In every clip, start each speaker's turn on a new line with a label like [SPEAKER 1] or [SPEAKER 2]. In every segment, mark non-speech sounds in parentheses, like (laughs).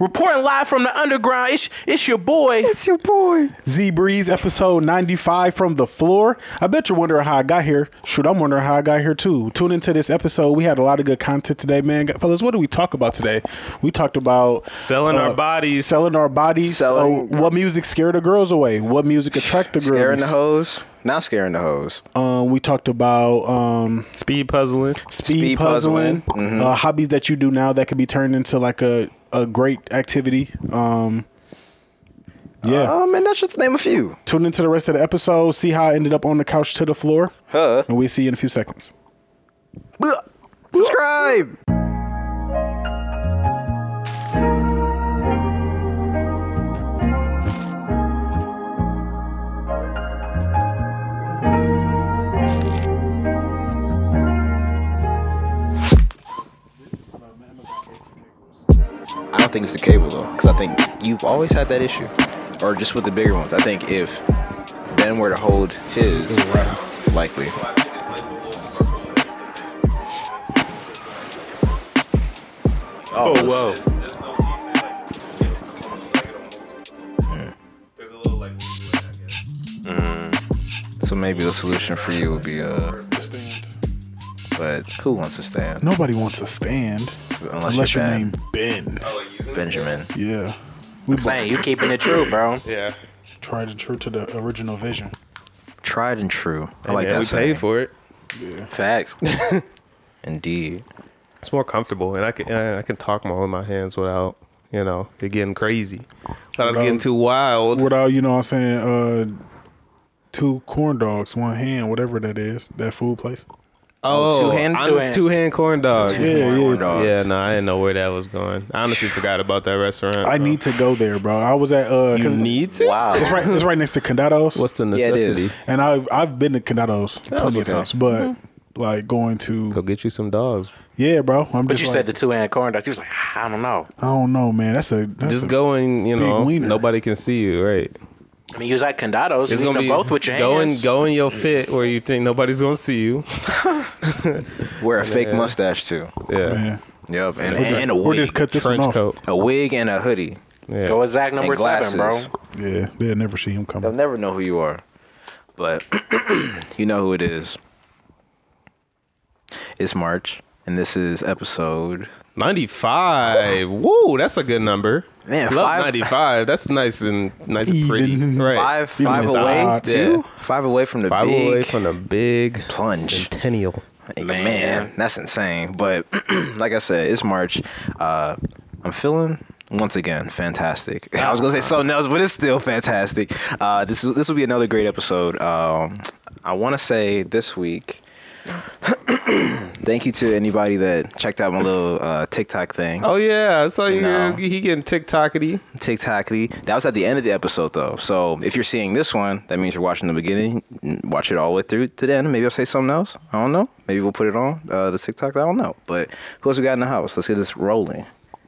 [SPEAKER 1] Reporting live from the underground. It's it's your boy.
[SPEAKER 2] It's your boy. Z Breeze, episode 95 from the floor. I bet you're wondering how I got here. Shoot, I'm wondering how I got here too. Tune into this episode. We had a lot of good content today, man. Fellas, what did we talk about today? We talked about uh,
[SPEAKER 3] Selling our bodies.
[SPEAKER 2] Selling our bodies.
[SPEAKER 4] Selling-
[SPEAKER 2] uh, what music scared the girls away? What music attracted the girls?
[SPEAKER 4] Scaring the hoes. Not scaring the hoes.
[SPEAKER 2] Um, we talked about um,
[SPEAKER 3] Speed puzzling.
[SPEAKER 2] speed,
[SPEAKER 4] Speed
[SPEAKER 2] puzzling,
[SPEAKER 4] puzzling. Mm-hmm.
[SPEAKER 2] Uh, hobbies that you do now that could be turned into like a, a great activity. Um, yeah.
[SPEAKER 4] Um, and that's just to name a few.
[SPEAKER 2] Tune into the rest of the episode. See how I ended up on the couch to the floor.
[SPEAKER 4] Huh.
[SPEAKER 2] And we see you in a few seconds.
[SPEAKER 4] Blech. Subscribe. I don't think it's the cable though, because I think you've always had that issue, or just with the bigger ones. I think if Ben were to hold his, likely.
[SPEAKER 3] Oh, whoa.
[SPEAKER 4] Hmm. Hmm. So maybe the solution for you would be uh but who wants to stand?
[SPEAKER 2] Nobody wants a stand
[SPEAKER 4] Unless,
[SPEAKER 2] unless
[SPEAKER 4] you're
[SPEAKER 2] your
[SPEAKER 4] Ben-
[SPEAKER 2] name Ben.
[SPEAKER 4] Benjamin.
[SPEAKER 2] Yeah. We both
[SPEAKER 1] Saying you keeping it true, bro.
[SPEAKER 3] Yeah.
[SPEAKER 2] tried and true to the original vision.
[SPEAKER 4] Tried and true. I like
[SPEAKER 3] yeah,
[SPEAKER 4] that
[SPEAKER 3] we
[SPEAKER 4] saying.
[SPEAKER 3] paid for it.
[SPEAKER 2] (laughs)
[SPEAKER 1] Facts.
[SPEAKER 4] Indeed.
[SPEAKER 3] It's more comfortable, and I can and I can talk more with my hands without you know it getting crazy, without it
[SPEAKER 2] Without-
[SPEAKER 3] getting too wild.
[SPEAKER 2] Without, you know what I'm saying, uh, two corn dogs, one hand, whatever that is, that food place.
[SPEAKER 3] Oh,
[SPEAKER 1] two-hand,
[SPEAKER 3] honest
[SPEAKER 1] two-hand.
[SPEAKER 3] two-hand corn dogs.
[SPEAKER 2] Yeah, yeah.
[SPEAKER 4] dogs.
[SPEAKER 3] Yeah, no, I didn't know where that was going. I honestly forgot about that restaurant.
[SPEAKER 2] I
[SPEAKER 3] bro.
[SPEAKER 2] need to go there, bro. I was at, uh,
[SPEAKER 3] You
[SPEAKER 2] 'cause
[SPEAKER 3] need to. (laughs)
[SPEAKER 2] It's
[SPEAKER 4] Wow.
[SPEAKER 2] right, it's right next to Condados.
[SPEAKER 3] What's the
[SPEAKER 4] Yeah, it
[SPEAKER 3] necessity?
[SPEAKER 4] is.
[SPEAKER 2] and I, I've been to Condados plenty of
[SPEAKER 4] okay.
[SPEAKER 2] times, but like going
[SPEAKER 3] Go
[SPEAKER 2] to,
[SPEAKER 3] get you some dogs.
[SPEAKER 2] yeah, bro. I'm
[SPEAKER 1] But
[SPEAKER 2] just
[SPEAKER 1] you
[SPEAKER 2] like,
[SPEAKER 1] said the two hand corn dogs. He was like, "Ah, I don't know.
[SPEAKER 2] I don't know, man. That's a, that's
[SPEAKER 3] Just
[SPEAKER 2] a-
[SPEAKER 3] go and you
[SPEAKER 2] big
[SPEAKER 3] know
[SPEAKER 2] wiener.
[SPEAKER 3] nobody can see you, right?
[SPEAKER 1] I mean, you was like
[SPEAKER 3] It's
[SPEAKER 1] condados. You
[SPEAKER 3] gonna
[SPEAKER 1] them
[SPEAKER 3] be
[SPEAKER 1] both with your
[SPEAKER 3] go
[SPEAKER 1] hands.
[SPEAKER 3] and go in your fit where you think nobody's gonna see you.
[SPEAKER 4] Wear a fake mustache too.
[SPEAKER 3] Yeah,
[SPEAKER 2] man.
[SPEAKER 4] Yep. And,
[SPEAKER 1] Or just-
[SPEAKER 4] and a
[SPEAKER 2] Or
[SPEAKER 4] wig.
[SPEAKER 2] just cut this
[SPEAKER 3] trench
[SPEAKER 2] one off.
[SPEAKER 3] coat.
[SPEAKER 4] a wig and a hoodie.
[SPEAKER 3] Yeah.
[SPEAKER 1] Go with Zach number
[SPEAKER 4] and glasses.
[SPEAKER 1] seven, bro.
[SPEAKER 2] Yeah, they'll never see him
[SPEAKER 4] They'll
[SPEAKER 2] coming.
[SPEAKER 4] never know who you are. But (clears throat) you know who it is. It's March and this is episode
[SPEAKER 3] 95. Woo, that's a good number.
[SPEAKER 4] Man,
[SPEAKER 3] Love
[SPEAKER 4] five-
[SPEAKER 3] 95. That's nice and nice and pretty.
[SPEAKER 2] Even.
[SPEAKER 3] Right.
[SPEAKER 4] five five
[SPEAKER 2] it's
[SPEAKER 4] away
[SPEAKER 2] odd,
[SPEAKER 4] too?
[SPEAKER 3] yeah.
[SPEAKER 4] Five away from the
[SPEAKER 3] Five
[SPEAKER 4] big
[SPEAKER 3] away from the big
[SPEAKER 4] Plunge.
[SPEAKER 3] centennial.
[SPEAKER 4] Like,
[SPEAKER 1] Man.
[SPEAKER 4] man. that's insane. But (clears throat) like I said, it's March. Uh, I'm feeling once again fantastic. (laughs) I was gonna say something else, but it's still fantastic. Uh, this this will be another great episode. Um, I want to say this week. (clears throat) Thank you to anybody that checked out my little uh, TikTok thing.
[SPEAKER 3] Oh, yeah. I saw you.
[SPEAKER 4] No.
[SPEAKER 3] He getting TikTokity.
[SPEAKER 4] TikTokity. That was at the end of the episode, though. So if you're seeing this one, that means you're watching the beginning. Watch it all the way through to the end. Maybe I'll say something else. I don't know. Maybe we'll put it on uh, the TikTok. I don't know. But who else we got in the house? Let's get this rolling.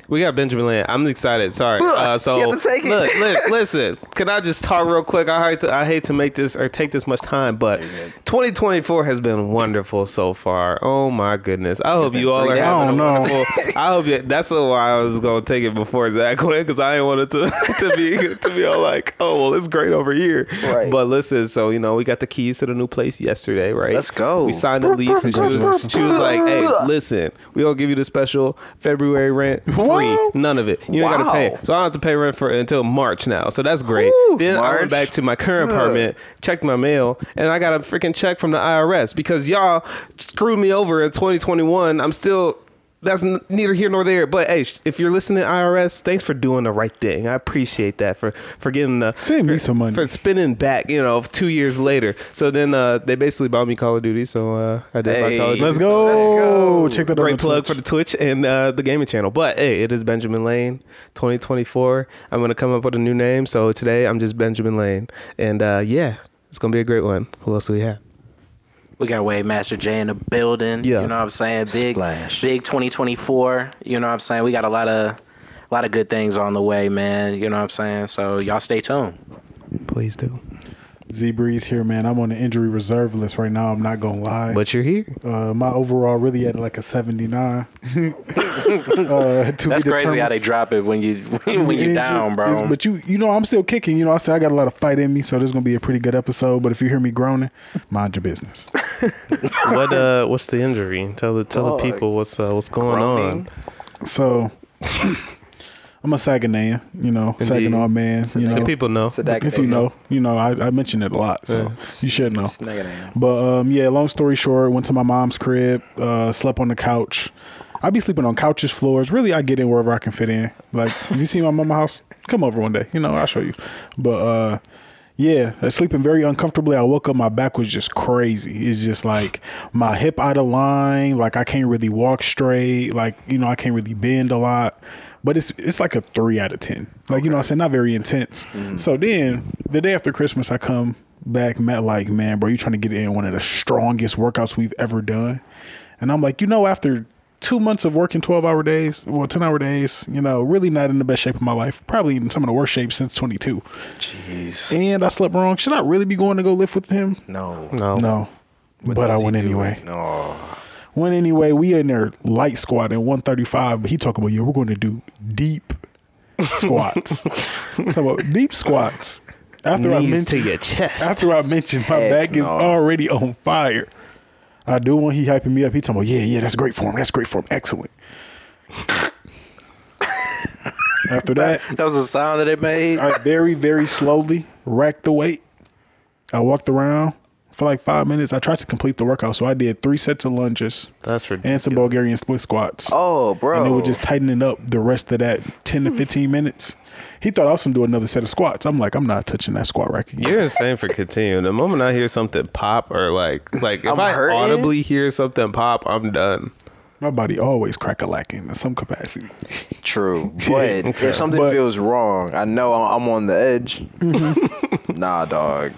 [SPEAKER 3] We got Benjamin Land. I'm excited. Sorry. Uh, so
[SPEAKER 4] you have to take it.
[SPEAKER 3] look,
[SPEAKER 4] (laughs)
[SPEAKER 3] look, listen. Can I just talk real quick? I hate to, I hate to make this or take this much time, but 2024 has been wonderful so far. Oh my goodness. I hope you all
[SPEAKER 4] three
[SPEAKER 3] are
[SPEAKER 4] days.
[SPEAKER 3] having a
[SPEAKER 2] I don't know.
[SPEAKER 3] wonderful. I hope you, that's why I was gonna take it before Zach (laughs) went because I didn't want it to (laughs) to be to be all like, oh well, it's great over here.
[SPEAKER 4] Right.
[SPEAKER 3] But listen, so you know, we got the keys to the new place yesterday, right?
[SPEAKER 4] Let's go.
[SPEAKER 3] We signed the lease, and she was she was like, hey, listen, we gonna give you the special February rent free.
[SPEAKER 2] What?
[SPEAKER 3] None of it. You ain't gotta
[SPEAKER 4] Wow.
[SPEAKER 3] pay. So I don't have to pay rent for until March now. So that's great.
[SPEAKER 4] Ooh,
[SPEAKER 3] then I went
[SPEAKER 4] March.
[SPEAKER 3] back to my current apartment, checked my mail, and I got a freaking check from the IRS because y'all screwed me over in 2021. I'm still. That's n- neither here nor there. But hey, sh- if you're listening, IRS, thanks for doing the right thing. I appreciate that for for getting the
[SPEAKER 2] Send me
[SPEAKER 3] for-
[SPEAKER 2] some money.
[SPEAKER 3] for spinning back. You know, two years later. So then uh, they basically bought me Call of Duty. So uh, I did my
[SPEAKER 4] Hey.
[SPEAKER 3] Call of Duty.
[SPEAKER 2] Let's go.
[SPEAKER 4] go.
[SPEAKER 2] Check that out.
[SPEAKER 3] Great
[SPEAKER 2] on
[SPEAKER 3] plug for
[SPEAKER 2] Twitch.
[SPEAKER 3] the Twitch and uh, the gaming channel. But hey, it is Benjamin Lane 2024. I'm going to come up with a new name. So today I'm just Benjamin Lane. And uh, yeah, it's going to be a great one. Who else do we have?
[SPEAKER 1] We got Wave Master J in the building.
[SPEAKER 3] Yeah.
[SPEAKER 1] You know what I'm saying? Big
[SPEAKER 4] Splash.
[SPEAKER 1] big 2024. You know what I'm saying? We got a lot of a lot of good things on the way, man. You know what I'm saying? So y'all stay tuned.
[SPEAKER 3] Please do.
[SPEAKER 2] Z Breeze here, man. I'm on the injury reserve list right now. I'm not gonna lie.
[SPEAKER 3] But you're here.
[SPEAKER 2] uh, my overall really at like a (laughs) 79. uh, to
[SPEAKER 1] That's
[SPEAKER 2] be
[SPEAKER 1] crazy how they
[SPEAKER 2] determined.
[SPEAKER 1] drop it when you (laughs) when
[SPEAKER 2] Injured
[SPEAKER 1] you're down,
[SPEAKER 2] is-
[SPEAKER 1] bro.
[SPEAKER 2] But you, you know, I'm still kicking. You know, I said I got a lot of fight in me, so this is gonna be a pretty good episode. But if you hear me groaning, mind your business.
[SPEAKER 3] What uh? What's the injury? Tell the tell the people what's uh, what's going on.
[SPEAKER 2] So I'm a Saginaw, you know, Saginaw man. You
[SPEAKER 3] The
[SPEAKER 2] know,
[SPEAKER 3] people know.
[SPEAKER 2] if you know, you know, I, I mention it a lot, so you should know. But um, yeah, long story short, went to my mom's crib, uh, slept on the couch. I be sleeping on couches, floors. Really, I get in wherever I can fit in. Like, if you see my mama house, come over one day. You know, I'll show you. But uh, yeah, I was sleeping very uncomfortably. I woke up, my back was just crazy. It's just like my hip out of line. Like I can't really walk straight. Like you know, I can't really bend a lot. But it's it's like a three out of ten. Like you know, I said not very intense. So then the day after Christmas, I come back, Matt, like, man, bro, you trying to get in one of the strongest workouts we've ever done. And I'm like, you know, after two months of working 12 hour days, well, 10 hour days, you know, really not in the best shape of my life, probably in some of the worst shape since 22.
[SPEAKER 4] Jeez.
[SPEAKER 2] And I slept wrong. Should I really be going to go lift with him?
[SPEAKER 4] No.
[SPEAKER 3] No.
[SPEAKER 2] No. but I
[SPEAKER 4] does he
[SPEAKER 2] went
[SPEAKER 4] do?
[SPEAKER 2] anyway.
[SPEAKER 4] No.
[SPEAKER 2] Went anyway. We in there light squat at 135, but he talking about, yeah, we're going to do deep squats. Talking about deep squats. After I
[SPEAKER 3] Knees
[SPEAKER 2] mentioned
[SPEAKER 3] to your chest.
[SPEAKER 2] after I mentioned my
[SPEAKER 4] Heck
[SPEAKER 2] back is
[SPEAKER 4] no.
[SPEAKER 2] already on fire. I do when he hyping me up. He talking about, yeah, yeah, that's great for him. That's great for him. Excellent. (laughs)
[SPEAKER 4] (laughs)
[SPEAKER 2] After that,
[SPEAKER 1] that was a sound that it made.
[SPEAKER 2] I very, very slowly racked the weight. I walked around for like five minutes. I tried to complete the workout. So I did three sets of lunges
[SPEAKER 3] That's
[SPEAKER 2] and
[SPEAKER 3] ridiculous.
[SPEAKER 2] some Bulgarian split squats.
[SPEAKER 4] Oh, bro. Hmm.
[SPEAKER 2] And it was just tightening up the rest of that 10 to 15 minutes. He thought I was going to do another set of squats. I'm like, I'm not touching that squat rack again.
[SPEAKER 3] You're insane for continuing. The moment I hear something pop or like like if
[SPEAKER 4] I'm
[SPEAKER 3] I
[SPEAKER 4] hurting.
[SPEAKER 3] audibly hear something pop, I'm done.
[SPEAKER 2] My body always crack a lacking in some capacity. (laughs)
[SPEAKER 4] True. But if something
[SPEAKER 2] But-
[SPEAKER 4] feels wrong, I know I'm, I'm on the edge. (laughs)
[SPEAKER 2] Mm-hmm.
[SPEAKER 4] nah, dog.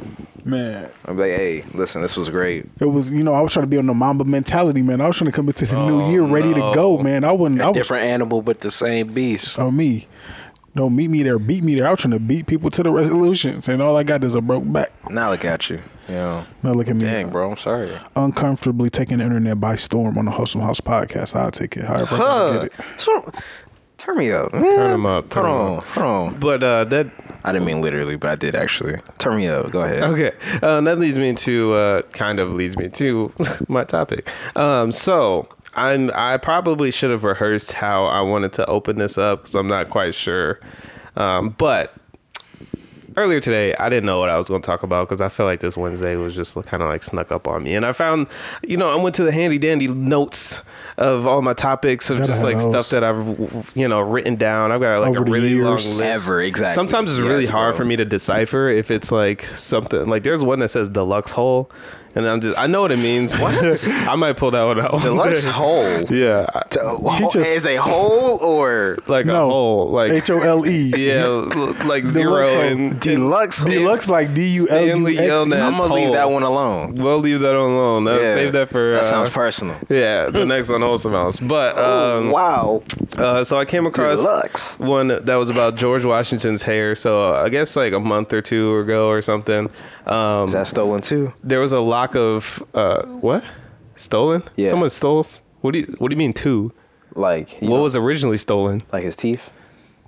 [SPEAKER 2] Man,
[SPEAKER 4] I'm like, hey, listen, this was great.
[SPEAKER 2] it was you know I was trying to be on the Mamba mentality, man. I was trying to come into the
[SPEAKER 3] Oh,
[SPEAKER 2] new year ready
[SPEAKER 3] no.
[SPEAKER 2] to go, man. I wouldn't. I was
[SPEAKER 1] Different animal, but the same beast.
[SPEAKER 2] oh me. Don't meet me there, beat me there. I was trying to beat people to the resolutions, and all I got is a broke back.
[SPEAKER 4] Now look at you. Yeah.
[SPEAKER 2] Now look at me,
[SPEAKER 4] Dang, bro. I'm sorry.
[SPEAKER 2] uncomfortably taking the internet by storm on the Hustle House podcast. I'll take it. However, I gotta
[SPEAKER 4] Huh.
[SPEAKER 2] get it.
[SPEAKER 4] So, turn me up. Turn
[SPEAKER 3] him up, turn
[SPEAKER 4] Hold
[SPEAKER 3] him
[SPEAKER 4] Eh, on.
[SPEAKER 3] up.
[SPEAKER 4] Hold on.
[SPEAKER 3] But uh that
[SPEAKER 4] I didn't mean literally, but I did actually. Turn me up. Go ahead.
[SPEAKER 3] okay. Uh, that leads me to uh kind of leads me to (laughs) my topic. Um so I'm I probably should have rehearsed how I wanted to open this up cuz I'm not quite sure. Um but earlier today i didn't know what i was going to talk about because i felt like this wednesday was just kind of like snuck up on me and i found you know i went to the handy dandy notes of all my topics of
[SPEAKER 2] Gotta
[SPEAKER 3] just
[SPEAKER 2] have
[SPEAKER 3] like
[SPEAKER 2] those.
[SPEAKER 3] stuff that i've you know written down i've got like
[SPEAKER 2] Over
[SPEAKER 3] a
[SPEAKER 2] the
[SPEAKER 3] really long
[SPEAKER 2] years.
[SPEAKER 3] list
[SPEAKER 4] Ever, exactly.
[SPEAKER 3] sometimes it's really
[SPEAKER 4] Yes,
[SPEAKER 3] hard
[SPEAKER 4] bro.
[SPEAKER 3] for me to decipher if it's like something like there's one that says deluxe hole and i'm just i know what it means what (laughs) i might pull that one out
[SPEAKER 4] (laughs) Deluxe hole.
[SPEAKER 3] (laughs) yeah I-
[SPEAKER 4] Ho-
[SPEAKER 2] just-
[SPEAKER 4] is a hole
[SPEAKER 3] (laughs)
[SPEAKER 4] or
[SPEAKER 3] like a
[SPEAKER 2] No.
[SPEAKER 3] hole like
[SPEAKER 2] H O L E.
[SPEAKER 3] (laughs) yeah l- like zero
[SPEAKER 2] hole.
[SPEAKER 3] and
[SPEAKER 4] deluxe? hole?
[SPEAKER 2] Deluxe like D U L
[SPEAKER 3] Stanley
[SPEAKER 2] U X.
[SPEAKER 3] yelled
[SPEAKER 2] E.
[SPEAKER 3] at-
[SPEAKER 4] I'm gonna leave
[SPEAKER 3] hole.
[SPEAKER 4] that one alone.
[SPEAKER 3] We'll leave that one alone. That'll
[SPEAKER 4] Yeah.
[SPEAKER 3] Save that for
[SPEAKER 4] That
[SPEAKER 3] uh,
[SPEAKER 4] sounds personal.
[SPEAKER 3] yeah,
[SPEAKER 2] Hmm.
[SPEAKER 3] the next unwholesome house. But um,
[SPEAKER 4] wow,
[SPEAKER 3] uh, so I came across
[SPEAKER 4] Deluxe.
[SPEAKER 3] one that was about George Washington's hair. So uh, I guess like a month or two ago or something. Um,
[SPEAKER 4] is that stolen too?
[SPEAKER 3] there was a lock of uh, what stolen?
[SPEAKER 4] Yeah.
[SPEAKER 3] someone stole. s- What do you What do you mean two?
[SPEAKER 4] Like you
[SPEAKER 3] What
[SPEAKER 4] know,
[SPEAKER 3] was originally stolen?
[SPEAKER 4] like his teeth?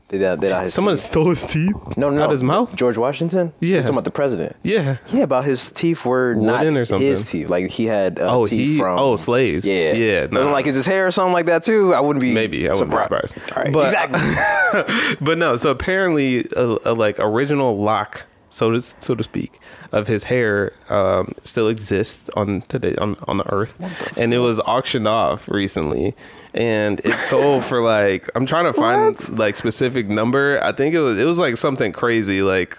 [SPEAKER 4] Did that? Did I? His
[SPEAKER 3] Someone
[SPEAKER 4] teeth?
[SPEAKER 3] stole his teeth.
[SPEAKER 4] No, no,
[SPEAKER 3] out
[SPEAKER 4] no.
[SPEAKER 3] his mouth.
[SPEAKER 4] George Washington.
[SPEAKER 3] Yeah.
[SPEAKER 4] You're talking about the president.
[SPEAKER 3] Yeah.
[SPEAKER 4] Yeah, about his teeth were not
[SPEAKER 3] Wooden or something.
[SPEAKER 4] his teeth. Like he had uh,
[SPEAKER 3] Oh,
[SPEAKER 4] teeth
[SPEAKER 3] he-
[SPEAKER 4] from
[SPEAKER 3] oh, slaves.
[SPEAKER 4] Yeah,
[SPEAKER 3] Yeah,
[SPEAKER 4] I was
[SPEAKER 3] nah.
[SPEAKER 4] like, is his hair or something like that too? I wouldn't be
[SPEAKER 3] Maybe I wouldn't be surprised.
[SPEAKER 4] All right,
[SPEAKER 3] But-
[SPEAKER 4] exactly.
[SPEAKER 3] but no, so apparently a, a like original lock, so to so to speak, of his hair um, still exists on today on, on the earth, and it was auctioned off recently, and it sold for like I'm trying to find like specific number. I think it was it was like something crazy like.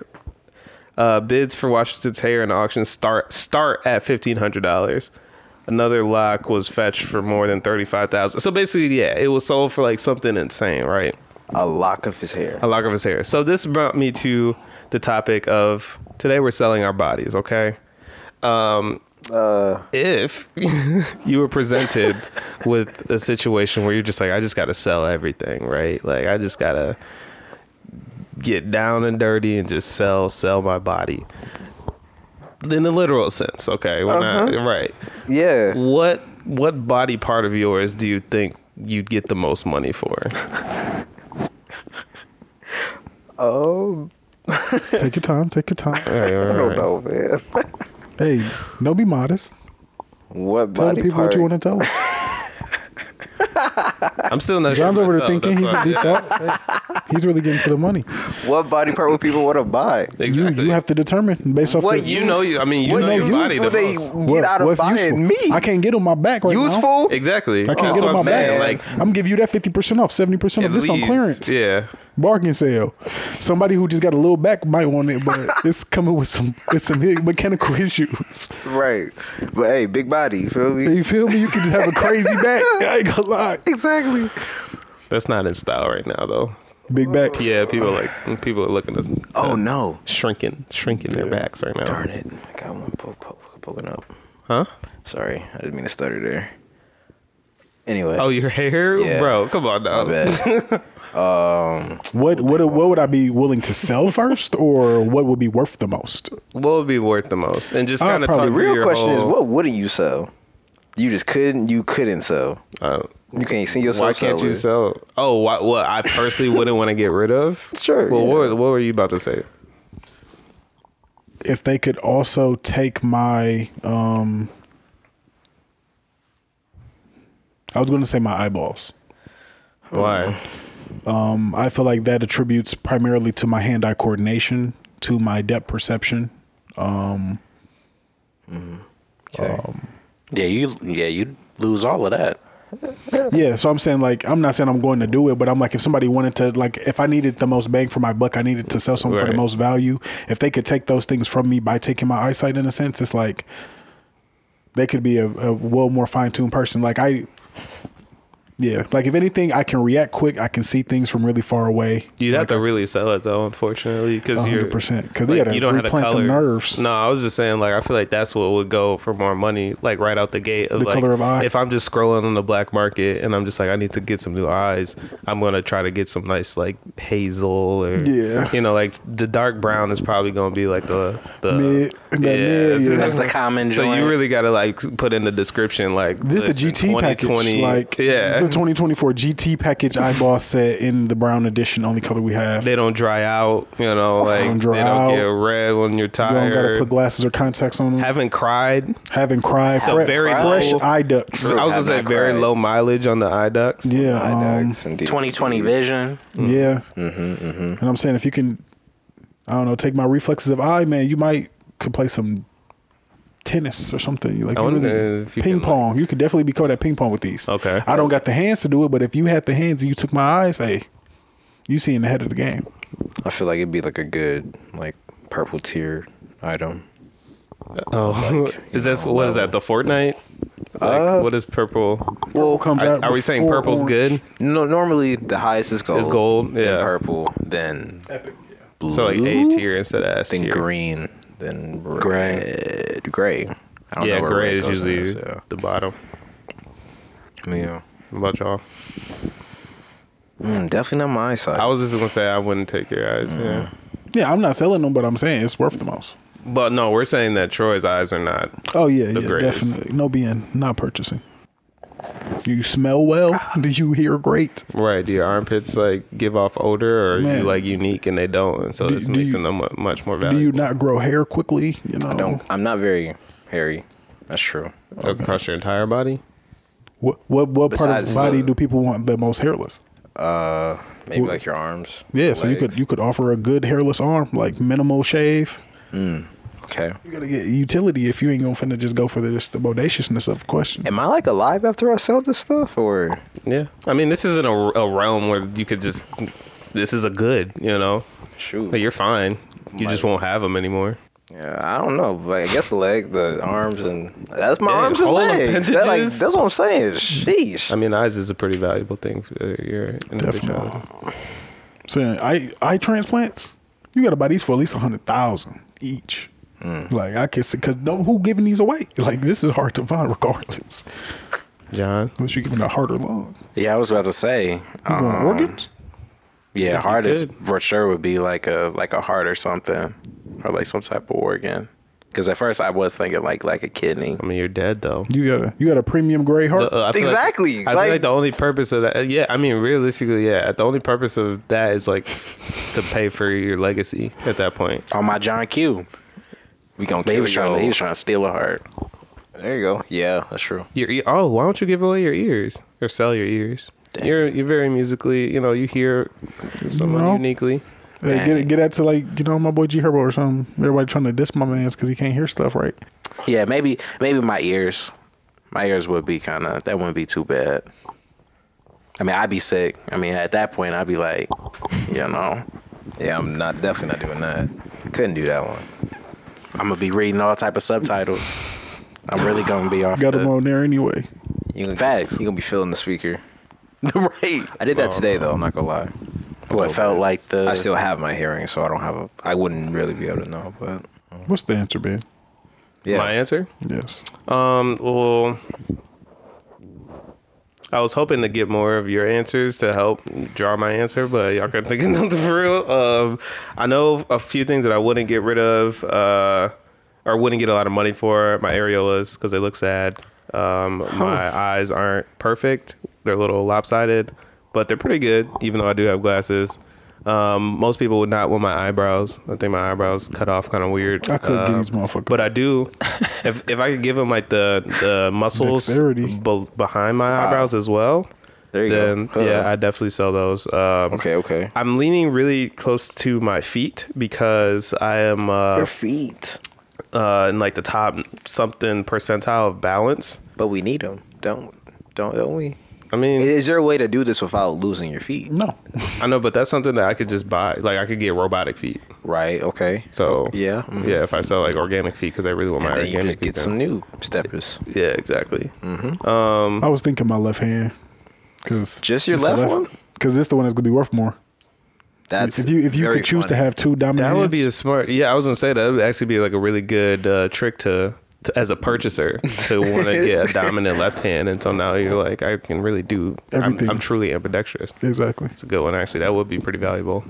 [SPEAKER 3] Uh, bids for Washington's hair and auction start start at fifteen hundred dollars. Another lock was fetched for more than thirty five thousand. So basically, yeah, it was sold for like something insane, right?
[SPEAKER 4] a lock of his hair.
[SPEAKER 3] a lock of his hair. So this brought me to the topic of today we're selling our bodies, okay? Um
[SPEAKER 4] Uh.
[SPEAKER 3] if (laughs) you were presented with a situation where you're just like I just got to sell everything, right? Like I just got to get down and dirty and just sell sell my body. in the literal sense. Okay, we're
[SPEAKER 4] Uh-huh.
[SPEAKER 3] not, right.
[SPEAKER 4] Yeah.
[SPEAKER 3] What what body part of yours do you think you'd get the most money for?
[SPEAKER 2] Take your time. Take
[SPEAKER 3] (laughs)
[SPEAKER 2] your time.
[SPEAKER 4] (laughs) I don't know, Oh, man.
[SPEAKER 2] hey, don't be modest.
[SPEAKER 4] What
[SPEAKER 2] Tell the
[SPEAKER 4] body
[SPEAKER 2] people
[SPEAKER 4] part?
[SPEAKER 2] what you want to tell. 'em.
[SPEAKER 3] I'm still not. sure
[SPEAKER 2] John's over there
[SPEAKER 3] myself,
[SPEAKER 2] thinking he's
[SPEAKER 3] that's
[SPEAKER 2] a
[SPEAKER 3] why-
[SPEAKER 2] deep thought.
[SPEAKER 3] (laughs)
[SPEAKER 2] Hey, He's really getting to the money.
[SPEAKER 4] what body part would people want to buy?
[SPEAKER 2] You
[SPEAKER 3] Exactly.
[SPEAKER 2] you have to determine based off
[SPEAKER 4] What
[SPEAKER 2] the-
[SPEAKER 3] You know you. I mean, (laughs) you
[SPEAKER 4] what
[SPEAKER 3] know your
[SPEAKER 4] use
[SPEAKER 3] body
[SPEAKER 4] do
[SPEAKER 3] the
[SPEAKER 4] they
[SPEAKER 3] most.
[SPEAKER 4] get out of
[SPEAKER 2] what's
[SPEAKER 4] buying
[SPEAKER 2] useful?
[SPEAKER 4] me?
[SPEAKER 2] I can't get on my back right now.
[SPEAKER 4] useful?
[SPEAKER 3] Exactly.
[SPEAKER 2] I can't
[SPEAKER 3] That's
[SPEAKER 2] get
[SPEAKER 3] what
[SPEAKER 2] on
[SPEAKER 3] I'm
[SPEAKER 2] my
[SPEAKER 3] saying.
[SPEAKER 2] back.
[SPEAKER 3] Like
[SPEAKER 2] I'm gonna give you that fifty percent off, seventy percent
[SPEAKER 3] at
[SPEAKER 2] of this on
[SPEAKER 3] least-
[SPEAKER 2] clearance,
[SPEAKER 3] Yeah.
[SPEAKER 2] bargain sale. Somebody who just got a little back might want it,
[SPEAKER 4] (laughs)
[SPEAKER 2] but it's coming with some with some he- mechanical (laughs) issues.
[SPEAKER 4] Right. But hey, big body. You feel me?
[SPEAKER 2] You feel me? You can just have a
[SPEAKER 4] (laughs)
[SPEAKER 2] crazy back. I ain't gonna lie.
[SPEAKER 4] Exactly.
[SPEAKER 3] That's not in style right now, though.
[SPEAKER 2] Big back.
[SPEAKER 3] Yeah, people are like people are looking at
[SPEAKER 4] Oh no.
[SPEAKER 3] shrinking, shrinking their backs right now.
[SPEAKER 4] Darn it. I got one poke, poke, poking up.
[SPEAKER 3] Huh?
[SPEAKER 4] Sorry. I didn't mean to stutter there. Anyway.
[SPEAKER 3] Oh, your hair,
[SPEAKER 4] Yeah.
[SPEAKER 3] bro. Come on,
[SPEAKER 4] my
[SPEAKER 3] dog. (laughs)
[SPEAKER 4] bad.
[SPEAKER 2] What what what would I be willing to sell first, or what would be worth the most?
[SPEAKER 3] What would be worth the most? And just
[SPEAKER 2] I'll
[SPEAKER 3] kind of talk.
[SPEAKER 2] Uh, probably-
[SPEAKER 4] the
[SPEAKER 3] through
[SPEAKER 4] real
[SPEAKER 3] your
[SPEAKER 4] question is
[SPEAKER 3] whole-
[SPEAKER 4] what wouldn't you sell? You just couldn't you couldn't sell.
[SPEAKER 3] Uh,
[SPEAKER 4] You can't see yourself.
[SPEAKER 3] why can't you
[SPEAKER 4] selling.
[SPEAKER 3] sell? Oh, why, what I personally wouldn't want to get rid of.
[SPEAKER 4] Sure,
[SPEAKER 3] Well,
[SPEAKER 4] yeah.
[SPEAKER 3] what, what were you about to say?
[SPEAKER 2] If they could also take my um, I was gonna say my eyeballs. Um,
[SPEAKER 3] Why?
[SPEAKER 2] I feel like that attributes primarily to my hand eye coordination, to my depth perception.
[SPEAKER 1] Yeah, you yeah, you lose all of that.
[SPEAKER 2] Yeah, so I'm saying like I'm not saying I'm going to do it, but I'm like if somebody wanted to like if I needed the most bang for my buck, I needed to sell something for
[SPEAKER 3] Right.
[SPEAKER 2] the most value. If they could take those things from me by taking my eyesight in a sense, it's like they could be a, a well more fine tuned person. Like I yeah, like if anything, I can react quick. I can see things from really far away.
[SPEAKER 3] You'd have to really sell it though, unfortunately, because you're
[SPEAKER 2] 100%, 'cause they
[SPEAKER 3] like,
[SPEAKER 2] gotta
[SPEAKER 3] you don't have the
[SPEAKER 2] replant the
[SPEAKER 3] colors.
[SPEAKER 2] nerves.
[SPEAKER 3] No, I was just saying like I feel like that's what would go for more money, like right out the gate. Of,
[SPEAKER 2] The
[SPEAKER 3] like,
[SPEAKER 2] color of eye.
[SPEAKER 3] If I'm just scrolling on the black market and I'm just like I need to get some new eyes, I'm gonna try to get some nice like hazel or
[SPEAKER 2] Yeah.
[SPEAKER 3] you know like the dark brown is probably gonna be like the the
[SPEAKER 2] Mid- that
[SPEAKER 3] Uh, yeah.
[SPEAKER 2] mid, yeah.
[SPEAKER 1] That's the common
[SPEAKER 3] So
[SPEAKER 1] joint.
[SPEAKER 3] you really gotta like put in the description like
[SPEAKER 2] This is the
[SPEAKER 3] listen,
[SPEAKER 2] GT package,
[SPEAKER 3] 2020
[SPEAKER 2] like this
[SPEAKER 3] yeah,
[SPEAKER 2] is the 2024 GT package eyeball set in the brown edition, only color we have.
[SPEAKER 3] they don't dry out, you know, like
[SPEAKER 2] Don't dry
[SPEAKER 3] they don't get
[SPEAKER 2] out.
[SPEAKER 3] red when you're
[SPEAKER 2] You don't gotta
[SPEAKER 3] tired.
[SPEAKER 2] put glasses or contacts on them.
[SPEAKER 3] Haven't cried.
[SPEAKER 2] Haven't cried.
[SPEAKER 3] So
[SPEAKER 2] fre-
[SPEAKER 3] very
[SPEAKER 2] fresh
[SPEAKER 3] low-
[SPEAKER 2] eye ducts.
[SPEAKER 3] I was gonna
[SPEAKER 4] have
[SPEAKER 3] say
[SPEAKER 4] not
[SPEAKER 3] very
[SPEAKER 4] cried.
[SPEAKER 3] low mileage on the eye ducts.
[SPEAKER 2] Yeah,
[SPEAKER 4] I
[SPEAKER 2] um,
[SPEAKER 4] digress, indeed.
[SPEAKER 1] 2020 vision.
[SPEAKER 3] Mm-hmm.
[SPEAKER 2] yeah. And I'm saying if you can, I don't know, take my reflexes of eye, man, you might could play some tennis or something. Like
[SPEAKER 3] I
[SPEAKER 2] you
[SPEAKER 3] wonder
[SPEAKER 2] really-
[SPEAKER 3] if you can,
[SPEAKER 2] ping
[SPEAKER 3] like-
[SPEAKER 2] pong. you could definitely be caught at ping pong with these.
[SPEAKER 3] Okay.
[SPEAKER 2] I don't got the hands to do it, but if you had the hands and you took my eyes, hey, you seeing the head of the game.
[SPEAKER 4] I feel like it'd be like a good like purple tier item.
[SPEAKER 3] Oh, (laughs) is that what is that? The Fortnite? Like,
[SPEAKER 2] Uh,
[SPEAKER 3] what is purple?
[SPEAKER 2] Well, comes
[SPEAKER 3] Are,
[SPEAKER 2] out
[SPEAKER 3] are we saying
[SPEAKER 2] before
[SPEAKER 3] purple's
[SPEAKER 2] orange.
[SPEAKER 3] good?
[SPEAKER 4] No, normally the highest is gold.
[SPEAKER 3] Is gold, yeah.
[SPEAKER 4] Then purple, then blue.
[SPEAKER 3] So like A tier instead of S
[SPEAKER 4] Then
[SPEAKER 3] tier.
[SPEAKER 4] green, then red, gray. I don't
[SPEAKER 3] Yeah,
[SPEAKER 4] know where
[SPEAKER 3] gray
[SPEAKER 4] red
[SPEAKER 3] is
[SPEAKER 4] goes in
[SPEAKER 3] usually
[SPEAKER 4] this, yeah.
[SPEAKER 3] the bottom.
[SPEAKER 4] Yeah.
[SPEAKER 3] What about y'all?
[SPEAKER 4] Mm, definitely not my eyesight.
[SPEAKER 3] I was just gonna say I wouldn't take your eyes. Yeah.
[SPEAKER 4] Mm.
[SPEAKER 2] Yeah, I'm not selling them, but I'm saying it's worth the most.
[SPEAKER 3] But no, we're saying that Troy's eyes are not.
[SPEAKER 2] Oh yeah, yeah,
[SPEAKER 3] greatest.
[SPEAKER 2] definitely. No being not purchasing. Do you smell well?
[SPEAKER 4] Ah.
[SPEAKER 2] (laughs) Do you hear great?
[SPEAKER 3] Right. Do your armpits like give off odor, or are you
[SPEAKER 2] Man.
[SPEAKER 3] like unique and they don't, and so
[SPEAKER 2] Do-
[SPEAKER 3] this
[SPEAKER 2] do
[SPEAKER 3] makes
[SPEAKER 2] you-
[SPEAKER 3] them mu- much more
[SPEAKER 2] Do
[SPEAKER 3] valuable.
[SPEAKER 2] you not grow hair quickly? You know,
[SPEAKER 4] I don't. I'm not very hairy. That's true.
[SPEAKER 3] across your entire body?
[SPEAKER 2] What what, what part of
[SPEAKER 4] Besides
[SPEAKER 2] the body
[SPEAKER 4] the-
[SPEAKER 2] do people want the most hairless?
[SPEAKER 4] Uh, maybe like your arms.
[SPEAKER 2] Yeah, so you could
[SPEAKER 4] legs.
[SPEAKER 2] you could offer a good hairless arm, like minimal shave.
[SPEAKER 4] Okay.
[SPEAKER 2] You gotta get utility if you ain't gonna finna just go for this the bodaciousness of the question.
[SPEAKER 4] Am I like alive after I sell this stuff, or
[SPEAKER 3] Yeah. I mean, this isn't a, a realm where you could just. This is a good, you know.
[SPEAKER 4] shoot?
[SPEAKER 3] Like, you're fine. You just won't have them anymore.
[SPEAKER 4] Yeah, I don't know, but I guess the legs, the arms, and that's my
[SPEAKER 3] Yeah,
[SPEAKER 4] arms and
[SPEAKER 3] whole
[SPEAKER 4] legs. That, like,
[SPEAKER 3] appendages.
[SPEAKER 4] that's what I'm saying. Sheesh.
[SPEAKER 3] I mean, eyes is a pretty valuable thing for your individuality.
[SPEAKER 2] Definitely. Saying eye eye transplants, you gotta buy these for at least a hundred thousand each.
[SPEAKER 4] Mm.
[SPEAKER 2] Like I could see, cause no, who giving these away? Like this is hard to find, regardless.
[SPEAKER 3] John,
[SPEAKER 2] Unless you're giving a heart or lung,
[SPEAKER 1] Yeah, I was about to say.
[SPEAKER 2] you want
[SPEAKER 1] um,
[SPEAKER 2] organs.
[SPEAKER 1] Yeah,
[SPEAKER 3] you
[SPEAKER 1] hardest
[SPEAKER 3] could.
[SPEAKER 1] for sure would be like a like a heart or something, or like some type of organ.
[SPEAKER 4] Because at first I was thinking like like a kidney.
[SPEAKER 3] I mean, you're dead though.
[SPEAKER 2] You got a you got a premium gray heart.
[SPEAKER 3] Uh, I feel like-
[SPEAKER 4] Exactly,
[SPEAKER 3] I
[SPEAKER 4] like-
[SPEAKER 3] feel like the only purpose of that, uh, yeah. I mean, realistically, yeah. The only purpose of that is like to pay for your legacy at that point.
[SPEAKER 1] on Oh, my John Q.
[SPEAKER 4] We gonna
[SPEAKER 1] But he
[SPEAKER 4] kill
[SPEAKER 1] was trying. To, he
[SPEAKER 4] you.
[SPEAKER 1] was trying to steal a heart.
[SPEAKER 4] There you go. Yeah, that's true.
[SPEAKER 3] Your ear, oh, why don't you give away your ears or sell your ears? You're you're very musically, you know, you hear someone
[SPEAKER 2] No.
[SPEAKER 3] uniquely.
[SPEAKER 2] Hey, get it, get that to like you know my boy G Herbo or something. Everybody trying to diss my man's because he can't hear stuff right.
[SPEAKER 1] Yeah, maybe maybe my ears, my ears would be kind of that wouldn't be too bad. I mean, I'd be sick. I mean, at that point, I'd be like, you know,
[SPEAKER 4] Yeah, I'm not definitely not doing that. Couldn't do that one.
[SPEAKER 1] I'm gonna be reading all type of subtitles. I'm really gonna be off.
[SPEAKER 2] Got him
[SPEAKER 1] the,
[SPEAKER 2] on there anyway.
[SPEAKER 4] You gonna,
[SPEAKER 1] Facts.
[SPEAKER 4] You gonna be feeling the (laughs) speaker.
[SPEAKER 1] right.
[SPEAKER 4] I did that today though. I'm not gonna lie.
[SPEAKER 1] What felt like the
[SPEAKER 4] I still have my hearing, so I don't have a. I wouldn't really be able to know, but
[SPEAKER 2] What's the answer, Ben?
[SPEAKER 4] yeah.
[SPEAKER 3] My answer.
[SPEAKER 2] Yes.
[SPEAKER 3] Um. Well, I was hoping to get more of your answers to help draw my answer, but y'all can think of (laughs) nothing for real. Um, I know a few things that I wouldn't get rid of, uh, or wouldn't get a lot of money for. My areolas because they look sad. Um, my eyes aren't perfect; they're a little lopsided, but they're pretty good. Even though I do have glasses. Um, most people would not want my eyebrows. I think my eyebrows cut off kind of weird.
[SPEAKER 2] I could get
[SPEAKER 3] Uh,
[SPEAKER 2] these motherfuckers.
[SPEAKER 3] But I do. if if I could give them like the the muscles
[SPEAKER 2] Dexterity.
[SPEAKER 3] be- behind my eyebrows as well,
[SPEAKER 4] There you
[SPEAKER 3] then
[SPEAKER 4] go. Huh.
[SPEAKER 3] yeah, I definitely sell those. Um,
[SPEAKER 4] Okay. Okay.
[SPEAKER 3] I'm leaning really close to my feet because I am uh,
[SPEAKER 4] feet.
[SPEAKER 3] uh, in like the top something percentile of balance.
[SPEAKER 4] But we need them, don't don't don't we?
[SPEAKER 3] I mean,
[SPEAKER 4] Is there a way to do this without losing your feet?
[SPEAKER 2] No.
[SPEAKER 4] Mm-hmm.
[SPEAKER 3] I know, but that's something that I could just buy. Like I could get robotic feet.
[SPEAKER 4] Right. Okay.
[SPEAKER 3] So
[SPEAKER 4] yeah, mhm.
[SPEAKER 3] yeah. If I sell like organic feet, because I really want my
[SPEAKER 4] And then you
[SPEAKER 3] organic
[SPEAKER 4] just
[SPEAKER 3] feet.
[SPEAKER 4] get some
[SPEAKER 3] done.
[SPEAKER 4] new Mm-hmm. steppers.
[SPEAKER 3] yeah, exactly.
[SPEAKER 2] I was thinking my left hand. Cause
[SPEAKER 4] Just your
[SPEAKER 2] it's the
[SPEAKER 4] left one?
[SPEAKER 2] Because this the one that's gonna be worth more.
[SPEAKER 4] That's
[SPEAKER 2] if you if you
[SPEAKER 4] very
[SPEAKER 2] could choose to
[SPEAKER 4] funny.
[SPEAKER 2] have two dominant.
[SPEAKER 3] That would be a
[SPEAKER 2] hands,
[SPEAKER 3] smart. Yeah, I was gonna say that would actually be like a really good uh, trick to, to as a purchaser to want
[SPEAKER 2] (laughs)
[SPEAKER 3] to get a dominant left hand, and so now you're like, I can really do. I'm,
[SPEAKER 2] Everything.
[SPEAKER 3] I'm truly ambidextrous. It's
[SPEAKER 2] exactly.
[SPEAKER 3] a good one actually. That would be pretty valuable.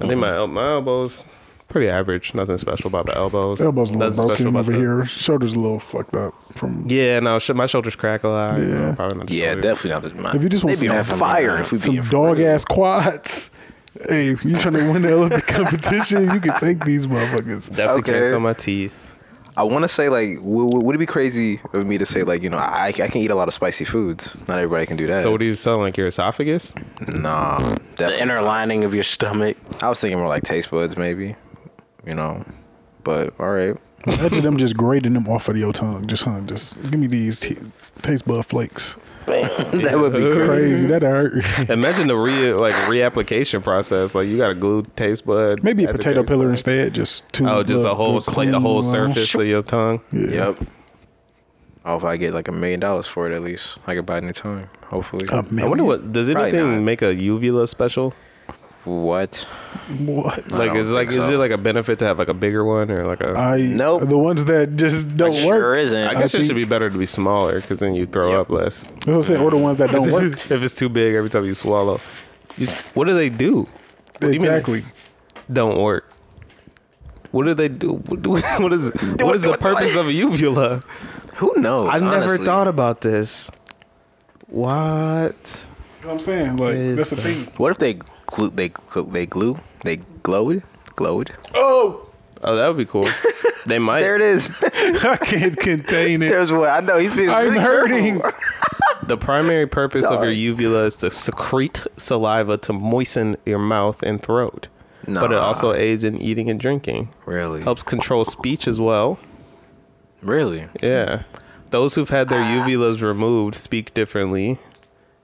[SPEAKER 3] I think my el- my elbows pretty average. Nothing special about the elbows.
[SPEAKER 2] Elbows a
[SPEAKER 3] Nothing
[SPEAKER 2] little broken over
[SPEAKER 3] the-
[SPEAKER 2] here. Shoulders a little fucked up from.
[SPEAKER 3] Yeah, no, sh- my shoulders crack a lot. you know,
[SPEAKER 2] Yeah.
[SPEAKER 3] probably not the
[SPEAKER 4] Yeah,
[SPEAKER 3] shoulders.
[SPEAKER 4] definitely not the mine.
[SPEAKER 2] If you just want
[SPEAKER 4] They'd be
[SPEAKER 2] some-
[SPEAKER 4] on fire if we
[SPEAKER 2] some
[SPEAKER 4] be
[SPEAKER 2] dog ass (laughs) quads. Hey, you trying to win the Olympic (laughs) competition? You can take these motherfuckers.
[SPEAKER 3] Definitely can't
[SPEAKER 4] Okay.
[SPEAKER 3] sell my teeth.
[SPEAKER 4] I want to say like, would, would it be crazy of me to say like, you know, I, I can eat a lot of spicy foods. Not everybody can do that.
[SPEAKER 3] So what are you selling? Like your esophagus?
[SPEAKER 4] nah,
[SPEAKER 1] the
[SPEAKER 4] definitely.
[SPEAKER 1] inner lining of your stomach.
[SPEAKER 4] I was thinking more like taste buds, maybe. You know, but all
[SPEAKER 2] (laughs)
[SPEAKER 4] right.
[SPEAKER 2] Imagine them just grating them off of your tongue. Just, huh, just give me these t- taste bud flakes.
[SPEAKER 4] that
[SPEAKER 3] (laughs)
[SPEAKER 4] (laughs) would be
[SPEAKER 2] Crazy, that hurt.
[SPEAKER 3] Imagine the re like reapplication process. Like you got a glue taste bud.
[SPEAKER 2] Maybe a
[SPEAKER 3] after
[SPEAKER 2] potato
[SPEAKER 3] taste
[SPEAKER 2] peeler
[SPEAKER 3] bud.
[SPEAKER 2] instead. Just two.
[SPEAKER 3] Oh, just a
[SPEAKER 2] little-
[SPEAKER 3] whole
[SPEAKER 2] little
[SPEAKER 3] like the whole
[SPEAKER 2] clean little-
[SPEAKER 3] surface of your tongue.
[SPEAKER 2] Yeah.
[SPEAKER 4] Yep. Oh, if I get like a million dollars for it, at least I could buy a new tongue. Hopefully.
[SPEAKER 2] A
[SPEAKER 3] I wonder what does
[SPEAKER 4] Probably
[SPEAKER 3] anything
[SPEAKER 4] not.
[SPEAKER 3] make a uvula special?
[SPEAKER 4] What?
[SPEAKER 2] What?
[SPEAKER 3] Like
[SPEAKER 4] don't
[SPEAKER 3] is like
[SPEAKER 4] think
[SPEAKER 3] is
[SPEAKER 4] so.
[SPEAKER 3] it like a benefit to have like a bigger one or like a? I
[SPEAKER 2] I
[SPEAKER 4] Nope.
[SPEAKER 2] The ones that just don't work.
[SPEAKER 1] Sure isn't.
[SPEAKER 3] guess
[SPEAKER 2] Uh, I
[SPEAKER 3] it should
[SPEAKER 2] think-
[SPEAKER 3] be better to be smaller because then you throw up less.
[SPEAKER 2] That's what I'm saying. Or the ones
[SPEAKER 3] (laughs)
[SPEAKER 2] that don't (laughs) work.
[SPEAKER 3] if it's too big every time you swallow, you, what do they do? do you mean?
[SPEAKER 2] exactly.
[SPEAKER 3] Don't work. What do they do? What, do, (laughs) what is what is the purpose of a uvula?
[SPEAKER 4] Who knows?
[SPEAKER 3] I've never
[SPEAKER 4] honestly?
[SPEAKER 3] thought about this. What?
[SPEAKER 2] You know what I'm saying? Like
[SPEAKER 3] Yes,
[SPEAKER 2] that's the
[SPEAKER 3] sir. (laughs)
[SPEAKER 2] thing.
[SPEAKER 4] What if they glue? They glue? They glue? They glowed? Glowed?
[SPEAKER 2] Oh,
[SPEAKER 3] Oh, that would be cool. They might.
[SPEAKER 4] There it is. (laughs)
[SPEAKER 2] I can't contain it.
[SPEAKER 4] There's what I know. He's being
[SPEAKER 2] I'm
[SPEAKER 4] really
[SPEAKER 2] hurting.
[SPEAKER 4] careful.
[SPEAKER 3] The primary purpose of your
[SPEAKER 4] Dog.
[SPEAKER 3] uvula is to secrete saliva to moisten your mouth and throat. But it
[SPEAKER 4] Nah.
[SPEAKER 3] also aids in eating and drinking.
[SPEAKER 4] Really?
[SPEAKER 3] Helps control speech as well.
[SPEAKER 4] Really?
[SPEAKER 3] Yeah. Those who've had their uvulas removed speak differently.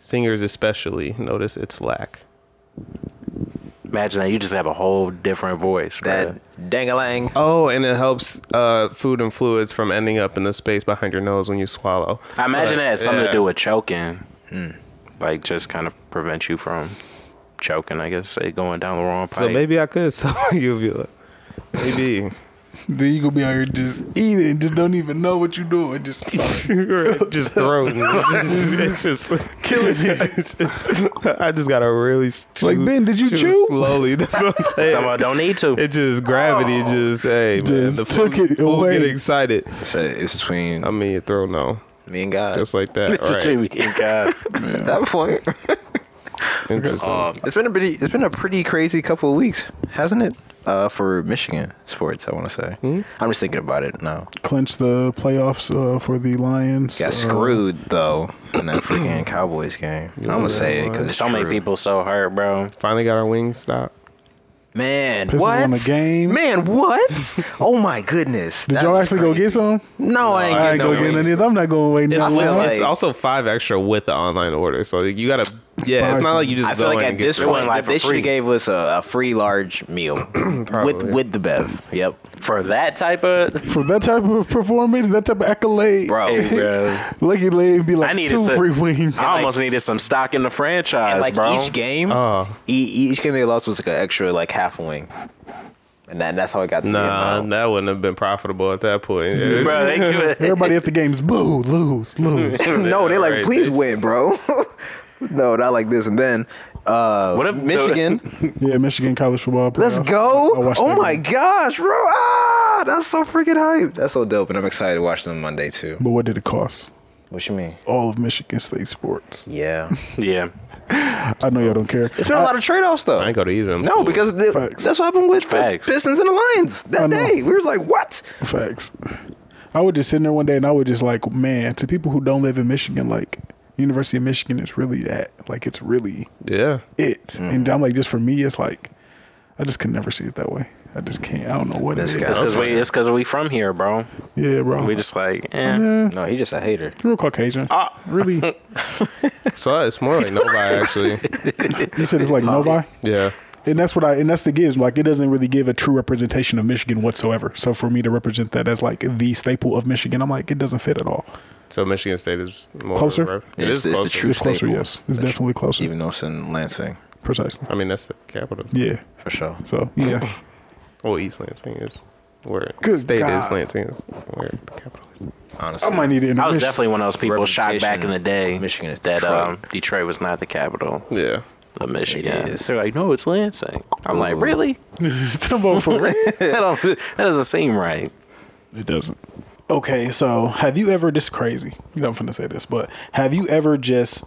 [SPEAKER 3] Singers especially notice its lack.
[SPEAKER 1] Imagine that you just have a whole different voice. bruh.
[SPEAKER 4] That dangalang.
[SPEAKER 3] Oh, and it helps uh, food and fluids from ending up in the space behind your nose when you swallow.
[SPEAKER 1] I imagine
[SPEAKER 3] So,
[SPEAKER 1] it had something
[SPEAKER 3] yeah.
[SPEAKER 1] to do with choking.
[SPEAKER 4] Hmm.
[SPEAKER 1] Like just kind of prevent you from
[SPEAKER 2] (laughs)
[SPEAKER 1] choking, I guess, say going down the wrong pipe.
[SPEAKER 3] So maybe (laughs) I could sell my uvula. Maybe.
[SPEAKER 2] Then you gonna be out here just eating, just don't even know what you're doing, just
[SPEAKER 3] just throwing. (laughs) it's just (laughs) killing me. I just gotta really
[SPEAKER 2] Like,
[SPEAKER 3] chew-
[SPEAKER 2] Ben, did you chew?
[SPEAKER 3] slowly? (laughs) That's what I'm saying.
[SPEAKER 1] Some of don't need to. (laughs)
[SPEAKER 3] It just gravity. Just hey,
[SPEAKER 2] Oh.
[SPEAKER 3] man,
[SPEAKER 2] Just
[SPEAKER 3] the
[SPEAKER 2] took
[SPEAKER 3] food-
[SPEAKER 2] it
[SPEAKER 3] food
[SPEAKER 2] away.
[SPEAKER 3] Get excited.
[SPEAKER 4] So it's between
[SPEAKER 3] I'm in your throat now,
[SPEAKER 4] me and God.
[SPEAKER 3] just like that. All
[SPEAKER 1] Between
[SPEAKER 3] right.
[SPEAKER 1] (laughs) me and God.
[SPEAKER 4] At that (laughs) point,
[SPEAKER 3] Interesting.
[SPEAKER 4] um, it's been a pretty, it's been a pretty crazy couple of weeks, hasn't it? Uh, for Michigan sports, I want to say.
[SPEAKER 3] Hmm?
[SPEAKER 4] I'm just thinking about it now.
[SPEAKER 2] (laughs) clinch the playoffs uh, for the Lions.
[SPEAKER 4] Got
[SPEAKER 2] Uh,
[SPEAKER 4] screwed though in that freaking Cowboys game. I'm gonna say it because it's
[SPEAKER 1] So many
[SPEAKER 4] true.
[SPEAKER 1] people so hurt, bro.
[SPEAKER 3] Finally got our wings stopped.
[SPEAKER 4] Man,
[SPEAKER 2] Pistons
[SPEAKER 4] what?
[SPEAKER 2] won the game.
[SPEAKER 4] Man,
[SPEAKER 2] (laughs)
[SPEAKER 4] what? oh my goodness.
[SPEAKER 2] Did
[SPEAKER 4] that
[SPEAKER 2] y'all
[SPEAKER 4] was
[SPEAKER 2] actually go get
[SPEAKER 4] crazy.
[SPEAKER 2] some?
[SPEAKER 4] No, I ain't
[SPEAKER 2] I
[SPEAKER 4] getting
[SPEAKER 2] ain't
[SPEAKER 4] no
[SPEAKER 2] gonna get
[SPEAKER 4] wings.
[SPEAKER 2] any of them. I'm not going away.
[SPEAKER 4] I
[SPEAKER 2] now.
[SPEAKER 4] feel like-
[SPEAKER 3] it's also five extra with the online order, so you gotta. Yeah, it's not like you just.
[SPEAKER 4] I feel
[SPEAKER 3] go
[SPEAKER 4] like
[SPEAKER 3] in
[SPEAKER 4] at
[SPEAKER 3] and get
[SPEAKER 4] this
[SPEAKER 3] your-
[SPEAKER 1] one,
[SPEAKER 4] point,
[SPEAKER 1] like,
[SPEAKER 4] like
[SPEAKER 1] for
[SPEAKER 4] they should
[SPEAKER 1] free.
[SPEAKER 4] have gave us a, a free large
[SPEAKER 2] (clears throat)
[SPEAKER 4] meal with
[SPEAKER 3] Probably.
[SPEAKER 4] with the bev. Yep,
[SPEAKER 1] For that type of
[SPEAKER 2] for that type of performance, that type of accolade,
[SPEAKER 4] bro. (laughs)
[SPEAKER 1] hey, bro.
[SPEAKER 2] lucky lady be like
[SPEAKER 1] I needed
[SPEAKER 2] two
[SPEAKER 1] some-
[SPEAKER 2] free wings.
[SPEAKER 1] I almost needed some stock in the franchise,
[SPEAKER 4] And, like
[SPEAKER 1] bro. Uh.
[SPEAKER 4] each game,
[SPEAKER 3] Oh.
[SPEAKER 4] e- each game they lost was like an extra like half a wing, and that, that's how it got to the
[SPEAKER 3] Nah,
[SPEAKER 4] amount.
[SPEAKER 3] that wouldn't have been profitable at that point.
[SPEAKER 1] bro, they give
[SPEAKER 4] (laughs)
[SPEAKER 2] (laughs)
[SPEAKER 1] it.
[SPEAKER 2] Everybody at the game's boo, lose, lose.
[SPEAKER 4] uh, no, they like
[SPEAKER 3] Right,
[SPEAKER 4] please
[SPEAKER 3] it's-
[SPEAKER 4] win, bro. (laughs) no, not like this. And then uh,
[SPEAKER 1] What if- (laughs)
[SPEAKER 4] Michigan?
[SPEAKER 2] yeah, Michigan college football.
[SPEAKER 4] Let's
[SPEAKER 2] playoff.
[SPEAKER 4] go!
[SPEAKER 2] I watched
[SPEAKER 4] Oh
[SPEAKER 2] that
[SPEAKER 4] my
[SPEAKER 2] game.
[SPEAKER 4] gosh, bro! Ah, that's so freaking hype. That's so dope, and I'm excited to watch them Monday too.
[SPEAKER 2] But what did it cost?
[SPEAKER 4] What you mean?
[SPEAKER 2] All of Michigan State sports.
[SPEAKER 4] Yeah,
[SPEAKER 1] Yeah.
[SPEAKER 2] I know y'all don't care.
[SPEAKER 4] it's been a lot of trade-offs though.
[SPEAKER 3] I ain't go to either of them.
[SPEAKER 4] No, because the,
[SPEAKER 2] Facts.
[SPEAKER 4] that's what happened with the
[SPEAKER 1] Facts.
[SPEAKER 4] Pistons and the Lions
[SPEAKER 2] I
[SPEAKER 4] that
[SPEAKER 2] know.
[SPEAKER 4] day. We was like, what?
[SPEAKER 2] Facts. I would just sit there one day and I would just like, man, to people who don't live in Michigan, like University of Michigan is really that. Like it's really
[SPEAKER 3] yeah,
[SPEAKER 2] it. And
[SPEAKER 1] Mm-hmm.
[SPEAKER 2] I'm like, just for me, it's like I just could never see it that way. I just can't. I don't know what
[SPEAKER 4] This
[SPEAKER 2] it
[SPEAKER 4] guy.
[SPEAKER 2] is.
[SPEAKER 1] It's because we, it's 'cause we from here, bro.
[SPEAKER 2] Yeah, bro.
[SPEAKER 1] We just like, eh.
[SPEAKER 2] yeah,
[SPEAKER 4] No, he just a hater.
[SPEAKER 2] real Caucasian.
[SPEAKER 1] Ah.
[SPEAKER 2] Really?
[SPEAKER 3] so it's more like Novi actually.
[SPEAKER 2] You said
[SPEAKER 1] (laughs)
[SPEAKER 2] it's like Novi.
[SPEAKER 3] Yeah,
[SPEAKER 2] and that's what I and that's the gives like it doesn't really give a true representation of Michigan whatsoever. So for me to represent that as like the staple of Michigan, I'm like it doesn't fit at all.
[SPEAKER 3] so Michigan State is more
[SPEAKER 2] Closer?
[SPEAKER 3] rep- It
[SPEAKER 4] It's-
[SPEAKER 3] is
[SPEAKER 4] it's the
[SPEAKER 3] closer.
[SPEAKER 4] truth.
[SPEAKER 2] It's closer,
[SPEAKER 4] Staple.
[SPEAKER 2] yes. It's definitely closer.
[SPEAKER 4] though it's in Lansing,
[SPEAKER 2] Precisely.
[SPEAKER 3] I mean, that's the capital.
[SPEAKER 2] Yeah.
[SPEAKER 4] for sure.
[SPEAKER 2] So
[SPEAKER 1] (laughs)
[SPEAKER 2] yeah.
[SPEAKER 3] Well, East Lansing is where
[SPEAKER 2] Good
[SPEAKER 3] state
[SPEAKER 2] God.
[SPEAKER 3] is. Lansing is where the capital is.
[SPEAKER 4] Honestly,
[SPEAKER 2] I might need an
[SPEAKER 1] I was
[SPEAKER 2] intermission. (laughs)
[SPEAKER 1] definitely one of those people shocked back in the day
[SPEAKER 4] Michigan is
[SPEAKER 1] that
[SPEAKER 4] Detroit.
[SPEAKER 1] um, Detroit was not the capital
[SPEAKER 3] Yeah.
[SPEAKER 1] of Michigan.
[SPEAKER 4] is.
[SPEAKER 1] They're like, no, it's Lansing. I'm like,
[SPEAKER 4] Ooh.
[SPEAKER 1] really? (laughs)
[SPEAKER 2] Come on, for real.
[SPEAKER 1] that, don't, that doesn't seem right.
[SPEAKER 2] It doesn't. Okay, so have you ever this is crazy? You know, I'm finna say this, but have you ever just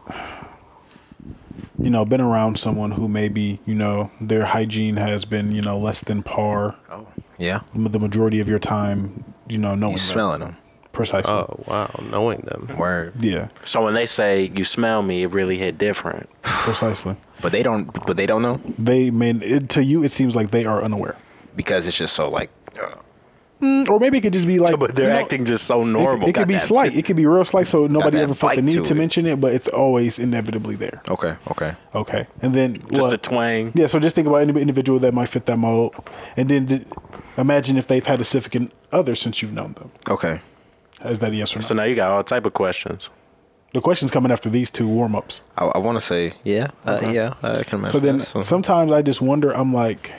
[SPEAKER 2] you know been around someone who maybe you know their hygiene has been you know less than par
[SPEAKER 4] Oh, yeah.
[SPEAKER 2] the majority of your time you know knowing
[SPEAKER 4] You
[SPEAKER 2] them?
[SPEAKER 4] smelling them?
[SPEAKER 2] precisely
[SPEAKER 3] Oh wow, knowing them.
[SPEAKER 4] Word.
[SPEAKER 2] yeah
[SPEAKER 1] So when they say, you smell me, it really hit different.
[SPEAKER 2] precisely
[SPEAKER 4] But they don't. But they don't know
[SPEAKER 2] they may it, to you it seems like they are unaware
[SPEAKER 4] because it's just so like. uh,
[SPEAKER 2] Mm, or maybe it could just be like
[SPEAKER 1] (laughs) But they're
[SPEAKER 2] you know,
[SPEAKER 1] acting just so
[SPEAKER 2] it,
[SPEAKER 1] normal.
[SPEAKER 2] it could be
[SPEAKER 4] that-
[SPEAKER 2] slight it could be real slight so nobody
[SPEAKER 4] that
[SPEAKER 2] ever felt the
[SPEAKER 4] bite
[SPEAKER 2] need
[SPEAKER 4] to
[SPEAKER 2] to
[SPEAKER 4] it.
[SPEAKER 2] mention it but it's always inevitably there
[SPEAKER 4] Okay. Okay.
[SPEAKER 2] okay and then
[SPEAKER 1] Just
[SPEAKER 2] well,
[SPEAKER 1] a twang.
[SPEAKER 2] Yeah, so just think about any individual that might fit that mold, and then d- imagine if they've had a significant other since you've known them.
[SPEAKER 4] Okay.
[SPEAKER 2] Is that a yes or no?
[SPEAKER 1] So now you got all type of questions.
[SPEAKER 2] the question's coming after these two warm ups.
[SPEAKER 4] I, I want to say yeah. Uh, Yeah. I can imagine.
[SPEAKER 2] So then
[SPEAKER 4] that,
[SPEAKER 2] sometimes I just wonder. I'm like,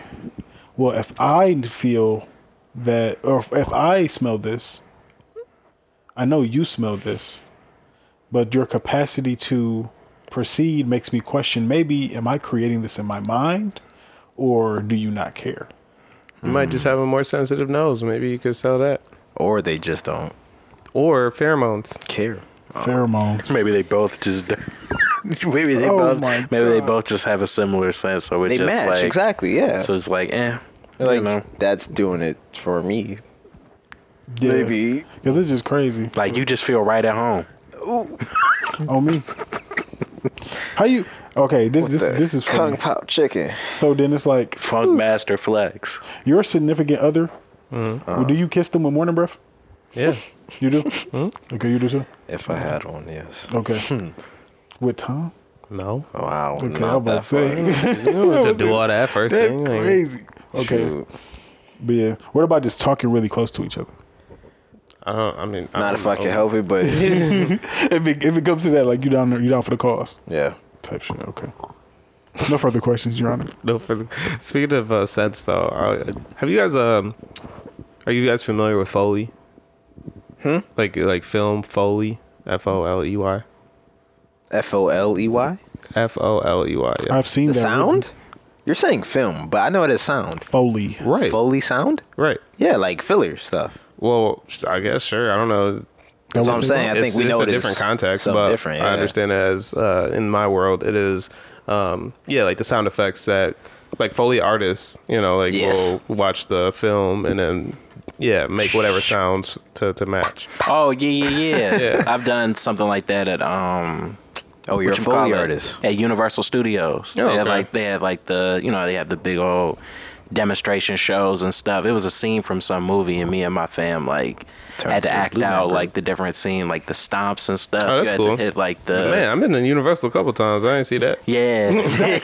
[SPEAKER 2] well, if I feel that, or if, if I smell this, I know you smell this, but your capacity to proceed makes me question. Maybe am I creating this in my mind, or do you not care?
[SPEAKER 3] You might just have a more sensitive nose. Maybe you could sell that.
[SPEAKER 4] or they just don't
[SPEAKER 3] Or pheromones.
[SPEAKER 4] care.
[SPEAKER 2] Pheromones.
[SPEAKER 1] Uh, Maybe they both just. (laughs)
[SPEAKER 4] (laughs)
[SPEAKER 1] maybe they
[SPEAKER 2] Oh
[SPEAKER 1] both.
[SPEAKER 2] my
[SPEAKER 1] Maybe they
[SPEAKER 2] God.
[SPEAKER 1] both just have a similar sense. So it's
[SPEAKER 4] They
[SPEAKER 1] just
[SPEAKER 4] match
[SPEAKER 1] like
[SPEAKER 4] exactly. Yeah.
[SPEAKER 1] So it's like, eh.
[SPEAKER 4] like
[SPEAKER 1] you know,
[SPEAKER 4] that's doing it for me.
[SPEAKER 2] Yeah.
[SPEAKER 4] Maybe.
[SPEAKER 2] Yeah, this is crazy.
[SPEAKER 1] like you just feel right at home.
[SPEAKER 2] Oh me. How you? Okay, this this
[SPEAKER 4] The
[SPEAKER 2] this is
[SPEAKER 4] kung
[SPEAKER 2] funny.
[SPEAKER 4] pao chicken.
[SPEAKER 2] So then it's like
[SPEAKER 1] Funk master flex.
[SPEAKER 2] your significant other. well, do you kiss them with morning breath?
[SPEAKER 3] Yeah.
[SPEAKER 2] You do. Okay, you do too.
[SPEAKER 4] If I had one, yes.
[SPEAKER 2] Okay. With tongue?
[SPEAKER 3] No.
[SPEAKER 4] Wow.
[SPEAKER 2] Oh, Okay,
[SPEAKER 4] not
[SPEAKER 2] I'm about
[SPEAKER 4] that
[SPEAKER 2] to say. (laughs)
[SPEAKER 4] far.
[SPEAKER 3] You don't have to do all that first
[SPEAKER 2] That's
[SPEAKER 3] thing. like-
[SPEAKER 2] crazy. Okay,
[SPEAKER 4] Shoot.
[SPEAKER 2] but yeah. What about just talking really close to each other?
[SPEAKER 3] I don't. I mean,
[SPEAKER 4] Not
[SPEAKER 3] don't
[SPEAKER 4] if I can
[SPEAKER 3] know.
[SPEAKER 4] help it, but
[SPEAKER 2] (laughs) If it, if it comes to that, like you down there, you down for the cause
[SPEAKER 4] yeah.
[SPEAKER 2] type shit. Okay. No
[SPEAKER 3] (laughs)
[SPEAKER 2] further questions, Your Honor.
[SPEAKER 3] No, for- Speaking of uh, sets, though, uh, have you guys um Are you guys familiar with Foley? Hmm. Like like film Foley. F O L E Y.
[SPEAKER 4] F O L E Y.
[SPEAKER 3] F O L E Y. yeah.
[SPEAKER 2] I've seen
[SPEAKER 4] The
[SPEAKER 2] that
[SPEAKER 4] sound? You're saying film, but I know it as sound.
[SPEAKER 2] Foley.
[SPEAKER 3] Right.
[SPEAKER 4] Foley sound?
[SPEAKER 3] Right.
[SPEAKER 4] Yeah, like filler stuff.
[SPEAKER 3] Well, I guess sure. I don't know.
[SPEAKER 4] That's what I'm saying. I
[SPEAKER 3] it's,
[SPEAKER 4] think we
[SPEAKER 3] it's
[SPEAKER 4] know
[SPEAKER 3] a
[SPEAKER 4] it as
[SPEAKER 3] different context,
[SPEAKER 4] something
[SPEAKER 3] but
[SPEAKER 4] different.
[SPEAKER 3] I
[SPEAKER 4] yeah.
[SPEAKER 3] understand it as uh, in my world it is, um, yeah, like the sound effects that like Foley artists, you know, like
[SPEAKER 4] Yes.
[SPEAKER 3] will watch the film and then yeah, make whatever sounds to, to match.
[SPEAKER 1] Oh yeah, yeah, yeah.
[SPEAKER 3] Yeah.
[SPEAKER 1] I've done something like that at um.
[SPEAKER 4] Oh, you're a
[SPEAKER 1] what you call
[SPEAKER 4] Foley
[SPEAKER 1] it,
[SPEAKER 4] artist.
[SPEAKER 1] at Universal Studios.
[SPEAKER 3] Oh,
[SPEAKER 1] they had
[SPEAKER 3] okay.
[SPEAKER 1] like they had like the you know they have the big old demonstration shows and stuff. It was a scene from some movie, and me and my fam like
[SPEAKER 4] Turns
[SPEAKER 1] had to
[SPEAKER 4] to
[SPEAKER 1] act
[SPEAKER 4] Blue Man
[SPEAKER 1] out
[SPEAKER 4] Group.
[SPEAKER 1] like the different scene, like the stomps and stuff.
[SPEAKER 3] Oh, that's
[SPEAKER 1] you had to
[SPEAKER 3] cool.
[SPEAKER 1] hit like the
[SPEAKER 3] Man, I've been in Universal a couple times. I didn't see that.
[SPEAKER 1] yeah,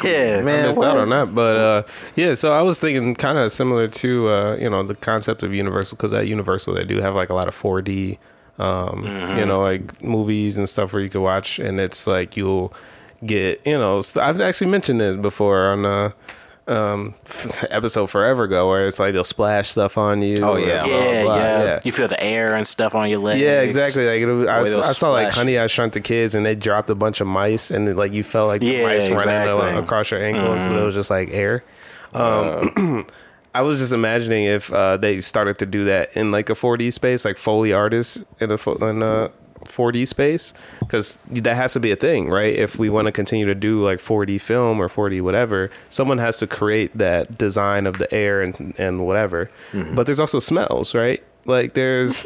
[SPEAKER 1] yeah.
[SPEAKER 3] I missed
[SPEAKER 4] what?
[SPEAKER 3] out on that, but uh, yeah. So I was thinking kind of similar to uh, you know the concept of Universal because at Universal they do have like a lot of 4D, um,
[SPEAKER 1] Mm-hmm.
[SPEAKER 3] you know, like movies and stuff where you can watch, and it's like you'll get you know st- I've actually mentioned this before on uh, um, (laughs) episode forever ago where it's like they'll splash stuff on you.
[SPEAKER 4] Oh,
[SPEAKER 3] or
[SPEAKER 4] yeah.
[SPEAKER 1] Yeah,
[SPEAKER 3] blah, blah, blah.
[SPEAKER 1] yeah. You feel the air and stuff on your legs.
[SPEAKER 3] Yeah, exactly. Like it, I,
[SPEAKER 4] Boy, those
[SPEAKER 3] I saw like
[SPEAKER 4] splash-
[SPEAKER 3] Honey I Shrunk the Kids, and they dropped a bunch of mice, and it, like you felt like the
[SPEAKER 1] Yeah,
[SPEAKER 3] mice running
[SPEAKER 1] exactly.
[SPEAKER 3] along, across your ankles, but it was just like air. Um, I was just imagining if uh, they started to do that in like a 4D space, like Foley artists in a fo- in a 4D space, because that has to be a thing, right? If we want to continue to do like 4D film or 4D whatever, someone has to create that design of the air and and whatever. But there's also smells, right? Like there's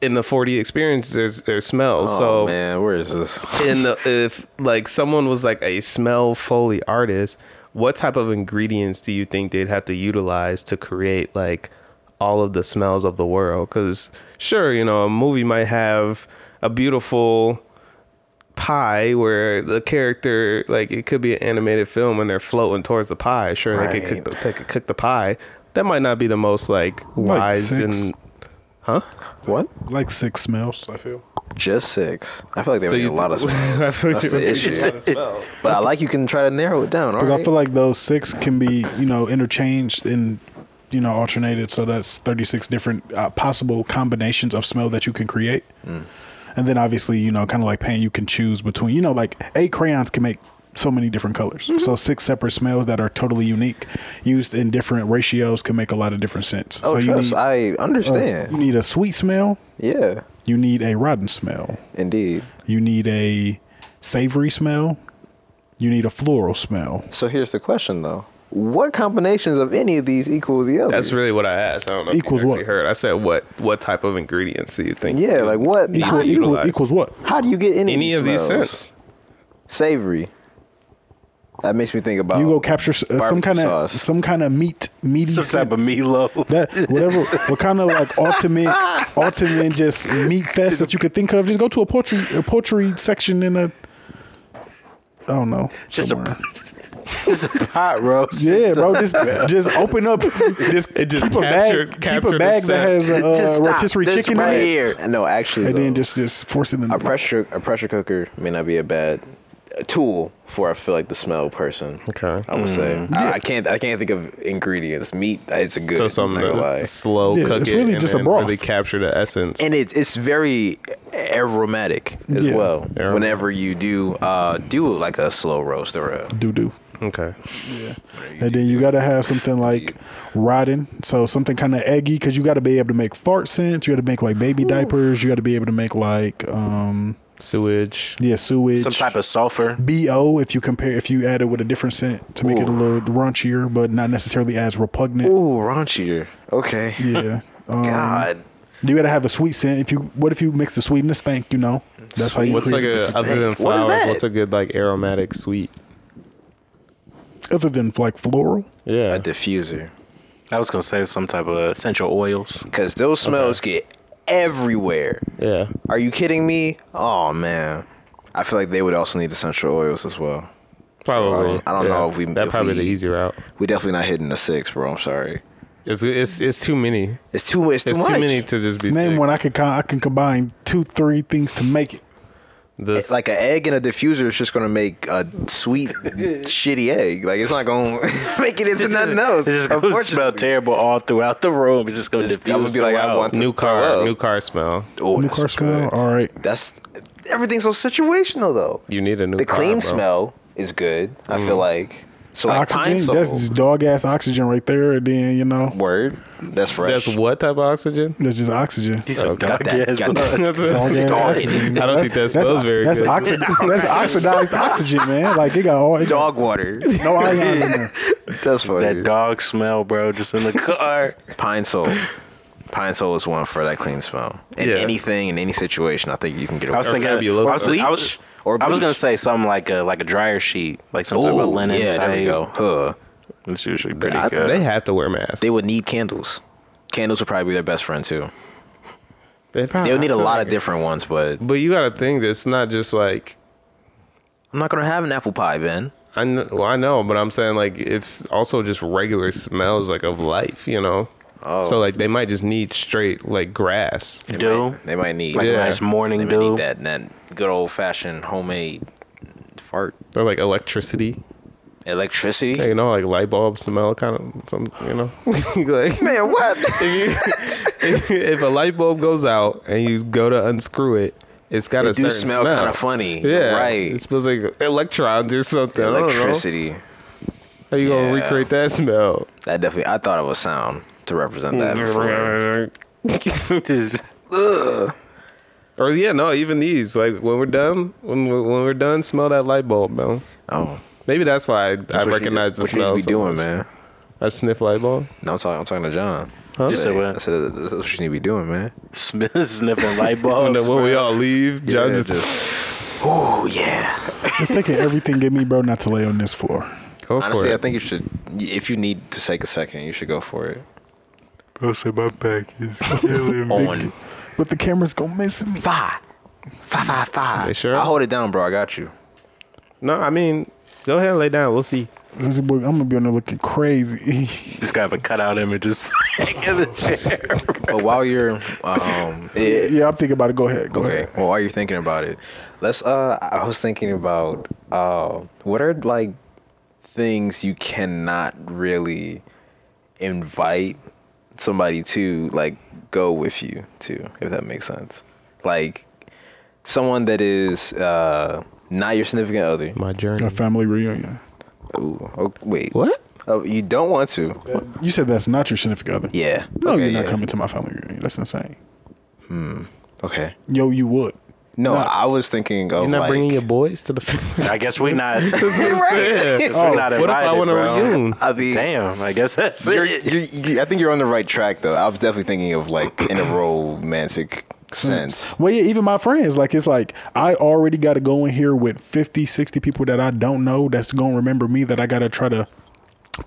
[SPEAKER 3] in the 4D experience, there's there's smells.
[SPEAKER 4] oh
[SPEAKER 3] so
[SPEAKER 4] man, where is this?
[SPEAKER 3] in the if like someone was like a smell foley artist, what type of ingredients do you think they'd have to utilize to create like all of the smells of the world? Because sure, you know, a movie might have a beautiful pie where the character like it could be an animated film and they're floating towards the pie. Sure, they could cook
[SPEAKER 4] Right.
[SPEAKER 3] the, they could cook the pie. That might not be the most like wise
[SPEAKER 2] six.
[SPEAKER 3] and
[SPEAKER 4] What?
[SPEAKER 2] Like six smells, I feel.
[SPEAKER 4] Just six. I feel like they
[SPEAKER 3] So
[SPEAKER 4] so
[SPEAKER 3] you
[SPEAKER 4] a lot of
[SPEAKER 3] th- (laughs) I
[SPEAKER 4] smells.
[SPEAKER 3] feel like
[SPEAKER 4] That's
[SPEAKER 3] they
[SPEAKER 4] the
[SPEAKER 3] would make
[SPEAKER 4] issue. But I like you can try to narrow it down. All
[SPEAKER 2] Because
[SPEAKER 4] right.
[SPEAKER 2] I feel like those six can be, you know, interchanged and, you know, alternated. So that's 36 different uh, possible combinations of smell that you can create.
[SPEAKER 4] Mm.
[SPEAKER 2] And then obviously, you know, kind of like paint, you can choose between, you know, like eight crayons can make so many different colors.
[SPEAKER 4] Mm-hmm.
[SPEAKER 2] So six separate smells that are totally unique, used in different ratios, can make a lot of different sense.
[SPEAKER 4] oh,
[SPEAKER 2] so you
[SPEAKER 4] trust.
[SPEAKER 2] need,
[SPEAKER 4] I
[SPEAKER 2] uh, you
[SPEAKER 4] understand.
[SPEAKER 2] need a sweet smell.
[SPEAKER 4] yeah,
[SPEAKER 2] You need a rotten smell.
[SPEAKER 4] indeed.
[SPEAKER 2] You need a savory smell. You need a floral smell.
[SPEAKER 4] So here's the question though: What combinations of any of these equals the other?
[SPEAKER 3] That's really what I asked. I don't know. if you
[SPEAKER 2] Equals
[SPEAKER 3] actually
[SPEAKER 2] what?
[SPEAKER 3] Heard. I said what? What type of ingredients do you think?
[SPEAKER 4] yeah, like what?
[SPEAKER 2] Equal,
[SPEAKER 4] How do, you,
[SPEAKER 2] equal,
[SPEAKER 3] utilize.
[SPEAKER 2] equals what?
[SPEAKER 4] how do you get any,
[SPEAKER 3] any of these
[SPEAKER 4] smells?
[SPEAKER 3] scents?
[SPEAKER 4] Savory. That makes me think about
[SPEAKER 2] you go capture s- uh, some
[SPEAKER 4] barbecue
[SPEAKER 2] kind of
[SPEAKER 4] sauce.
[SPEAKER 2] some kind of meat meaty
[SPEAKER 1] Oh, Some type of
[SPEAKER 2] sense.
[SPEAKER 1] meatloaf.
[SPEAKER 2] That
[SPEAKER 1] (laughs)
[SPEAKER 2] whatever what kind of like ultimate ultimate just meat fest that you could think of. Just go to a poultry a poultry section in a I don't know.
[SPEAKER 1] Just a- (laughs)
[SPEAKER 2] somewhere.
[SPEAKER 1] it's a pot roast.
[SPEAKER 2] yeah, bro. Just just open
[SPEAKER 1] (laughs)
[SPEAKER 2] up.
[SPEAKER 3] just
[SPEAKER 2] Just, keep a
[SPEAKER 3] captured-
[SPEAKER 2] bag, keep
[SPEAKER 3] captured
[SPEAKER 2] a
[SPEAKER 3] the
[SPEAKER 2] bag that
[SPEAKER 3] scent.
[SPEAKER 2] has a
[SPEAKER 1] Just
[SPEAKER 2] uh,
[SPEAKER 1] stop.
[SPEAKER 2] rotisserie
[SPEAKER 1] This
[SPEAKER 2] chicken
[SPEAKER 1] right
[SPEAKER 2] in it,
[SPEAKER 1] here.
[SPEAKER 4] No, actually,
[SPEAKER 2] and then
[SPEAKER 4] though,
[SPEAKER 2] just just force it in.
[SPEAKER 4] a pressure a pressure cooker may not be a bad tool for I feel like the smell person.
[SPEAKER 3] Okay.
[SPEAKER 4] I would say
[SPEAKER 2] Mm.
[SPEAKER 4] I, I can't I can't think of ingredients. Meat is a good.
[SPEAKER 3] So
[SPEAKER 4] I'm
[SPEAKER 3] something
[SPEAKER 4] not gonna lie.
[SPEAKER 3] to slow
[SPEAKER 2] Yeah,
[SPEAKER 3] cook
[SPEAKER 2] it's
[SPEAKER 3] it
[SPEAKER 2] really
[SPEAKER 3] and
[SPEAKER 2] just a
[SPEAKER 3] then
[SPEAKER 2] broth.
[SPEAKER 3] really capture the essence.
[SPEAKER 4] and it, it's very aromatic as
[SPEAKER 2] Yeah.
[SPEAKER 4] well.
[SPEAKER 3] Aromatic.
[SPEAKER 4] Whenever you do uh, do like a slow roast or a
[SPEAKER 2] doo doo.
[SPEAKER 3] okay.
[SPEAKER 2] And then you gotta have something like rotten, so something kind of eggy, because you gotta be able to make fart scents. You gotta make like baby diapers. You gotta be able to make like um
[SPEAKER 3] Sewage.
[SPEAKER 2] yeah sewage.
[SPEAKER 1] Some type of sulfur.
[SPEAKER 2] bo if you compare if you add it with a different scent to make it a
[SPEAKER 4] Ooh.
[SPEAKER 2] little raunchier, but not necessarily as repugnant.
[SPEAKER 4] ooh raunchier. Okay,
[SPEAKER 2] Yeah. Um,
[SPEAKER 4] God,
[SPEAKER 2] You gotta have a sweet scent. If you what if you mix the sweetness? Thank you know. That's how you.
[SPEAKER 3] What's like
[SPEAKER 2] create
[SPEAKER 3] a other than
[SPEAKER 4] Stink. What is
[SPEAKER 3] flowers?
[SPEAKER 4] that?
[SPEAKER 3] what's a good like aromatic sweet?
[SPEAKER 2] other than like floral.
[SPEAKER 3] Yeah.
[SPEAKER 4] a diffuser
[SPEAKER 1] I was gonna say some type of essential oils.
[SPEAKER 4] because those smells get everywhere.
[SPEAKER 3] Yeah.
[SPEAKER 4] Are you kidding me? Oh man, I feel like they would also need essential oils as well.
[SPEAKER 3] Probably.
[SPEAKER 4] I don't
[SPEAKER 3] Yeah.
[SPEAKER 4] know if we-
[SPEAKER 3] That
[SPEAKER 4] if
[SPEAKER 3] probably
[SPEAKER 4] we-
[SPEAKER 3] the easy route.
[SPEAKER 4] We definitely not hitting the six, bro. I'm sorry.
[SPEAKER 3] It's it's it's too many.
[SPEAKER 4] It's too much. Too
[SPEAKER 3] It's too
[SPEAKER 4] much.
[SPEAKER 3] many to just be.
[SPEAKER 2] Name
[SPEAKER 3] six.
[SPEAKER 2] one I can I can combine two three things to make it.
[SPEAKER 3] This
[SPEAKER 4] like an egg in a diffuser is just gonna make a sweet shitty egg. Like it's not gonna (laughs) make it into nothing else.
[SPEAKER 1] It's just gonna smell
[SPEAKER 4] unfortunately.
[SPEAKER 1] terrible all throughout the room. It's just gonna
[SPEAKER 4] Just-
[SPEAKER 1] diffuse.
[SPEAKER 4] I would be like, I
[SPEAKER 1] throughout.
[SPEAKER 4] want to
[SPEAKER 3] new
[SPEAKER 4] throw
[SPEAKER 3] car,
[SPEAKER 4] up.
[SPEAKER 3] new car smell.
[SPEAKER 4] Oh,
[SPEAKER 2] New
[SPEAKER 4] that's
[SPEAKER 2] car smell.
[SPEAKER 4] good.
[SPEAKER 2] All right.
[SPEAKER 4] That's everything's so situational though.
[SPEAKER 3] You need a new
[SPEAKER 4] the
[SPEAKER 3] car,
[SPEAKER 4] clean
[SPEAKER 3] bro.
[SPEAKER 4] smell is good. I feel like so like pine
[SPEAKER 2] Oxygen.
[SPEAKER 4] sol.
[SPEAKER 2] That's just dog ass oxygen right there. And then you know,
[SPEAKER 4] word. That's fresh.
[SPEAKER 3] That's what type of oxygen?
[SPEAKER 2] that's just oxygen.
[SPEAKER 1] He's a
[SPEAKER 4] (laughs) got
[SPEAKER 1] dark
[SPEAKER 4] that,
[SPEAKER 1] ass
[SPEAKER 4] got
[SPEAKER 3] (laughs)
[SPEAKER 4] that.
[SPEAKER 1] lunch.
[SPEAKER 4] (laughs)
[SPEAKER 2] Dog ass oxygen.
[SPEAKER 3] I don't think that
[SPEAKER 2] That's
[SPEAKER 3] smells very
[SPEAKER 2] that's
[SPEAKER 3] good.
[SPEAKER 2] oxi- that's oxidized oxygen, man. Like it got all it got
[SPEAKER 4] dog water.
[SPEAKER 2] no ions in there.
[SPEAKER 4] That's funny.
[SPEAKER 1] That dog smell, bro,
[SPEAKER 4] (laughs)
[SPEAKER 1] just in the car.
[SPEAKER 4] Pine Sol. Pine Sol is one for that clean smell. In
[SPEAKER 3] Yeah.
[SPEAKER 4] anything, in any situation, I think you can get away.
[SPEAKER 1] I was
[SPEAKER 4] with
[SPEAKER 1] thinking, I
[SPEAKER 3] Fabuloso.
[SPEAKER 1] was, I was,
[SPEAKER 4] Bleach or
[SPEAKER 1] I was gonna
[SPEAKER 4] bleach.
[SPEAKER 1] say something like a like a dryer sheet, like some
[SPEAKER 4] it.
[SPEAKER 1] type of
[SPEAKER 4] Ooh,
[SPEAKER 1] linen
[SPEAKER 4] yeah,
[SPEAKER 1] type.
[SPEAKER 4] there we go. Huh.
[SPEAKER 1] It's usually pretty
[SPEAKER 3] I-
[SPEAKER 1] good.
[SPEAKER 3] they have to wear masks.
[SPEAKER 4] They would need candles. Candles would probably be their best friend too.
[SPEAKER 3] They
[SPEAKER 4] They
[SPEAKER 3] probably-
[SPEAKER 4] would need a
[SPEAKER 3] I feel
[SPEAKER 4] lot
[SPEAKER 3] like-
[SPEAKER 4] of different ones, but
[SPEAKER 3] But you got to think that it's not just like
[SPEAKER 4] I'm not gonna have an apple pie, Ben.
[SPEAKER 3] I know, well, I know, but I'm saying like it's also just regular smells like of life, you know.
[SPEAKER 4] Oh.
[SPEAKER 3] So like they might just need straight like grass.
[SPEAKER 1] do
[SPEAKER 4] Might- They might need
[SPEAKER 1] like
[SPEAKER 3] Yeah.
[SPEAKER 1] a nice
[SPEAKER 4] they
[SPEAKER 1] morning
[SPEAKER 4] might
[SPEAKER 1] dew.
[SPEAKER 4] need that that good old fashioned homemade fart.
[SPEAKER 3] Or like electricity,
[SPEAKER 4] Electricity.
[SPEAKER 3] you know, like light bulb smell kind of some, you know. (laughs) like
[SPEAKER 4] Man,
[SPEAKER 3] (laughs)
[SPEAKER 4] what?
[SPEAKER 3] if, you, if, if a light bulb goes out and you go to unscrew it, it's got
[SPEAKER 4] They
[SPEAKER 3] a
[SPEAKER 4] do
[SPEAKER 3] certain
[SPEAKER 4] smell kinda funny.
[SPEAKER 3] Yeah,
[SPEAKER 4] Right.
[SPEAKER 3] It smells like electrons or something. Electricity.
[SPEAKER 4] Electricity.
[SPEAKER 3] How you gonna
[SPEAKER 4] Yeah.
[SPEAKER 3] recreate that smell?
[SPEAKER 4] That definitely. I thought it was sound to represent that.
[SPEAKER 3] Mm,
[SPEAKER 4] for-
[SPEAKER 1] (laughs)
[SPEAKER 3] Or yeah, no, even these. Like when we're done, when we- when we're done, smell that light bulb, bro.
[SPEAKER 4] Oh,
[SPEAKER 3] Maybe that's why I, I
[SPEAKER 4] That's what you-
[SPEAKER 3] recognize the
[SPEAKER 4] what
[SPEAKER 3] smell.
[SPEAKER 4] You need to
[SPEAKER 3] so
[SPEAKER 4] be doing,
[SPEAKER 3] much.
[SPEAKER 4] man.
[SPEAKER 3] I sniff light bulb.
[SPEAKER 4] No, I'm talking. I'm talking to John.
[SPEAKER 3] Huh?
[SPEAKER 4] I
[SPEAKER 3] You
[SPEAKER 1] said
[SPEAKER 4] said,
[SPEAKER 1] what?
[SPEAKER 4] I said that's what you need to be doing, man.
[SPEAKER 1] Sm- sniffing
[SPEAKER 3] (laughs)
[SPEAKER 1] light
[SPEAKER 3] Oh,
[SPEAKER 1] bulbs.
[SPEAKER 3] and then when we
[SPEAKER 1] bro.
[SPEAKER 3] all leave, John just,
[SPEAKER 4] oh yeah.
[SPEAKER 2] It's taking everything in me, bro, not to lay on this floor.
[SPEAKER 3] (laughs) go for
[SPEAKER 4] Honestly,
[SPEAKER 3] it.
[SPEAKER 4] I think you should. If you need to take a second, you should go for it.
[SPEAKER 2] Bro, say my back is (laughs) killing
[SPEAKER 4] On
[SPEAKER 2] But the camera's gonna miss me.
[SPEAKER 4] five, five, five, five.
[SPEAKER 3] They sure?
[SPEAKER 4] I'll hold it down, bro. I got you.
[SPEAKER 3] no, I mean, go ahead, and lay down. We'll see.
[SPEAKER 2] This boy- I'm gonna be on there looking crazy. (laughs)
[SPEAKER 1] just gotta have a cutout
[SPEAKER 4] (laughs)
[SPEAKER 1] images.
[SPEAKER 4] But while you're, (laughs) um, it,
[SPEAKER 2] yeah, I'm thinking about it. Go ahead. Go
[SPEAKER 4] Okay.
[SPEAKER 2] ahead.
[SPEAKER 4] Well, while you're thinking about it, let's. Uh, I was thinking about uh, what are like things you cannot really invite somebody to like go with you to, if that makes sense. Like someone that is uh, not your significant other.
[SPEAKER 3] My journey.
[SPEAKER 2] A family reunion.
[SPEAKER 4] Ooh, oh, wait.
[SPEAKER 3] What?
[SPEAKER 4] Oh, you don't want to.
[SPEAKER 2] You said that's not your significant other.
[SPEAKER 4] Yeah.
[SPEAKER 2] No,
[SPEAKER 4] okay,
[SPEAKER 2] you're not
[SPEAKER 4] yeah.
[SPEAKER 2] coming to my family reunion. That's insane.
[SPEAKER 4] Okay.
[SPEAKER 2] Yo, you would.
[SPEAKER 4] No,
[SPEAKER 2] No.
[SPEAKER 4] I was thinking of
[SPEAKER 3] You're not
[SPEAKER 4] like,
[SPEAKER 3] bringing your boys to the (laughs)
[SPEAKER 4] (laughs)
[SPEAKER 3] family.
[SPEAKER 1] I guess we not. Guess
[SPEAKER 4] Right.
[SPEAKER 1] we not
[SPEAKER 3] Oh, What if I
[SPEAKER 1] invited,
[SPEAKER 3] want to
[SPEAKER 1] bro.
[SPEAKER 3] reunion?
[SPEAKER 4] I mean,
[SPEAKER 1] Damn, I guess that's
[SPEAKER 4] you're,
[SPEAKER 1] it.
[SPEAKER 4] you you I think you're on the right track, though. I was definitely thinking of like in a romantic sense.
[SPEAKER 2] Well, yeah, even my friends, like, it's like I already got to go in here with 50, 60 people that I don't know that's going to remember me that I got to try to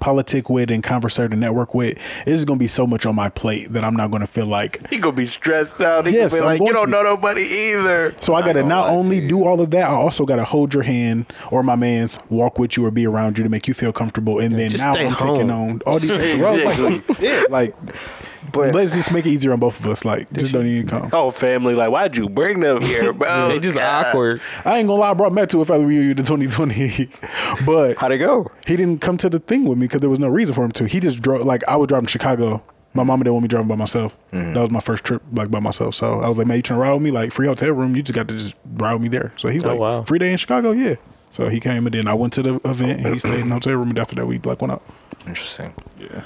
[SPEAKER 2] politic with and conversate and network with. It's going to be so much on my plate that I'm not going to feel like.
[SPEAKER 1] He gonna be stressed out. He
[SPEAKER 2] Yes,
[SPEAKER 1] gonna be
[SPEAKER 2] I'm
[SPEAKER 1] like,
[SPEAKER 2] going
[SPEAKER 1] you don't
[SPEAKER 2] to.
[SPEAKER 1] know nobody either.
[SPEAKER 2] So I got to
[SPEAKER 4] gonna
[SPEAKER 2] not
[SPEAKER 4] lie to
[SPEAKER 2] only
[SPEAKER 4] you.
[SPEAKER 2] do all of that, I also got to hold your hand or my man's walk with you or be around you to make you feel comfortable. And then
[SPEAKER 3] just
[SPEAKER 2] now
[SPEAKER 3] stay
[SPEAKER 2] I'm
[SPEAKER 3] home.
[SPEAKER 2] taking on all these things. Bro, like, (laughs) like, let's just make it easier on both of us. Like, just don't even come.
[SPEAKER 1] Oh, family, like, why'd you bring
[SPEAKER 3] (laughs)
[SPEAKER 1] them here,
[SPEAKER 4] Oh,
[SPEAKER 1] bro?
[SPEAKER 3] They just
[SPEAKER 1] God.
[SPEAKER 3] awkward.
[SPEAKER 2] I ain't gonna lie, bro. I met to a family reunion in 2020, (laughs) but
[SPEAKER 4] How'd it go?
[SPEAKER 2] he didn't come to the thing with me because there was no reason for him to. He just drove. Like I was driving to Chicago. My mama didn't want me driving by myself.
[SPEAKER 4] Mm-hmm.
[SPEAKER 2] That was my first trip, like by myself. So I was like, "Man, you trying to ride with me? Like free hotel room? You just got to just ride with me there." So he's
[SPEAKER 3] Oh,
[SPEAKER 2] like,
[SPEAKER 3] wow.
[SPEAKER 2] "Free day in Chicago, yeah." So he came and then I went to the event and he stayed in the hotel room. And after that, we like went out.
[SPEAKER 4] Interesting. Yeah.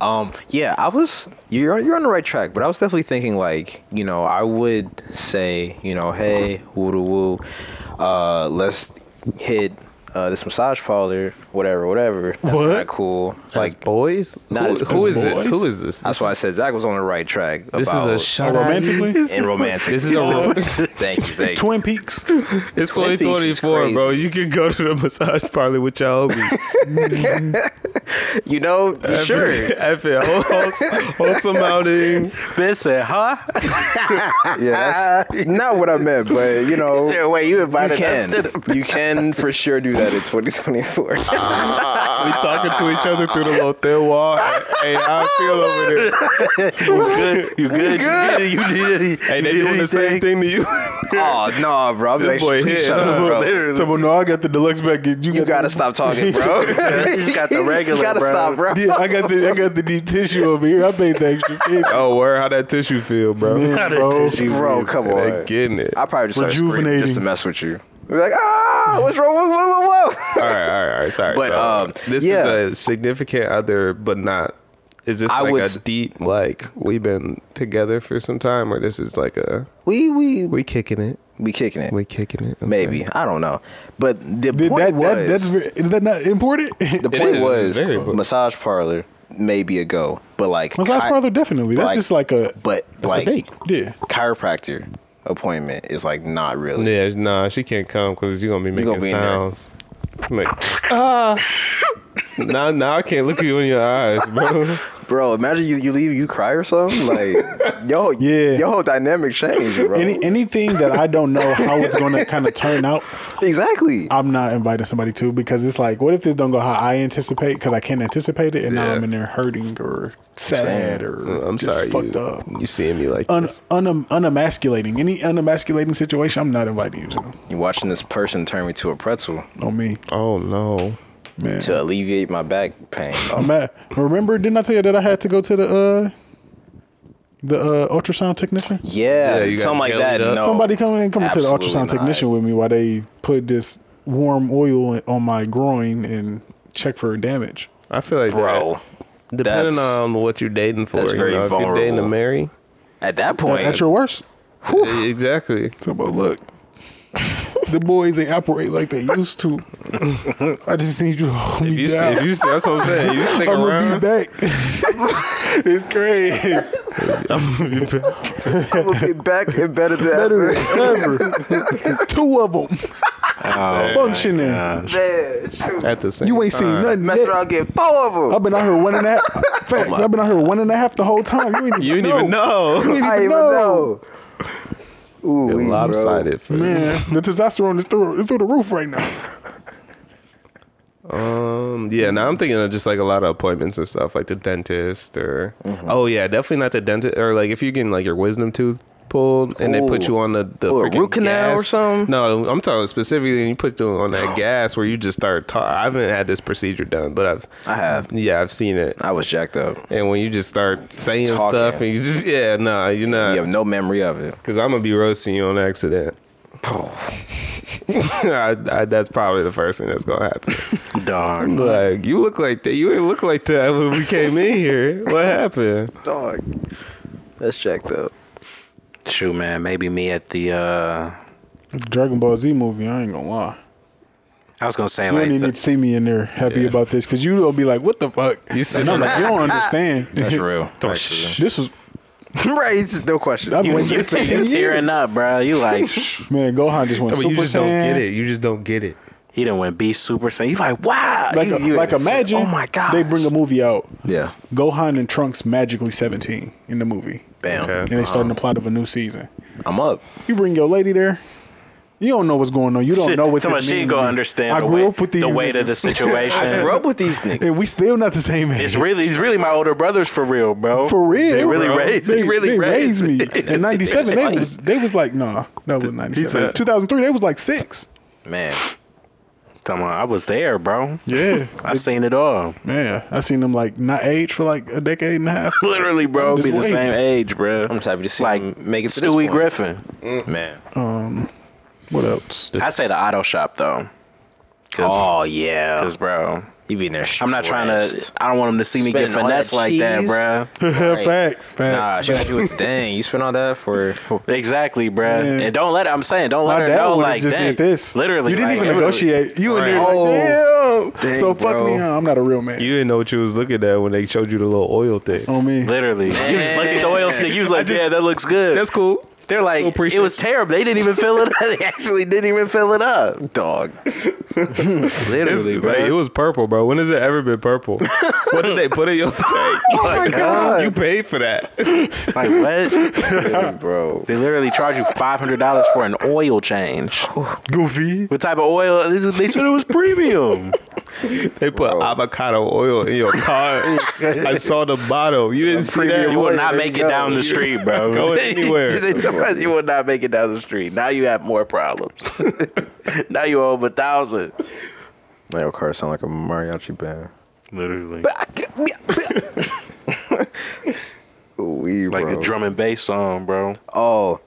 [SPEAKER 4] Um. Yeah. I was. You're you're on the right track, but I was definitely thinking like you know I would say you know hey woo doo woo, uh let's hit uh this massage parlor whatever whatever that's
[SPEAKER 2] What?
[SPEAKER 4] not cool
[SPEAKER 3] Like
[SPEAKER 4] like
[SPEAKER 3] boys?
[SPEAKER 4] Not
[SPEAKER 3] Who-
[SPEAKER 4] as-
[SPEAKER 3] who is
[SPEAKER 4] as
[SPEAKER 3] this?
[SPEAKER 2] boys?
[SPEAKER 3] Who is this?
[SPEAKER 4] that's why I said Zach was on the right track.
[SPEAKER 3] This is
[SPEAKER 4] about-
[SPEAKER 3] a shot.
[SPEAKER 4] (laughs)
[SPEAKER 2] romantically?
[SPEAKER 4] and romantic.
[SPEAKER 3] This is a.
[SPEAKER 4] thank you.
[SPEAKER 3] (laughs)
[SPEAKER 4] Thank you.
[SPEAKER 2] Twin Peaks.
[SPEAKER 3] It's
[SPEAKER 4] Twin Peaks is
[SPEAKER 3] 2024, bro.
[SPEAKER 4] crazy.
[SPEAKER 3] You can go to the massage parlor with your homies.
[SPEAKER 4] You know, sure.
[SPEAKER 3] Every- every wholesome- Wholesome outing.
[SPEAKER 1] Ben said, huh?
[SPEAKER 4] Yeah, that's (laughs) not what I meant, but you know,
[SPEAKER 1] Wait, you
[SPEAKER 4] you
[SPEAKER 1] invited
[SPEAKER 4] can, you can for sure do that in 2024.
[SPEAKER 3] We talking to each other through the little thin wall. Hey, how I feel over there.
[SPEAKER 1] You good? You good? You did it. You did it.
[SPEAKER 3] Hey, they doing the same thing to you.
[SPEAKER 4] (laughs) (laughs) oh no, bro. I'm
[SPEAKER 3] This
[SPEAKER 4] like,
[SPEAKER 3] boy
[SPEAKER 4] please
[SPEAKER 3] hit.
[SPEAKER 4] shut
[SPEAKER 3] (laughs)
[SPEAKER 4] up,
[SPEAKER 3] Bro,
[SPEAKER 4] bro.
[SPEAKER 2] Tell me, no, I got the deluxe back. You,
[SPEAKER 4] You gotta stop talking, bro. (laughs)
[SPEAKER 1] He's got the regular,
[SPEAKER 4] You gotta
[SPEAKER 1] bro.
[SPEAKER 4] stop, bro.
[SPEAKER 2] Yeah, I got the I got the deep tissue over here. I paid the extra fifty.
[SPEAKER 3] Oh, where? How that tissue feel, bro?
[SPEAKER 2] Man,
[SPEAKER 1] Not a
[SPEAKER 2] bro.
[SPEAKER 1] tissue.
[SPEAKER 4] (laughs) Bro, come
[SPEAKER 3] They
[SPEAKER 4] on.
[SPEAKER 3] getting it.
[SPEAKER 4] I probably just started screaming
[SPEAKER 2] Rejuvenating.
[SPEAKER 4] just to mess with you. Be like, ah, what's wrong? Whoa, whoa, whoa, whoa. (laughs)
[SPEAKER 3] all right, all right, all right. Sorry.
[SPEAKER 4] But,
[SPEAKER 3] sorry.
[SPEAKER 4] um,
[SPEAKER 3] this
[SPEAKER 4] yeah.
[SPEAKER 3] is a significant other, but not. Is this
[SPEAKER 4] I
[SPEAKER 3] like
[SPEAKER 4] would
[SPEAKER 3] a
[SPEAKER 4] s-
[SPEAKER 3] deep like we've been together for some time, or this is like a
[SPEAKER 4] we we
[SPEAKER 3] we kicking it,
[SPEAKER 4] we kicking it.
[SPEAKER 3] we kicking it? Okay.
[SPEAKER 4] Maybe I don't know, but the
[SPEAKER 2] Did
[SPEAKER 4] point
[SPEAKER 2] that,
[SPEAKER 4] was
[SPEAKER 2] that, that's very, is that not important?
[SPEAKER 4] the
[SPEAKER 2] The
[SPEAKER 4] point
[SPEAKER 3] is,
[SPEAKER 4] was
[SPEAKER 3] very important.
[SPEAKER 4] massage parlor maybe a go, but like
[SPEAKER 2] (laughs) massage
[SPEAKER 4] chi-
[SPEAKER 2] parlor definitely. That's
[SPEAKER 4] like-
[SPEAKER 2] just like a
[SPEAKER 4] but like
[SPEAKER 2] date. Yeah.
[SPEAKER 4] chiropractor appointment is like not really.
[SPEAKER 3] Yeah, nah, she can't come because you're gonna be making
[SPEAKER 4] gonna be in there.
[SPEAKER 3] sounds. Like, (laughs) ah. now, now I can't look you in your eyes,
[SPEAKER 4] (laughs)
[SPEAKER 3] bro.
[SPEAKER 4] Bro, imagine you, you leave, you cry or something.
[SPEAKER 2] (laughs)
[SPEAKER 4] Like, yo,
[SPEAKER 2] Yeah.
[SPEAKER 4] your whole dynamic changed, bro.
[SPEAKER 2] Any anything that I don't know how
[SPEAKER 3] (laughs)
[SPEAKER 2] it's gonna kind of turn out,
[SPEAKER 4] exactly.
[SPEAKER 2] I'm not inviting somebody to because it's like, what if this don't go how I anticipate? Because I can't anticipate it, and now
[SPEAKER 3] Yeah. Mm,
[SPEAKER 2] I'm in there hurting or sad or
[SPEAKER 3] I'm
[SPEAKER 2] just
[SPEAKER 3] sorry,
[SPEAKER 2] fucked
[SPEAKER 3] you,
[SPEAKER 2] up.
[SPEAKER 3] you seeing me like
[SPEAKER 2] Un,
[SPEAKER 3] this.
[SPEAKER 2] un, unemasculating any unemasculating situation, I'm not inviting you to.
[SPEAKER 4] You watching this person turn me to a pretzel
[SPEAKER 2] On me,
[SPEAKER 3] Oh no,
[SPEAKER 2] man.
[SPEAKER 4] to alleviate my back
[SPEAKER 2] (laughs)
[SPEAKER 4] pain. Um,
[SPEAKER 2] I'm at- remember, didn't I tell you that I had to go to the uh the uh, ultrasound technician?
[SPEAKER 4] yeah,
[SPEAKER 3] Yeah, you got
[SPEAKER 4] something like
[SPEAKER 3] jellied
[SPEAKER 4] that.
[SPEAKER 3] up.
[SPEAKER 4] No,
[SPEAKER 2] Somebody come in, come to the
[SPEAKER 4] absolutely
[SPEAKER 2] ultrasound
[SPEAKER 4] not.
[SPEAKER 2] technician with me while they put this warm oil on my groin and check for damage.
[SPEAKER 3] I feel like
[SPEAKER 4] bro.
[SPEAKER 3] that- depending
[SPEAKER 4] that's-
[SPEAKER 3] on what you're dating for,
[SPEAKER 4] that's
[SPEAKER 3] you
[SPEAKER 4] very
[SPEAKER 3] know, if you're dating to
[SPEAKER 4] vulnerable.
[SPEAKER 3] marry, eh,
[SPEAKER 4] At that
[SPEAKER 2] At-
[SPEAKER 4] point,
[SPEAKER 2] At your worst.
[SPEAKER 3] exactly.
[SPEAKER 2] So, but look, (laughs) the boys they operate like they
[SPEAKER 3] (laughs)
[SPEAKER 2] used to. I just need you to hold
[SPEAKER 3] If
[SPEAKER 2] me
[SPEAKER 3] you,
[SPEAKER 2] down.
[SPEAKER 3] if you, that's what I'm saying.
[SPEAKER 2] (laughs)
[SPEAKER 3] You stick
[SPEAKER 2] I'm gonna be
[SPEAKER 3] around. (laughs)
[SPEAKER 2] back. it's crazy.
[SPEAKER 4] I'm
[SPEAKER 2] (laughs)
[SPEAKER 4] gonna be back and better than
[SPEAKER 2] Better
[SPEAKER 4] (laughs)
[SPEAKER 2] than ever. (laughs) Two of them
[SPEAKER 3] Oh,
[SPEAKER 2] functioning.
[SPEAKER 4] Man, shoot.
[SPEAKER 3] At the same,
[SPEAKER 2] You ain't seen
[SPEAKER 3] time.
[SPEAKER 2] nothing
[SPEAKER 4] Mess
[SPEAKER 2] yet.
[SPEAKER 4] around, get four of
[SPEAKER 2] I've
[SPEAKER 4] them.
[SPEAKER 2] been out here one and
[SPEAKER 3] (laughs)
[SPEAKER 2] a half. Facts. I've been out here one and a half the whole time. You ain't
[SPEAKER 3] Oh, You didn't even
[SPEAKER 2] You
[SPEAKER 3] know.
[SPEAKER 2] (laughs) ain't
[SPEAKER 4] I
[SPEAKER 2] even
[SPEAKER 4] even
[SPEAKER 2] know.
[SPEAKER 4] know. Ooh,
[SPEAKER 3] You're
[SPEAKER 4] wee, bro.
[SPEAKER 3] lopsided. For
[SPEAKER 2] Man, the testosterone is through, it's through the roof right now.
[SPEAKER 3] Um. Yeah. Now I'm thinking of just like a lot of appointments and stuff, like the dentist or.
[SPEAKER 4] Mm-hmm.
[SPEAKER 3] Oh yeah, definitely not the dentist or like if you're getting like your wisdom tooth pulled and they put
[SPEAKER 4] Ooh.
[SPEAKER 3] you on the, the
[SPEAKER 4] Ooh, a
[SPEAKER 3] freaking
[SPEAKER 4] root canal or
[SPEAKER 3] gas.
[SPEAKER 4] something?
[SPEAKER 3] No, I'm talking specifically and you put them on
[SPEAKER 4] (gasps)
[SPEAKER 3] that gas where you just start. Ta- I haven't had this procedure done, but I've.
[SPEAKER 4] I have.
[SPEAKER 3] Yeah, I've seen it.
[SPEAKER 4] I was jacked up.
[SPEAKER 3] And when you just start saying
[SPEAKER 4] Talking.
[SPEAKER 3] stuff and you just yeah, nah, you're
[SPEAKER 4] You
[SPEAKER 3] not
[SPEAKER 4] have no memory of it.
[SPEAKER 3] because I'm gonna be roasting you on accident. (laughs) I, I, that's probably the first thing that's gonna happen.
[SPEAKER 1] Dog.
[SPEAKER 3] Like you look like that. You didn't look like that when we came in here. What happened?
[SPEAKER 4] Dog. That's jacked up.
[SPEAKER 1] Shoot, man. Maybe me at the. uh
[SPEAKER 2] Dragon Ball Z movie, I ain't gonna lie.
[SPEAKER 1] I was gonna say
[SPEAKER 2] You don't
[SPEAKER 1] like
[SPEAKER 2] even need
[SPEAKER 1] the,
[SPEAKER 2] to see me in there happy about this because you will be like, what the fuck?
[SPEAKER 3] You said
[SPEAKER 2] And I'm like, you don't understand.
[SPEAKER 4] That's real. actually.
[SPEAKER 2] (laughs) this was,
[SPEAKER 4] (laughs) right, no question.
[SPEAKER 2] I've been
[SPEAKER 1] you,
[SPEAKER 2] waiting
[SPEAKER 1] you,
[SPEAKER 2] for
[SPEAKER 1] te- you
[SPEAKER 2] 10 years.
[SPEAKER 1] tearing up, bro. You
[SPEAKER 2] (laughs)
[SPEAKER 1] like
[SPEAKER 2] Man, Gohan just went
[SPEAKER 3] I mean, you
[SPEAKER 2] Super
[SPEAKER 3] just don't
[SPEAKER 2] Saiyan.
[SPEAKER 3] get it. You just don't get it.
[SPEAKER 1] he done went beast super saiyan. You like wow.
[SPEAKER 2] Like,
[SPEAKER 1] you,
[SPEAKER 2] a,
[SPEAKER 1] you-
[SPEAKER 2] like imagine
[SPEAKER 1] Oh my god.
[SPEAKER 2] they bring a movie out.
[SPEAKER 4] Yeah.
[SPEAKER 2] Gohan and Trunks magically 17 in the movie.
[SPEAKER 4] Bam.
[SPEAKER 3] Okay.
[SPEAKER 2] And they starting the plot of a new season.
[SPEAKER 4] I'm up.
[SPEAKER 2] You bring your lady there. You don't know what's going on. You don't
[SPEAKER 1] She-
[SPEAKER 2] know what's
[SPEAKER 1] so
[SPEAKER 2] going
[SPEAKER 1] much
[SPEAKER 2] on.
[SPEAKER 1] she ain't gonna understand.
[SPEAKER 2] I
[SPEAKER 1] the
[SPEAKER 2] grew
[SPEAKER 1] weight-
[SPEAKER 2] up with these
[SPEAKER 1] the weight of the
[SPEAKER 2] niggas. (laughs)
[SPEAKER 4] I
[SPEAKER 1] situation.
[SPEAKER 4] grew up with these niggas.
[SPEAKER 2] and we still not the same age.
[SPEAKER 1] It's really, he's really my older brothers for real, bro.
[SPEAKER 2] for real.
[SPEAKER 1] they really
[SPEAKER 2] bro.
[SPEAKER 1] raised,
[SPEAKER 2] They,
[SPEAKER 1] they really
[SPEAKER 2] they
[SPEAKER 1] raised,
[SPEAKER 2] raised,
[SPEAKER 1] me.
[SPEAKER 2] me. In '97, they
[SPEAKER 1] funny.
[SPEAKER 2] was, they was like, nah, that was '97.
[SPEAKER 1] said-
[SPEAKER 2] 2003, they was like six.
[SPEAKER 4] Man.
[SPEAKER 1] Come on, I was there, bro.
[SPEAKER 2] Yeah,
[SPEAKER 1] I've seen it all.
[SPEAKER 2] man, I seen them like not age for like a decade and a half.
[SPEAKER 1] Literally, bro,
[SPEAKER 2] I'm
[SPEAKER 1] be the
[SPEAKER 2] just
[SPEAKER 1] same
[SPEAKER 2] waiting.
[SPEAKER 1] age, bro.
[SPEAKER 4] I'm just happy to see
[SPEAKER 1] like
[SPEAKER 4] him make it to this
[SPEAKER 1] Stewie
[SPEAKER 4] point.
[SPEAKER 1] Griffin.
[SPEAKER 4] Man.
[SPEAKER 2] What else?
[SPEAKER 1] I say the auto shop though, because
[SPEAKER 4] Oh yeah.
[SPEAKER 1] bro,
[SPEAKER 4] You be in there.
[SPEAKER 1] I'm not trying to. I don't want him to see me get
[SPEAKER 4] Spending all that
[SPEAKER 1] finessed like that,
[SPEAKER 4] cheese.
[SPEAKER 2] (laughs)
[SPEAKER 1] bro.
[SPEAKER 4] (laughs)
[SPEAKER 2] facts, facts.
[SPEAKER 4] Nah, she,
[SPEAKER 2] facts.
[SPEAKER 4] she was dang. You spent all that for (laughs)
[SPEAKER 1] Exactly, bruh.
[SPEAKER 2] Yeah.
[SPEAKER 1] And don't let I'm saying don't let
[SPEAKER 2] My
[SPEAKER 1] her
[SPEAKER 2] dad
[SPEAKER 1] know
[SPEAKER 2] would've
[SPEAKER 1] like
[SPEAKER 2] just
[SPEAKER 1] dang,
[SPEAKER 2] did this.
[SPEAKER 1] Literally,
[SPEAKER 2] you didn't
[SPEAKER 1] like,
[SPEAKER 2] even negotiate. You in there
[SPEAKER 3] Right.
[SPEAKER 2] like, damn.
[SPEAKER 4] dang,
[SPEAKER 2] Oh, so fuck
[SPEAKER 4] bro.
[SPEAKER 2] me, huh? I'm not a real man.
[SPEAKER 3] You didn't know what you was looking at when they showed you the little oil thing.
[SPEAKER 2] on me.
[SPEAKER 1] Literally, you just looked at the oil stick. You was like, yeah, that looks good.
[SPEAKER 3] That's cool.
[SPEAKER 1] They're like,
[SPEAKER 3] appreciate
[SPEAKER 1] it was
[SPEAKER 3] you.
[SPEAKER 1] terrible. They didn't even fill
[SPEAKER 2] (laughs)
[SPEAKER 1] it. up. They actually didn't even fill it up.
[SPEAKER 4] dog.
[SPEAKER 3] It's-
[SPEAKER 1] Literally,
[SPEAKER 3] like,
[SPEAKER 1] bro.
[SPEAKER 3] it was purple, bro. When has it ever been purple? what did they put in your tank? Like, (laughs) You paid for that.
[SPEAKER 1] Like what?
[SPEAKER 4] Really, bro.
[SPEAKER 1] They literally charge you five hundred dollars for an oil change.
[SPEAKER 3] Goofy.
[SPEAKER 2] (laughs)
[SPEAKER 1] What type of oil? They said it was premium.
[SPEAKER 3] They put avocado oil in your car. I saw the bottle. You didn't see that.
[SPEAKER 1] You will not make it down the street, bro.
[SPEAKER 3] Go
[SPEAKER 1] (laughs)
[SPEAKER 3] anywhere.
[SPEAKER 1] you will not make it down the street. Now you have more problems. (laughs) now you owe a thousand.
[SPEAKER 4] Mario Kart sound like a mariachi band. (laughs)
[SPEAKER 1] Literally.
[SPEAKER 4] We
[SPEAKER 1] Like
[SPEAKER 4] bro.
[SPEAKER 1] a drum and bass song, bro.
[SPEAKER 4] Oh.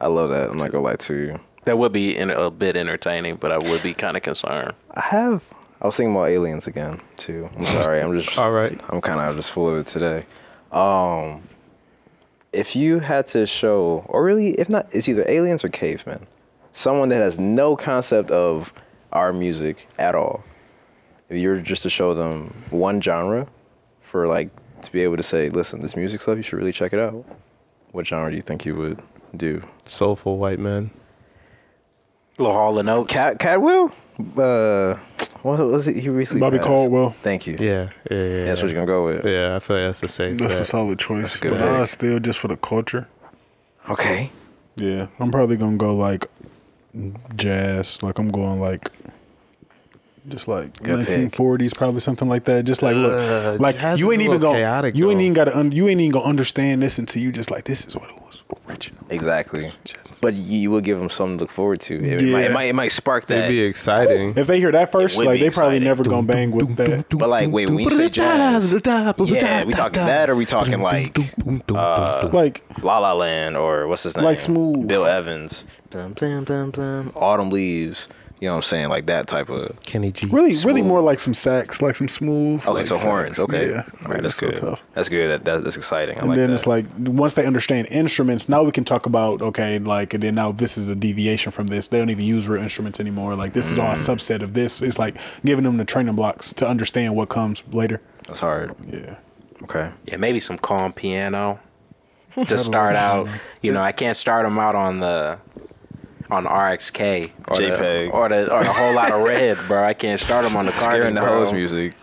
[SPEAKER 4] I love that. I'm not gonna lie to you.
[SPEAKER 1] That would be in a bit entertaining, but I would be kind of concerned.
[SPEAKER 4] I have. I was thinking about aliens again too. I'm sorry. I'm (laughs) just.
[SPEAKER 3] All right.
[SPEAKER 4] I'm kind of just full of it today. Um, if you had to show, or really, if not, it's either aliens or cavemen. Someone that has no concept of our music at all. If you were just to show them one genre, for like to be able to say, listen, this music stuff, you should really check it out. What genre do you think you would do?
[SPEAKER 3] Soulful white man.
[SPEAKER 1] Little Hall and Oates.
[SPEAKER 4] Cat Catwill? Uh, what was it? He recently
[SPEAKER 2] Bobby
[SPEAKER 4] passed.
[SPEAKER 2] Caldwell.
[SPEAKER 4] Thank you.
[SPEAKER 3] Yeah, yeah, yeah.
[SPEAKER 4] That's what you're gonna go with.
[SPEAKER 3] yeah, I feel like that's the same.
[SPEAKER 2] That's a
[SPEAKER 3] bet.
[SPEAKER 2] solid choice.
[SPEAKER 4] good
[SPEAKER 2] But
[SPEAKER 4] pick.
[SPEAKER 2] uh, still just for the culture.
[SPEAKER 4] Okay.
[SPEAKER 2] Yeah, I'm probably gonna go like jazz. Like I'm going like just like
[SPEAKER 4] Good pick.
[SPEAKER 2] 1940s, probably something like that. Just like
[SPEAKER 3] Uh,
[SPEAKER 2] look, like
[SPEAKER 3] jazz
[SPEAKER 2] you
[SPEAKER 3] is
[SPEAKER 2] ain't
[SPEAKER 3] a
[SPEAKER 2] even
[SPEAKER 3] little
[SPEAKER 2] gonna
[SPEAKER 3] chaotic,
[SPEAKER 2] you ain't
[SPEAKER 3] though.
[SPEAKER 2] even gotta un, you ain't even gonna understand this until you just like this is what it was original.
[SPEAKER 4] Exactly.
[SPEAKER 2] Just-
[SPEAKER 4] But you, you will give them something to look forward to. It, might,
[SPEAKER 2] Yeah.
[SPEAKER 4] it might it might spark
[SPEAKER 3] It'd
[SPEAKER 4] that.
[SPEAKER 3] be exciting.
[SPEAKER 2] If they hear that first,
[SPEAKER 4] would be
[SPEAKER 2] like they probably
[SPEAKER 4] exciting.
[SPEAKER 2] never gonna bang with that.
[SPEAKER 4] But like, wait, when you say jazz, yeah, we talking that, or we talking like uh,
[SPEAKER 2] Like
[SPEAKER 4] La La Land, or what's his name?
[SPEAKER 2] Like Smooth.
[SPEAKER 4] Bill Evans, blum, blum, blum, blum. Autumn Leaves. You know what I'm saying? Like that type of.
[SPEAKER 3] Kenny G.
[SPEAKER 2] really, really
[SPEAKER 4] Smooth.
[SPEAKER 2] more like some sax, like some smooth.
[SPEAKER 4] Okay,
[SPEAKER 2] like
[SPEAKER 4] so
[SPEAKER 2] sax.
[SPEAKER 4] horns. Okay,
[SPEAKER 2] yeah.
[SPEAKER 4] all right, that's
[SPEAKER 2] so
[SPEAKER 4] good. That's good. That, that that's exciting. I
[SPEAKER 2] and
[SPEAKER 4] like
[SPEAKER 2] then
[SPEAKER 4] that.
[SPEAKER 2] it's like once they understand instruments, now we can talk about okay, like and then now this is a deviation from this. They don't even use real instruments anymore. Like this is all a subset of this. It's like giving them the training blocks to understand what comes later.
[SPEAKER 4] that's hard.
[SPEAKER 2] Yeah,
[SPEAKER 4] Okay.
[SPEAKER 1] Yeah, maybe some
[SPEAKER 4] (laughs)
[SPEAKER 1] calm piano to start out. You know, I can't start them out on the on RXK or the,
[SPEAKER 4] JPEG.
[SPEAKER 1] or the or the whole lot of red, bro. I can't start them on the car.
[SPEAKER 4] Scaring the hose music.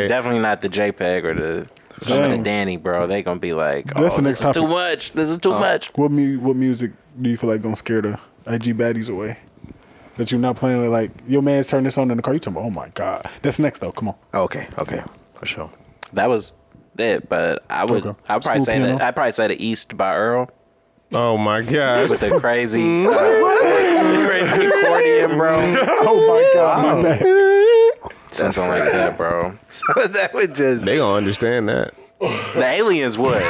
[SPEAKER 3] (laughs) Right.
[SPEAKER 1] definitely not the JPEG or the some of the
[SPEAKER 2] Dang.
[SPEAKER 1] Danny, bro. They gonna be like, oh,
[SPEAKER 2] That's the
[SPEAKER 1] this
[SPEAKER 2] next
[SPEAKER 1] is too
[SPEAKER 2] topic.
[SPEAKER 1] much. This is
[SPEAKER 3] Oh.
[SPEAKER 1] too much.
[SPEAKER 2] what mu- what music do you feel like gonna scare the IG baddies away? That you're not playing with like your man's turn this on in the car. You talking about oh my god, that's next though. Come on,
[SPEAKER 4] Okay. Okay. For sure.
[SPEAKER 1] That was it. But I would,
[SPEAKER 2] Okay.
[SPEAKER 1] I'd probably
[SPEAKER 2] Smooth
[SPEAKER 1] say that.
[SPEAKER 2] piano.
[SPEAKER 1] I'd probably say the East by Earl.
[SPEAKER 3] Oh my
[SPEAKER 1] (laughs)
[SPEAKER 3] god.
[SPEAKER 1] with
[SPEAKER 2] (laughs)
[SPEAKER 1] the
[SPEAKER 3] (laughs)
[SPEAKER 1] crazy, uh, the crazy accordion,
[SPEAKER 2] (laughs)
[SPEAKER 1] bro.
[SPEAKER 2] oh my god, my bad.
[SPEAKER 1] Something like that, bro. So that would just
[SPEAKER 3] They gonna understand that.
[SPEAKER 1] the aliens
[SPEAKER 3] (laughs)
[SPEAKER 1] would.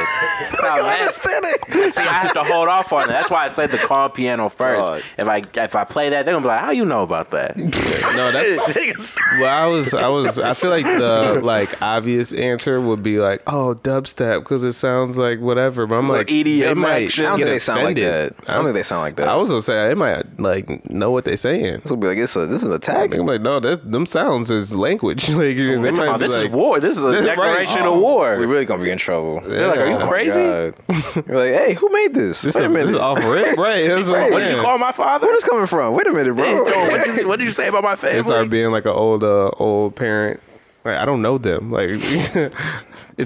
[SPEAKER 1] Now, that's- See, I have to hold off on that. That's why I said the calm piano first.
[SPEAKER 4] Dog.
[SPEAKER 1] If I if I play that, they're gonna be like, "How you know
[SPEAKER 3] (laughs)
[SPEAKER 1] about that?"
[SPEAKER 3] No, that's well. I was, I was, I feel like the like obvious answer would be like, oh, dubstep, because it sounds like whatever. But I'm like,
[SPEAKER 1] EDM
[SPEAKER 3] they might
[SPEAKER 1] action.
[SPEAKER 4] I don't
[SPEAKER 3] get
[SPEAKER 4] think they sound like
[SPEAKER 3] offended.
[SPEAKER 4] that. I don't think they sound like that.
[SPEAKER 3] I was gonna say they might like know what they're saying.
[SPEAKER 4] This will be like this. This is an attack.
[SPEAKER 3] Like, I'm like, no, that's them sounds is language. (laughs) Like they
[SPEAKER 1] They talking
[SPEAKER 3] might
[SPEAKER 1] about,
[SPEAKER 3] be
[SPEAKER 1] this
[SPEAKER 3] like,
[SPEAKER 1] is war. This is
[SPEAKER 3] (laughs)
[SPEAKER 1] a
[SPEAKER 3] Right.
[SPEAKER 1] declaration
[SPEAKER 4] Oh,
[SPEAKER 1] of war.
[SPEAKER 4] We're really gonna be in trouble.
[SPEAKER 1] They're like, "Are you
[SPEAKER 3] Yeah. Oh
[SPEAKER 1] crazy? (laughs)
[SPEAKER 4] God. You're like, hey, who made this?
[SPEAKER 3] This
[SPEAKER 4] Wait a
[SPEAKER 3] is, this is
[SPEAKER 4] minute.
[SPEAKER 3] off rip, right? That's what I'm
[SPEAKER 1] What did you
[SPEAKER 3] saying.
[SPEAKER 1] call my father?
[SPEAKER 4] Where this coming from? Wait a minute,
[SPEAKER 1] Hey,
[SPEAKER 4] bro.
[SPEAKER 1] so
[SPEAKER 4] (laughs)
[SPEAKER 1] what, did you, what did you say about my
[SPEAKER 3] They start
[SPEAKER 1] family?
[SPEAKER 3] being like an old, uh, old parent. Like I don't know them. Like (laughs) it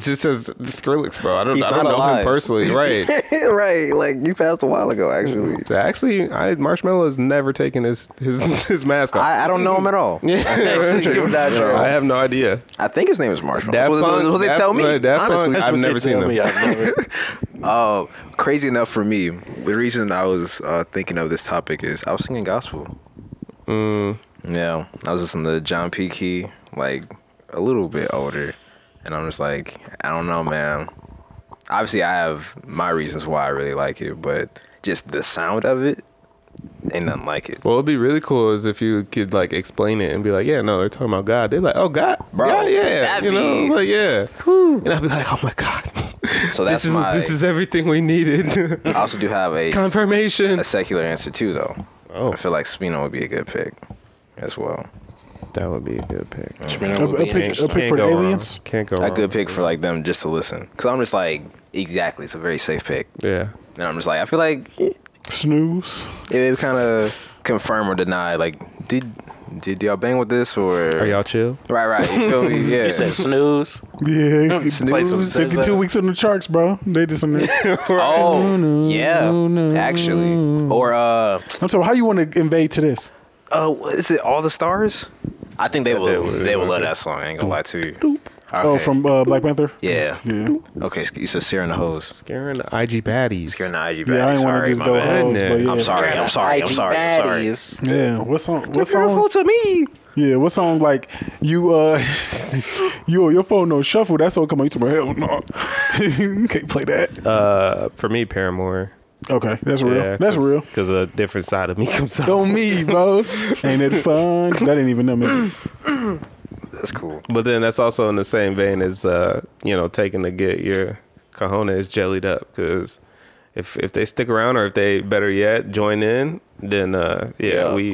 [SPEAKER 3] just says Skrillex, bro. I don't,
[SPEAKER 4] He's
[SPEAKER 3] I don't
[SPEAKER 4] not
[SPEAKER 3] know
[SPEAKER 4] alive.
[SPEAKER 3] him
[SPEAKER 4] (laughs)
[SPEAKER 3] personally, right?
[SPEAKER 4] right, like you passed a while ago, actually.
[SPEAKER 3] So actually, I Marshmallow has never taken his his, (laughs) his mask off.
[SPEAKER 4] I, I don't know him at all.
[SPEAKER 3] Yeah.
[SPEAKER 1] Give
[SPEAKER 4] (laughs)
[SPEAKER 1] him
[SPEAKER 3] (laughs)
[SPEAKER 1] that,
[SPEAKER 3] I,
[SPEAKER 1] bro.
[SPEAKER 3] have no idea.
[SPEAKER 4] I think his name is Marshmallow.
[SPEAKER 3] Daft
[SPEAKER 4] That's what, that's what- that's what they
[SPEAKER 3] Punk,
[SPEAKER 4] tell me.
[SPEAKER 3] Daft- Daft Punk.
[SPEAKER 4] honestly.
[SPEAKER 3] I've
[SPEAKER 1] That's what
[SPEAKER 3] never
[SPEAKER 1] they
[SPEAKER 3] seen
[SPEAKER 1] tell
[SPEAKER 3] them.
[SPEAKER 1] me. I've never-
[SPEAKER 4] Uh, crazy enough for me, the reason I was uh, thinking of this topic is I was singing gospel.
[SPEAKER 3] Mm.
[SPEAKER 4] Yeah, I was listening to John P. Key, like a little bit older, and I'm just like, I don't know, man. Obviously, I have my reasons why I really like it, but just the sound of it ain't nothing like it.
[SPEAKER 3] What would be really cool is if you could like explain it and be like, yeah, no, they're talking about God. They're like, oh God,
[SPEAKER 4] Bro,
[SPEAKER 3] God, yeah,
[SPEAKER 4] that'd
[SPEAKER 3] you know,
[SPEAKER 4] be-
[SPEAKER 3] like yeah. And I'd be like, oh my God, (laughs)
[SPEAKER 4] So that's
[SPEAKER 3] this is
[SPEAKER 4] my.
[SPEAKER 3] this is everything we needed. (laughs)
[SPEAKER 4] I also do have a
[SPEAKER 3] Confirmation.
[SPEAKER 4] a secular answer too, though.
[SPEAKER 3] Oh.
[SPEAKER 4] I feel like Spino would be a good pick as well.
[SPEAKER 3] That would be a good pick.
[SPEAKER 1] Schmidt
[SPEAKER 2] A,
[SPEAKER 1] would
[SPEAKER 2] a
[SPEAKER 1] be
[SPEAKER 2] pick, a
[SPEAKER 1] interesting.
[SPEAKER 2] pick for the
[SPEAKER 3] go wrong.
[SPEAKER 2] aliens.
[SPEAKER 3] Can't go
[SPEAKER 4] A
[SPEAKER 3] wrong.
[SPEAKER 4] good pick for like them just to listen, because I'm just like, exactly, it's a very safe pick,
[SPEAKER 3] Yeah.
[SPEAKER 4] and I'm just like, I feel like it,
[SPEAKER 2] Snooze.
[SPEAKER 4] it kind of confirm or deny. Like, did did y'all bang with this or
[SPEAKER 3] Are y'all chill?
[SPEAKER 4] right? Right, you feel me? Yeah.
[SPEAKER 1] You said snooze.
[SPEAKER 2] Yeah,
[SPEAKER 1] Play some
[SPEAKER 2] Fifty-two
[SPEAKER 1] SZA.
[SPEAKER 2] weeks on the charts, bro. They did
[SPEAKER 1] (laughs)
[SPEAKER 2] some. I'm
[SPEAKER 4] oh, yeah, actually, or uh,
[SPEAKER 2] talking. How you want to invade to this?
[SPEAKER 4] uh, what is it All the Stars? I think they
[SPEAKER 3] they
[SPEAKER 4] will.
[SPEAKER 3] would-
[SPEAKER 4] They will love that song. I ain't gonna lie to you.
[SPEAKER 2] Oh,
[SPEAKER 4] Okay.
[SPEAKER 2] from uh, Black Panther.
[SPEAKER 4] yeah.
[SPEAKER 2] Yeah.
[SPEAKER 4] Okay, sc- you said Sarah and the Hose.
[SPEAKER 3] Scaring the IG baddies.
[SPEAKER 4] Sarah and the IG
[SPEAKER 2] Yeah,
[SPEAKER 4] Baddie,
[SPEAKER 2] I didn't want
[SPEAKER 4] Sorry,
[SPEAKER 2] to just
[SPEAKER 4] my
[SPEAKER 2] go
[SPEAKER 4] bad.
[SPEAKER 2] hoes, but yeah.
[SPEAKER 4] I'm sorry. I'm sorry. I'm
[SPEAKER 1] IG
[SPEAKER 4] sorry. I'm sorry.
[SPEAKER 1] baddies.
[SPEAKER 2] Yeah, what's on? What's on?
[SPEAKER 3] to me.
[SPEAKER 2] Yeah, what's on? Like you, uh, (laughs) you your phone no shuffle. That's all come on. You my hell no. (laughs) Can't play that.
[SPEAKER 3] Uh, for me, Paramore.
[SPEAKER 2] Okay, that's real.
[SPEAKER 3] Yeah,
[SPEAKER 2] that's real.
[SPEAKER 3] Because a different side of me (laughs) comes out.
[SPEAKER 2] Don't me, bro. Ain't it fun? That ain't even them.
[SPEAKER 4] That's cool.
[SPEAKER 3] But then that's also in the same vein as uh, you know taking to get your cojones jellied up because if if they stick around or if they better yet join in, then uh, yeah,
[SPEAKER 4] Yeah.
[SPEAKER 3] we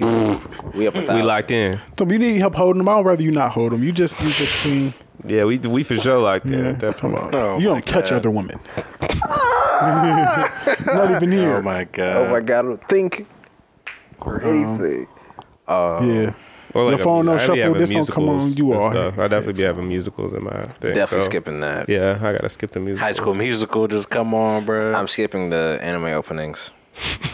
[SPEAKER 4] We up a
[SPEAKER 3] we
[SPEAKER 4] thousand.
[SPEAKER 3] locked in.
[SPEAKER 2] So you need help holding them. I'd rather you not hold them. You just you just clean.
[SPEAKER 3] Yeah, we we for sure locked in.
[SPEAKER 2] Yeah,
[SPEAKER 3] at that
[SPEAKER 2] come
[SPEAKER 3] point.
[SPEAKER 2] on.
[SPEAKER 4] Oh
[SPEAKER 2] you
[SPEAKER 4] my
[SPEAKER 2] don't touch
[SPEAKER 4] God.
[SPEAKER 2] other women. (laughs) not even here.
[SPEAKER 1] Oh my god.
[SPEAKER 3] Uh,
[SPEAKER 4] Oh my god, I don't think
[SPEAKER 3] um,
[SPEAKER 4] or anything. Oh.
[SPEAKER 2] Yeah.
[SPEAKER 3] Or
[SPEAKER 2] Your phone
[SPEAKER 3] a-
[SPEAKER 2] don't
[SPEAKER 3] I'd be
[SPEAKER 2] shuffle,
[SPEAKER 3] having
[SPEAKER 2] this don't come on,
[SPEAKER 3] musicals
[SPEAKER 2] you
[SPEAKER 3] and
[SPEAKER 2] are.
[SPEAKER 3] stuff. I definitely be having musicals in my thing.
[SPEAKER 4] Definitely
[SPEAKER 3] so,
[SPEAKER 4] skipping that.
[SPEAKER 3] Yeah, I gotta skip the music.
[SPEAKER 1] High School Musical, just come on, bro.
[SPEAKER 4] I'm skipping the anime openings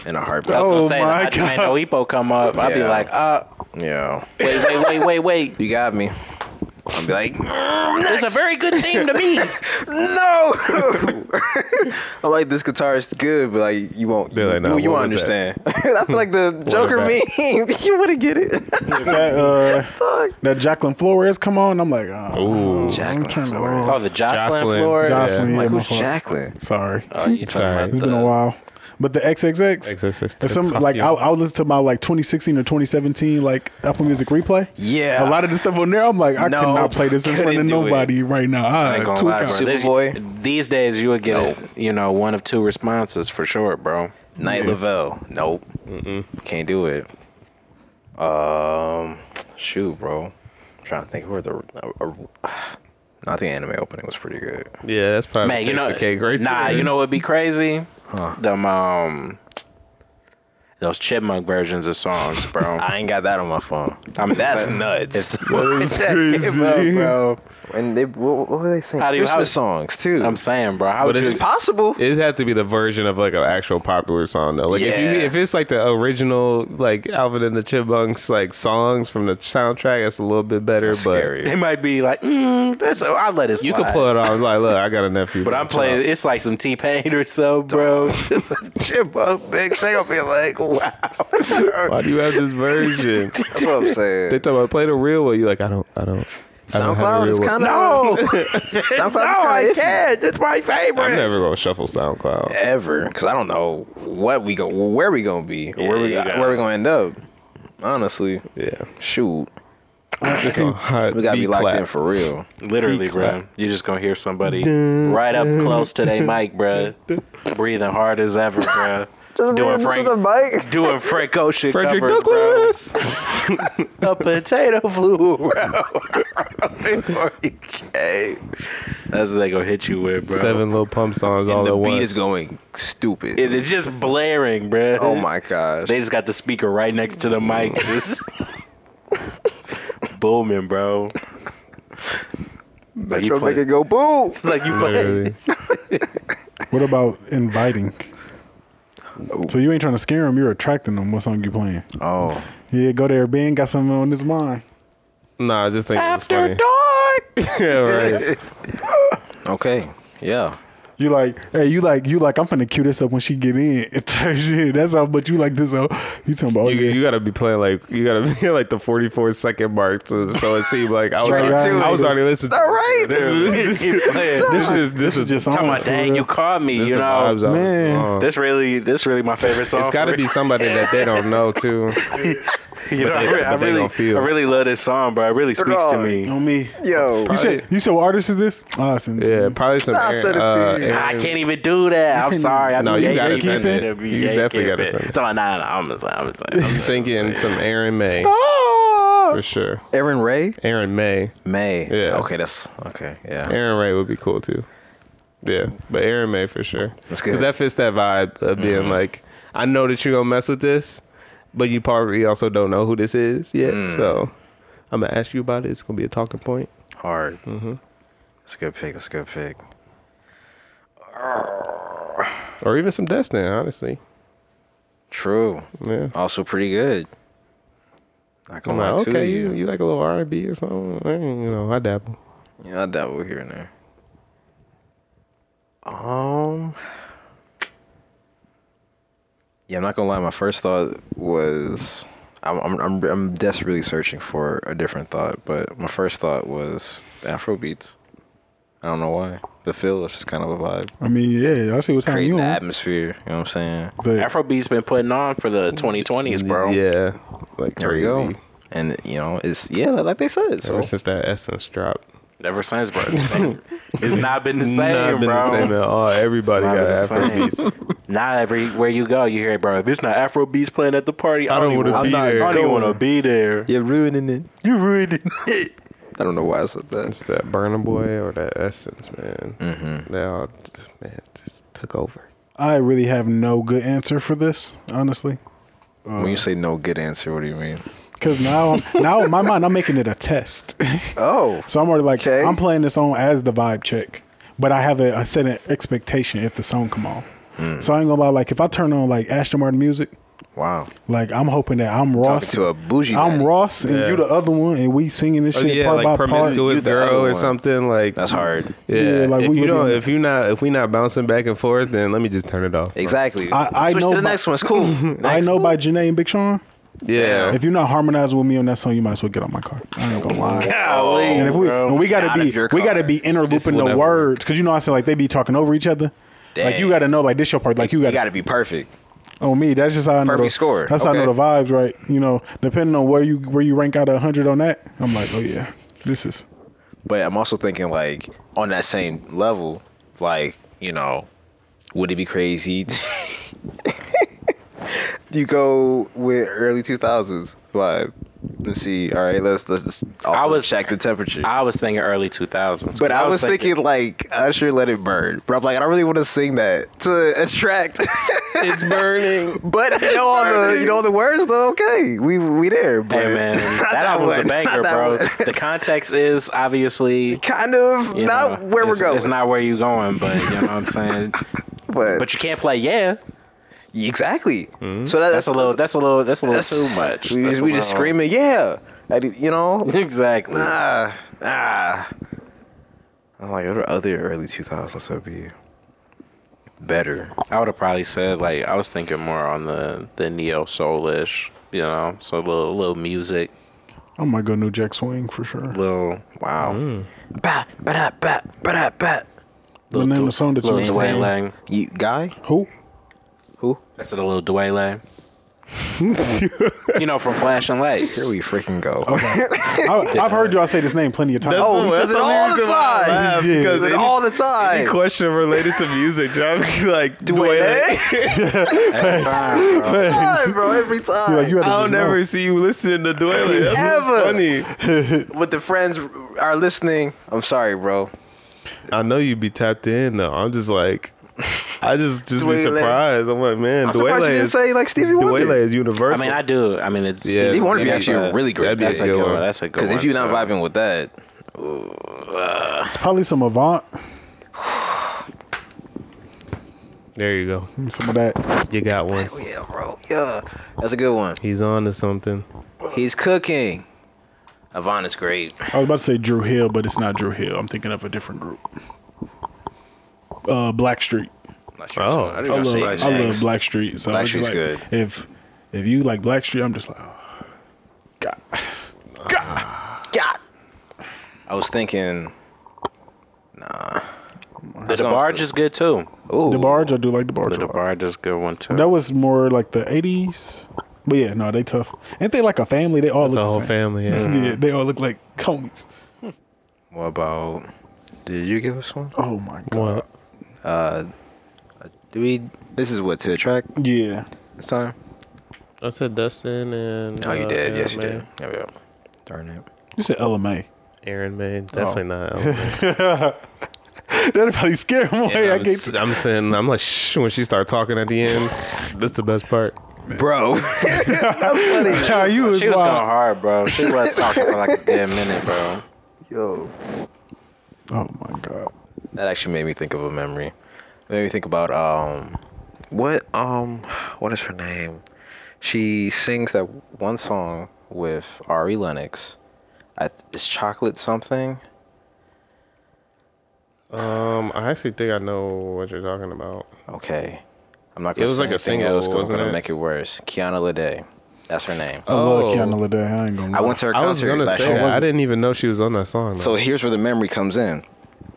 [SPEAKER 4] in a heartbeat.
[SPEAKER 1] I was
[SPEAKER 2] Oh
[SPEAKER 1] gonna say,
[SPEAKER 2] my
[SPEAKER 1] I just made no Hippo come up. I'd be
[SPEAKER 4] Yeah.
[SPEAKER 1] like, uh,
[SPEAKER 4] Yeah,
[SPEAKER 1] wait, wait, wait, wait, (laughs) wait.
[SPEAKER 4] you got me. I'll be like,
[SPEAKER 1] It's a very good theme to (laughs) me.
[SPEAKER 4] no. (laughs) I'm like, this guitar is good, but like, you won't. You,
[SPEAKER 3] They're like, "Nah,
[SPEAKER 4] you
[SPEAKER 3] what
[SPEAKER 4] won't
[SPEAKER 3] was that?"
[SPEAKER 4] understand. (laughs) I feel like the Joker
[SPEAKER 3] back.
[SPEAKER 4] meme. (laughs) you wouldn't get it.
[SPEAKER 2] That uh,
[SPEAKER 4] Dog.
[SPEAKER 2] that Jacqueline Flores come on. I'm like, oh,
[SPEAKER 3] Ooh,
[SPEAKER 2] I'm turning around.
[SPEAKER 1] Oh, the Jocelyn,
[SPEAKER 3] Jocelyn.
[SPEAKER 1] floor.
[SPEAKER 2] Jocelyn, yeah,
[SPEAKER 4] like,
[SPEAKER 2] my
[SPEAKER 4] who's
[SPEAKER 2] fault.
[SPEAKER 4] Jacqueline?
[SPEAKER 2] Sorry,
[SPEAKER 1] Oh, you talking
[SPEAKER 3] Sorry.
[SPEAKER 1] about
[SPEAKER 2] it's
[SPEAKER 1] the,
[SPEAKER 2] been a while. But the XXX,
[SPEAKER 3] XXX
[SPEAKER 2] There's some like I, I would listen to my like 2016 or 2017 like Apple Music replay.
[SPEAKER 4] Yeah.
[SPEAKER 2] a lot of the stuff on there. I'm like, I
[SPEAKER 4] No,
[SPEAKER 2] cannot play this in front of
[SPEAKER 4] couldn't do it.
[SPEAKER 2] nobody right now. I,
[SPEAKER 1] I ain't gonna
[SPEAKER 2] two
[SPEAKER 1] lie, bro.
[SPEAKER 2] counts.
[SPEAKER 4] Super
[SPEAKER 1] This-
[SPEAKER 4] Boy.
[SPEAKER 1] These days, you would get, you know, one of two responses for sure, bro.
[SPEAKER 4] Night Lavelle. Nope. Can't do it. Um, shoot, bro. I'm trying to think who are the. Uh, uh, I think anime opening was pretty good.
[SPEAKER 3] yeah, that's probably
[SPEAKER 1] Man, you know,
[SPEAKER 3] the cake right
[SPEAKER 1] nah,
[SPEAKER 3] there.
[SPEAKER 1] you know what'd be crazy? Them um, those chipmunk versions of
[SPEAKER 3] (laughs)
[SPEAKER 1] songs, bro.
[SPEAKER 4] I ain't got that on my phone.
[SPEAKER 1] I mean,
[SPEAKER 4] That's
[SPEAKER 1] that-
[SPEAKER 4] nuts. (laughs)
[SPEAKER 2] That's crazy.
[SPEAKER 1] bro.
[SPEAKER 4] and they, what, what were they singing?
[SPEAKER 1] How do you-
[SPEAKER 4] Christmas
[SPEAKER 1] how-
[SPEAKER 4] songs too.
[SPEAKER 1] I'm saying, bro. How
[SPEAKER 3] But
[SPEAKER 1] would you
[SPEAKER 3] it's-
[SPEAKER 4] it's possible. (laughs)
[SPEAKER 3] It had to be the version of like an actual popular song though. Like if you
[SPEAKER 4] Yeah.
[SPEAKER 3] if it's like the original like Alvin and the Chipmunks like songs from the soundtrack, that's a little bit better. but
[SPEAKER 1] They might be like, mm, that's I'll let it slide.
[SPEAKER 3] you can pull it off. Like look, I got a nephew.
[SPEAKER 1] But I'm playing. It's like some T Pain or
[SPEAKER 3] (laughs)
[SPEAKER 1] so, bro. (laughs)
[SPEAKER 4] Chipmunk big thing. I'll be like, wow.
[SPEAKER 3] Why do you have this
[SPEAKER 1] (laughs)
[SPEAKER 3] version?
[SPEAKER 4] That's what I'm
[SPEAKER 3] they
[SPEAKER 4] saying.
[SPEAKER 3] talk about play the real one. You like I don't I don't. I don't have a
[SPEAKER 4] SoundCloud
[SPEAKER 3] real
[SPEAKER 4] is
[SPEAKER 3] one.
[SPEAKER 4] kind of
[SPEAKER 1] No.
[SPEAKER 4] (laughs) SoundCloud is kind of iffy.
[SPEAKER 1] can't. It's my favorite.
[SPEAKER 3] I'm never gonna shuffle SoundCloud.
[SPEAKER 4] ever because I don't know what we go, where we gonna be, or where we
[SPEAKER 1] Yeah, you got-
[SPEAKER 4] where we gonna end up. Honestly,
[SPEAKER 3] Yeah,
[SPEAKER 4] shoot,
[SPEAKER 3] it's (laughs) gonna hot
[SPEAKER 4] we gotta
[SPEAKER 3] beat
[SPEAKER 4] be locked
[SPEAKER 3] clap.
[SPEAKER 4] in for
[SPEAKER 3] (laughs)
[SPEAKER 4] real.
[SPEAKER 1] Literally, bro. You're just gonna hear somebody right up close to their mic, bro. breathing hard as ever, bro. doing Frank,
[SPEAKER 4] mic.
[SPEAKER 1] doing Frank Ocean
[SPEAKER 3] Frederick
[SPEAKER 1] covers, bro.
[SPEAKER 3] Douglass.
[SPEAKER 1] A potato (laughs) flew around.
[SPEAKER 3] (laughs)
[SPEAKER 1] That's what they gonna hit you with, bro.
[SPEAKER 3] Seven little pump songs all
[SPEAKER 4] the
[SPEAKER 3] at
[SPEAKER 4] beat
[SPEAKER 3] once.
[SPEAKER 4] is
[SPEAKER 3] (laughs)
[SPEAKER 4] going stupid.
[SPEAKER 1] And it's just blaring, bro.
[SPEAKER 4] oh my gosh,
[SPEAKER 1] They just got the speaker right next to the (laughs) mic. Just booming, bro. Like you,
[SPEAKER 4] Metro
[SPEAKER 1] play,
[SPEAKER 4] make it
[SPEAKER 3] (laughs)
[SPEAKER 4] go boom.
[SPEAKER 1] like you play.
[SPEAKER 3] Literally.
[SPEAKER 2] What about inviting? So you ain't trying to scare them. You're attracting them. What song you playing?
[SPEAKER 4] (laughs) Oh,
[SPEAKER 2] Yeah, go there, Ben. Got something on his mind.
[SPEAKER 3] Nah, I just think
[SPEAKER 1] After
[SPEAKER 3] it's funny. (laughs)
[SPEAKER 1] (laughs) dark.
[SPEAKER 3] yeah, right.
[SPEAKER 4] okay, yeah.
[SPEAKER 2] You like, hey, you like, you like. I'm finna cue this up when she get in. (laughs) Shit, that's how. But you like this. Oh, you talking about? Oh,
[SPEAKER 3] You,
[SPEAKER 2] yeah.
[SPEAKER 3] you gotta be playing like you gotta (laughs) be at, like the 44 second mark, to, so it seemed like I was
[SPEAKER 2] Straight
[SPEAKER 3] already,
[SPEAKER 2] to
[SPEAKER 3] I was
[SPEAKER 2] it.
[SPEAKER 3] already listening.
[SPEAKER 4] All right.
[SPEAKER 3] this, is-
[SPEAKER 1] He playing.
[SPEAKER 3] this is this is just
[SPEAKER 2] just on
[SPEAKER 1] Talking
[SPEAKER 2] it
[SPEAKER 1] about,
[SPEAKER 2] for
[SPEAKER 1] dang,
[SPEAKER 2] real.
[SPEAKER 1] you called me.
[SPEAKER 3] this
[SPEAKER 1] you
[SPEAKER 3] the
[SPEAKER 1] know,
[SPEAKER 3] vibes I was
[SPEAKER 2] Man.
[SPEAKER 3] on.
[SPEAKER 1] this really, this really my favorite
[SPEAKER 3] (laughs)
[SPEAKER 1] song.
[SPEAKER 3] it's gotta
[SPEAKER 1] for-
[SPEAKER 3] be somebody that they don't know
[SPEAKER 4] (laughs)
[SPEAKER 3] too.
[SPEAKER 1] You know, I
[SPEAKER 3] they-
[SPEAKER 1] re- I
[SPEAKER 3] but they
[SPEAKER 1] really,
[SPEAKER 3] gonna feel.
[SPEAKER 1] I really love this song, bro. It really speaks to
[SPEAKER 4] Dog.
[SPEAKER 1] me.
[SPEAKER 2] on me.
[SPEAKER 4] Yo,
[SPEAKER 1] Oh,
[SPEAKER 2] You said you said what artist is this? Ah, I sent it to
[SPEAKER 3] Yeah,
[SPEAKER 2] you.
[SPEAKER 3] probably some.
[SPEAKER 4] I'll
[SPEAKER 3] Aaron-
[SPEAKER 4] send it to
[SPEAKER 3] uh,
[SPEAKER 4] you.
[SPEAKER 3] Aaron-
[SPEAKER 1] I can't even do
[SPEAKER 3] (laughs)
[SPEAKER 1] that. I'm sorry. I'm
[SPEAKER 3] No, you gotta send it. You definitely gotta send it.
[SPEAKER 1] So, nah, nah, I'm just, I'm just, I'm
[SPEAKER 3] I'm
[SPEAKER 1] just
[SPEAKER 3] thinking some Aaron May
[SPEAKER 2] Ah!
[SPEAKER 3] for sure.
[SPEAKER 4] Aaron Ray
[SPEAKER 3] Aaron May,
[SPEAKER 4] May.
[SPEAKER 3] Yeah.
[SPEAKER 4] Okay, that's okay. Yeah.
[SPEAKER 3] Aaron Ray would be cool too. Yeah, but Aaron May for sure.
[SPEAKER 4] That's good.
[SPEAKER 3] Because that fits that vibe of being
[SPEAKER 1] Mm-hmm.
[SPEAKER 3] like, I know that you're gonna mess with this, but you probably also don't know who this is yet.
[SPEAKER 1] Mm.
[SPEAKER 3] So I'm gonna ask you about it. It's gonna be a talking point.
[SPEAKER 4] Hard. Mm-hmm. That's a good pick. That's a good pick.
[SPEAKER 3] Or even some Destiny, honestly.
[SPEAKER 4] True.
[SPEAKER 3] Yeah.
[SPEAKER 4] Also pretty good. I
[SPEAKER 3] I'm
[SPEAKER 4] can
[SPEAKER 3] like,
[SPEAKER 4] lie to
[SPEAKER 3] okay, you,
[SPEAKER 4] you.
[SPEAKER 3] you like a little R and B or something? I ain't- You know, I dabble.
[SPEAKER 4] Yeah, I dabble here and there. Um. Yeah, I'm not gonna lie. My first thought was, I'm I'm I'm, I'm desperately searching for a different thought, but my first thought was Afro beats. I don't know why. The feel is just kind of a vibe.
[SPEAKER 2] I mean, yeah, I see what time
[SPEAKER 4] Creating
[SPEAKER 2] you
[SPEAKER 4] the
[SPEAKER 2] on.
[SPEAKER 4] atmosphere. You know what I'm saying?
[SPEAKER 2] But
[SPEAKER 1] Afrobeat's been putting on for the 2020s, bro.
[SPEAKER 3] Yeah, like
[SPEAKER 4] There
[SPEAKER 3] crazy.
[SPEAKER 4] you go. And you know, it's yeah, like like they said. It's
[SPEAKER 3] Ever since that Essence dropped,
[SPEAKER 1] Ever since, bro. it's not been the
[SPEAKER 3] (laughs)
[SPEAKER 1] same,
[SPEAKER 3] not been
[SPEAKER 1] bro.
[SPEAKER 3] the same at all. Everybody
[SPEAKER 1] It's
[SPEAKER 3] got
[SPEAKER 1] not
[SPEAKER 3] Afro
[SPEAKER 1] been the
[SPEAKER 3] beats.
[SPEAKER 1] Now everywhere you go, you hear it, bro. If it's not Afro beats playing at the party, I,
[SPEAKER 3] I don't
[SPEAKER 1] even
[SPEAKER 3] wanna
[SPEAKER 1] wanna-
[SPEAKER 3] be
[SPEAKER 1] I'm not-
[SPEAKER 3] there.
[SPEAKER 1] I don't even
[SPEAKER 3] Go
[SPEAKER 1] want to
[SPEAKER 3] on.
[SPEAKER 1] be there.
[SPEAKER 4] You're ruining it.
[SPEAKER 1] You ruined it.
[SPEAKER 4] I don't know why I said that.
[SPEAKER 3] It's that Burner Boy or that Essence, man. Mm-hmm. They all, just- man, just took over.
[SPEAKER 2] (laughs) I really have no good answer for this, honestly. uh,
[SPEAKER 4] When you say no good answer, what do you mean?
[SPEAKER 2] Because now, now in my mind, I'm (laughs) making it a test. (laughs)
[SPEAKER 4] Oh,
[SPEAKER 2] so I'm already like,
[SPEAKER 4] Okay.
[SPEAKER 2] I'm playing this song as the vibe check, but I have a, a set an expectation if the song come on. So I ain't gonna lie. Like if I turn on like Ashton Martin music,
[SPEAKER 4] wow.
[SPEAKER 2] like I'm hoping that I'm Ross.
[SPEAKER 4] Talking to a bougie.
[SPEAKER 2] I'm
[SPEAKER 4] daddy.
[SPEAKER 2] Ross and
[SPEAKER 3] Yeah.
[SPEAKER 2] you the other one, and we singing this
[SPEAKER 3] Oh,
[SPEAKER 2] shit
[SPEAKER 3] yeah,
[SPEAKER 2] part
[SPEAKER 3] like
[SPEAKER 2] by part.
[SPEAKER 3] promiscuous
[SPEAKER 4] You the other
[SPEAKER 3] girl or
[SPEAKER 4] one.
[SPEAKER 3] something like
[SPEAKER 4] That's hard.
[SPEAKER 3] Yeah,
[SPEAKER 2] Yeah, like,
[SPEAKER 3] if
[SPEAKER 2] we
[SPEAKER 3] you
[SPEAKER 2] really
[SPEAKER 3] don't,
[SPEAKER 2] on-
[SPEAKER 3] if you not, if we not bouncing back and forth, then let me just turn it off.
[SPEAKER 4] Exactly.
[SPEAKER 2] I- I
[SPEAKER 4] Switch
[SPEAKER 2] know
[SPEAKER 4] to the
[SPEAKER 2] by-
[SPEAKER 4] next one. It's
[SPEAKER 2] (laughs)
[SPEAKER 4] cool.
[SPEAKER 2] I
[SPEAKER 4] Next
[SPEAKER 2] know
[SPEAKER 4] one.
[SPEAKER 2] by Janae and Big Sean.
[SPEAKER 3] Yeah,
[SPEAKER 2] If you're not harmonizing with me on that song, you might as well get on my car. I ain't gonna lie. And if we
[SPEAKER 1] Oh, bro.
[SPEAKER 2] and we gotta
[SPEAKER 4] Out
[SPEAKER 2] be
[SPEAKER 4] of your
[SPEAKER 2] we
[SPEAKER 4] car.
[SPEAKER 2] gotta be interlooping
[SPEAKER 3] will
[SPEAKER 2] the
[SPEAKER 3] never
[SPEAKER 2] words because you know I said like they be talking over each other. Like you
[SPEAKER 4] Dang.
[SPEAKER 2] gotta know like this your part. Like you
[SPEAKER 4] You
[SPEAKER 2] gotta,
[SPEAKER 4] got to be perfect.
[SPEAKER 2] on me. That's just how I know.
[SPEAKER 4] Perfect
[SPEAKER 2] the-
[SPEAKER 4] score.
[SPEAKER 2] That's how I know
[SPEAKER 4] Okay.
[SPEAKER 2] the vibes, right? You know, depending on where you where you rank out of hundred on that, I'm like, oh yeah, this is.
[SPEAKER 4] But I'm also thinking like on that same level, like you know, would it be crazy? to- (laughs) you go with early 2000s vibe. Let's see. All right, let's let's just also
[SPEAKER 1] I was-
[SPEAKER 4] check the temperature.
[SPEAKER 1] I was thinking early 2000s.
[SPEAKER 4] but I was, thinking, like Usher, "Let It Burn," but I'm like, I don't really want to sing that to attract.
[SPEAKER 3] it's
[SPEAKER 1] (laughs)
[SPEAKER 3] burning.
[SPEAKER 4] But if you know all the you know all the words though, okay, we we there. But (laughs)
[SPEAKER 1] Hey man, that, album's
[SPEAKER 4] one.
[SPEAKER 1] a banger,
[SPEAKER 4] Not that
[SPEAKER 1] bro.
[SPEAKER 4] one.
[SPEAKER 1] The context is obviously
[SPEAKER 4] kind of
[SPEAKER 1] you
[SPEAKER 4] not
[SPEAKER 1] know,
[SPEAKER 4] where we're
[SPEAKER 1] it's-
[SPEAKER 4] going.
[SPEAKER 1] It's not where you're going, but you know what
[SPEAKER 4] (laughs)
[SPEAKER 1] I'm saying.
[SPEAKER 4] but,
[SPEAKER 1] But you can't play yeah.
[SPEAKER 4] exactly. So that,
[SPEAKER 1] That's a little. That's a little. That's a little too much.
[SPEAKER 4] We
[SPEAKER 1] That's
[SPEAKER 4] just,
[SPEAKER 1] a
[SPEAKER 4] we just
[SPEAKER 1] little-
[SPEAKER 4] screaming, yeah. I do- you know,
[SPEAKER 1] (laughs) Exactly.
[SPEAKER 4] ah, ah. I'm like, what are other early 2000s would be better?
[SPEAKER 1] I would have probably said like I was thinking more on the the neo soulish, you know, so a little little music,
[SPEAKER 2] I might go New Jack Swing for sure.
[SPEAKER 1] little
[SPEAKER 4] Wow. Oh.
[SPEAKER 1] Mm.
[SPEAKER 4] Ba ba da ba ba da ba.
[SPEAKER 2] The name of the song that you
[SPEAKER 1] little
[SPEAKER 2] was
[SPEAKER 1] Dwayne
[SPEAKER 2] playing.
[SPEAKER 1] Lang.
[SPEAKER 4] You guy?
[SPEAKER 2] Who?
[SPEAKER 4] Who?
[SPEAKER 1] That's a little
[SPEAKER 2] (laughs)
[SPEAKER 1] Dwayne Lang. you know from Flashing Lights.
[SPEAKER 4] Here we freaking go. (laughs)
[SPEAKER 2] I, I've heard y'all say this name plenty of times.
[SPEAKER 4] Oh, he
[SPEAKER 3] That's
[SPEAKER 4] says it
[SPEAKER 3] the
[SPEAKER 4] all the
[SPEAKER 3] reason why I laugh,
[SPEAKER 4] time. He
[SPEAKER 3] because
[SPEAKER 4] says it
[SPEAKER 3] any-
[SPEAKER 4] all the
[SPEAKER 3] Any
[SPEAKER 4] time.
[SPEAKER 3] question related to music, John? (laughs) be Like, do
[SPEAKER 4] Wait,
[SPEAKER 3] I?
[SPEAKER 1] Every time, bro.
[SPEAKER 4] time, bro. Every time.
[SPEAKER 2] like, you had to
[SPEAKER 3] I'll
[SPEAKER 2] just know.
[SPEAKER 3] never see you listening to Dwayne. That's
[SPEAKER 4] Ever.
[SPEAKER 3] funny.
[SPEAKER 4] But the friends are listening. I'm sorry, bro.
[SPEAKER 3] I know you be tapped in though. I'm just like, I just just be
[SPEAKER 4] Dwayne.
[SPEAKER 3] surprised. I'm like, man,
[SPEAKER 4] I'm surprised you
[SPEAKER 3] Dwayne
[SPEAKER 4] didn't
[SPEAKER 3] is
[SPEAKER 4] say like Stevie Wonder.
[SPEAKER 3] Dwayne is
[SPEAKER 1] I
[SPEAKER 3] universal.
[SPEAKER 1] mean, I do. I mean, it's
[SPEAKER 3] Yeah,
[SPEAKER 1] it's-
[SPEAKER 4] Stevie Wonder be
[SPEAKER 1] that's
[SPEAKER 4] actually really great.
[SPEAKER 3] that'd be
[SPEAKER 1] That's a
[SPEAKER 3] good
[SPEAKER 1] good one.
[SPEAKER 3] one.
[SPEAKER 1] That's a good one.
[SPEAKER 4] Because if you're not
[SPEAKER 1] too.
[SPEAKER 4] vibing with that,
[SPEAKER 2] It's probably some Avant,
[SPEAKER 3] there you go.
[SPEAKER 2] some of that.
[SPEAKER 3] You got one.
[SPEAKER 4] Oh, yeah, bro, yeah, that's a good one.
[SPEAKER 3] He's on to something.
[SPEAKER 4] He's cooking. Avon is great.
[SPEAKER 2] I was about to say Drew Hill, but it's not Drew Hill. I'm thinking of a different group. Uh, Blackstreet.
[SPEAKER 4] Not sure
[SPEAKER 3] Oh,
[SPEAKER 4] so- I,
[SPEAKER 2] I
[SPEAKER 4] didn't
[SPEAKER 2] love,
[SPEAKER 4] say
[SPEAKER 2] I
[SPEAKER 4] it
[SPEAKER 2] love
[SPEAKER 4] next.
[SPEAKER 2] Blackstreet. So it's
[SPEAKER 4] Blackstreet's
[SPEAKER 2] like,
[SPEAKER 4] good.
[SPEAKER 2] If if you like Blackstreet, I'm just like, oh, God.
[SPEAKER 4] God. I was thinking.
[SPEAKER 1] the DeBarge is good too.
[SPEAKER 4] Ooh,
[SPEAKER 2] The Barge, I do like the Barge.
[SPEAKER 1] The
[SPEAKER 2] a lot.
[SPEAKER 1] DeBarge is a good one too.
[SPEAKER 2] That was more like the '80s. But yeah, no, they tough. Ain't they like a family? They all
[SPEAKER 3] It's a
[SPEAKER 2] look the
[SPEAKER 3] whole
[SPEAKER 2] same.
[SPEAKER 3] family. Yeah.
[SPEAKER 2] Yeah, they all look like homies.
[SPEAKER 4] What about? Did you give us one?
[SPEAKER 2] Oh my god.
[SPEAKER 3] Well,
[SPEAKER 4] Do we? This is what to attract
[SPEAKER 2] Yeah.
[SPEAKER 4] this time.
[SPEAKER 3] I said Dustin and.
[SPEAKER 4] Oh, you
[SPEAKER 3] uh,
[SPEAKER 4] did.
[SPEAKER 3] Aaron
[SPEAKER 4] yes, you
[SPEAKER 3] May.
[SPEAKER 4] did. There we go. Darn it.
[SPEAKER 2] You said LMA.
[SPEAKER 3] Aaron
[SPEAKER 4] Oh.
[SPEAKER 3] May, definitely
[SPEAKER 4] (laughs)
[SPEAKER 3] not. Ellen May.
[SPEAKER 2] (laughs) That'd probably scare them away. I
[SPEAKER 3] I'm,
[SPEAKER 2] can't.
[SPEAKER 3] s- I'm saying, I'm like, shh, when she started talking at the end, that's the best part.
[SPEAKER 4] Bro, (laughs)
[SPEAKER 2] Child, you was
[SPEAKER 1] she was going
[SPEAKER 2] wild.
[SPEAKER 1] hard, bro. She was talking for like a good minute, bro.
[SPEAKER 4] yo,
[SPEAKER 2] Oh my god.
[SPEAKER 4] that actually made me think of a memory. It made me think about um, what um, what is her name? She sings that one song with Ari Lennox. I, it's chocolate something.
[SPEAKER 3] Um, I actually think I know what you're talking about.
[SPEAKER 4] Okay, I'm not gonna.
[SPEAKER 3] It was
[SPEAKER 4] say
[SPEAKER 3] like a
[SPEAKER 4] anything
[SPEAKER 3] single,
[SPEAKER 4] else 'cause I'm
[SPEAKER 3] wasn't
[SPEAKER 4] gonna
[SPEAKER 3] it?
[SPEAKER 4] make it worse. Kiana Lede, that's her name.
[SPEAKER 2] I
[SPEAKER 3] Oh.
[SPEAKER 2] love Keanu Lede. I ain't gonna. Lie.
[SPEAKER 4] I went to her
[SPEAKER 3] I was
[SPEAKER 4] concert
[SPEAKER 3] gonna
[SPEAKER 4] last
[SPEAKER 3] say
[SPEAKER 4] year.
[SPEAKER 3] I didn't even know she was on that song. though.
[SPEAKER 4] So here's where the memory comes in.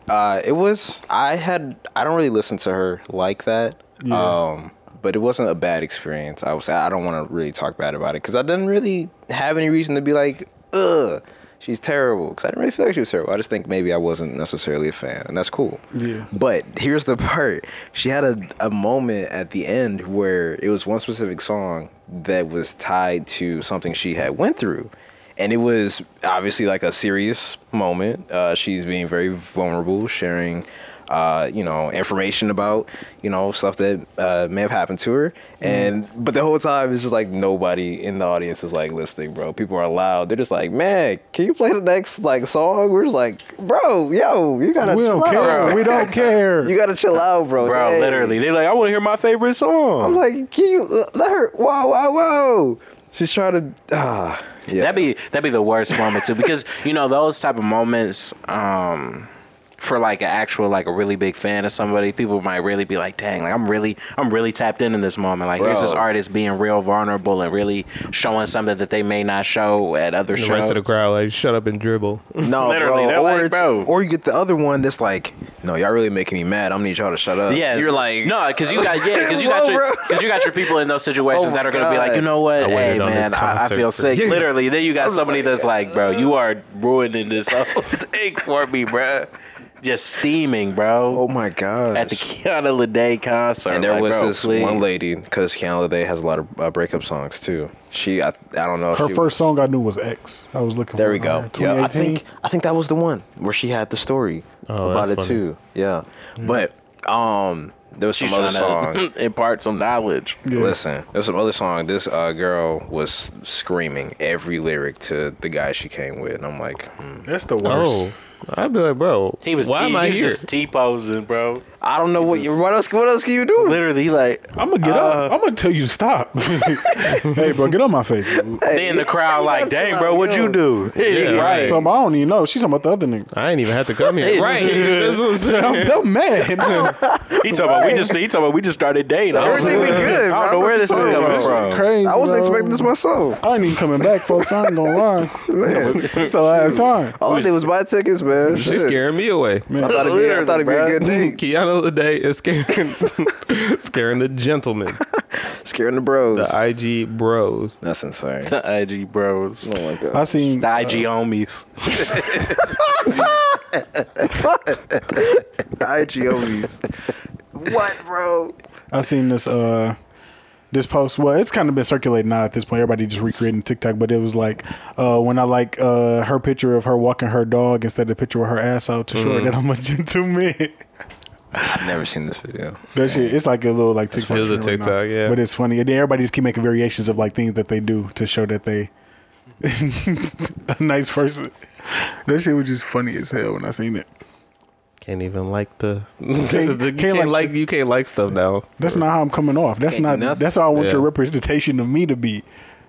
[SPEAKER 4] Uh, it was I had I don't really listen to her like that. Um, but it wasn't a bad experience. I was I don't want to really talk bad about it because I didn't really have any reason to be like, ugh, she's terrible. Because I didn't really feel like she was terrible. I just think maybe I wasn't necessarily a fan, and that's cool.
[SPEAKER 2] Yeah.
[SPEAKER 4] But here's the part: she had a a moment at the end where it was one specific song that was tied to something she had went through, and it was obviously like a serious moment. Uh, she's being very vulnerable, sharing, uh, you know, information about you know stuff that uh, may have happened to her. And but the whole time it's just like nobody in the audience is like listening, bro. People are loud. They're just like, man, can you play the next like song? We're just like, bro, yo, you gotta
[SPEAKER 2] We don't
[SPEAKER 4] chill out,
[SPEAKER 2] care.
[SPEAKER 4] bro. (laughs)
[SPEAKER 2] We don't care.
[SPEAKER 4] You gotta chill out, bro.
[SPEAKER 1] Bro,
[SPEAKER 4] Dang.
[SPEAKER 1] literally, they're like, I want to hear my favorite song.
[SPEAKER 4] I'm like, can you uh, let her? Whoa, whoa, whoa. She's trying to. Ah, yeah.
[SPEAKER 1] That'd be that'd be the worst moment too, because (laughs) you know those type of moments. Um, for like an actual like a really big fan of somebody, people might really be like, "Dang, like I'm really I'm really tapped in in this moment." Like here's this
[SPEAKER 4] Bro.
[SPEAKER 1] artist being real vulnerable and really showing something that they may not show at other
[SPEAKER 3] the
[SPEAKER 1] shows.
[SPEAKER 3] rest of the crowd like shut up and dribble.
[SPEAKER 4] no,
[SPEAKER 1] literally, they're
[SPEAKER 4] bro.
[SPEAKER 1] like,
[SPEAKER 4] Or, it's-
[SPEAKER 1] bro.
[SPEAKER 4] or you get the other one that's like, no, y'all really making me mad. I'm gonna need y'all to shut up.
[SPEAKER 1] Yeah,
[SPEAKER 4] you're like,
[SPEAKER 1] no, because you got yeah, because you
[SPEAKER 4] (laughs)
[SPEAKER 1] got
[SPEAKER 4] Whoa,
[SPEAKER 1] your
[SPEAKER 4] bro.
[SPEAKER 1] because you got your people in those situations
[SPEAKER 4] Oh my
[SPEAKER 1] that are gonna be like,
[SPEAKER 4] God.
[SPEAKER 1] you know what,
[SPEAKER 3] I waited
[SPEAKER 1] hey
[SPEAKER 3] on this
[SPEAKER 1] man, I, I
[SPEAKER 3] concert
[SPEAKER 1] feel
[SPEAKER 3] for-
[SPEAKER 1] sick.
[SPEAKER 4] Yeah.
[SPEAKER 1] Literally, then you got
[SPEAKER 4] was
[SPEAKER 1] somebody
[SPEAKER 4] like,
[SPEAKER 1] that's like, bro, you are ruining this whole (laughs) thing for me, bro. Just steaming, bro.
[SPEAKER 4] oh my god.
[SPEAKER 1] at the Kiana Lede concert,
[SPEAKER 4] and there
[SPEAKER 1] Like,
[SPEAKER 4] was
[SPEAKER 1] bro,
[SPEAKER 4] this
[SPEAKER 1] please.
[SPEAKER 4] one lady because Kiana Lede has a lot of uh, breakup songs too. She, I, I don't know. if
[SPEAKER 2] Her
[SPEAKER 4] she
[SPEAKER 2] first
[SPEAKER 4] was-
[SPEAKER 2] song I knew was X. I was looking.
[SPEAKER 4] There
[SPEAKER 2] for
[SPEAKER 4] we
[SPEAKER 2] it.
[SPEAKER 4] go. Yeah, I
[SPEAKER 2] 2018.
[SPEAKER 4] think I think that was the one where she had the story
[SPEAKER 3] Oh,
[SPEAKER 4] about it
[SPEAKER 3] that's funny.
[SPEAKER 4] too. Yeah, but um, there was some
[SPEAKER 1] She's
[SPEAKER 4] other
[SPEAKER 1] trying
[SPEAKER 4] song. (laughs)
[SPEAKER 1] to (laughs) impart some knowledge.
[SPEAKER 2] Yeah.
[SPEAKER 4] Listen, there's some other song. This uh, girl was screaming every lyric to the guy she came with, and I'm like, hmm.
[SPEAKER 2] that's the
[SPEAKER 3] Oh,
[SPEAKER 2] worst.
[SPEAKER 3] I'd be like, bro,
[SPEAKER 1] He was
[SPEAKER 3] why
[SPEAKER 1] Why
[SPEAKER 3] am I
[SPEAKER 1] he was
[SPEAKER 3] here?
[SPEAKER 1] just T posing, bro.
[SPEAKER 4] I don't know what you, what else what else can you do?
[SPEAKER 1] Literally, like
[SPEAKER 2] I'm gonna get
[SPEAKER 4] Uh,
[SPEAKER 2] up. I'm gonna tell you to stop. (laughs) hey, bro, get on my face. dude.
[SPEAKER 1] they in
[SPEAKER 4] (laughs)
[SPEAKER 1] the crowd, like, dang, bro, what'd you do?
[SPEAKER 3] Yeah.
[SPEAKER 1] right.
[SPEAKER 2] So I don't even know. She's talking about the other nigga.
[SPEAKER 3] I ain't even have to come (laughs) here. right. That's what I'm
[SPEAKER 2] (laughs) I'm,
[SPEAKER 3] saying.
[SPEAKER 2] I'm (laughs) mad.
[SPEAKER 1] He talking about we just he talking about we just started dating. I don't know-
[SPEAKER 4] Everything been good.
[SPEAKER 1] I don't
[SPEAKER 4] bro.
[SPEAKER 1] know where this is
[SPEAKER 4] What you
[SPEAKER 1] coming
[SPEAKER 4] talking about?
[SPEAKER 1] from.
[SPEAKER 2] Crazy.
[SPEAKER 4] I wasn't
[SPEAKER 2] bro.
[SPEAKER 4] expecting this myself.
[SPEAKER 2] I ain't even coming back, folks. I ain't gonna lie.
[SPEAKER 4] (laughs) Man,
[SPEAKER 2] It's the last time.
[SPEAKER 4] all I did was buy tickets, man.
[SPEAKER 3] (laughs) She's
[SPEAKER 4] Shit.
[SPEAKER 3] scaring me
[SPEAKER 2] (laughs)
[SPEAKER 3] away.
[SPEAKER 4] I thought it'd be, I thought it'd be a good thing.
[SPEAKER 3] Keanu Lede is scaring, (laughs) scaring the gentlemen,
[SPEAKER 4] Scaring the bros.
[SPEAKER 2] (laughs)
[SPEAKER 3] the IG bros.
[SPEAKER 4] That's insane.
[SPEAKER 1] The IG bros,
[SPEAKER 4] Oh my god.
[SPEAKER 2] I seen
[SPEAKER 1] the IG homies.
[SPEAKER 4] The IGOVs. what, bro?
[SPEAKER 2] I seen this uh this post. Well, it's kind of been circulating now at this point. Everybody just recreating TikTok, but it was like uh when I like uh her picture of her walking her dog instead of the picture of her ass out to show her
[SPEAKER 3] Mm.
[SPEAKER 2] that I'm a (laughs) gentleman.
[SPEAKER 4] I've never seen this video.
[SPEAKER 2] That shit, it's like a little like TikTok.
[SPEAKER 3] It was a
[SPEAKER 2] trend right now.
[SPEAKER 3] TikTok, yeah.
[SPEAKER 2] But it's funny, and then everybody just keep making variations of like things that they do to show that they (laughs) a nice person. That shit was just funny as hell when I seen it.
[SPEAKER 3] Can't even like the. (laughs)
[SPEAKER 2] Can't-
[SPEAKER 3] you
[SPEAKER 2] can't
[SPEAKER 3] can't like
[SPEAKER 2] like-
[SPEAKER 3] you can't like stuff now.
[SPEAKER 2] That's not how I'm coming off. That's
[SPEAKER 4] Can't do
[SPEAKER 2] not.
[SPEAKER 4] nothing.
[SPEAKER 2] That's how I want
[SPEAKER 3] Yeah.
[SPEAKER 2] your representation of me to be.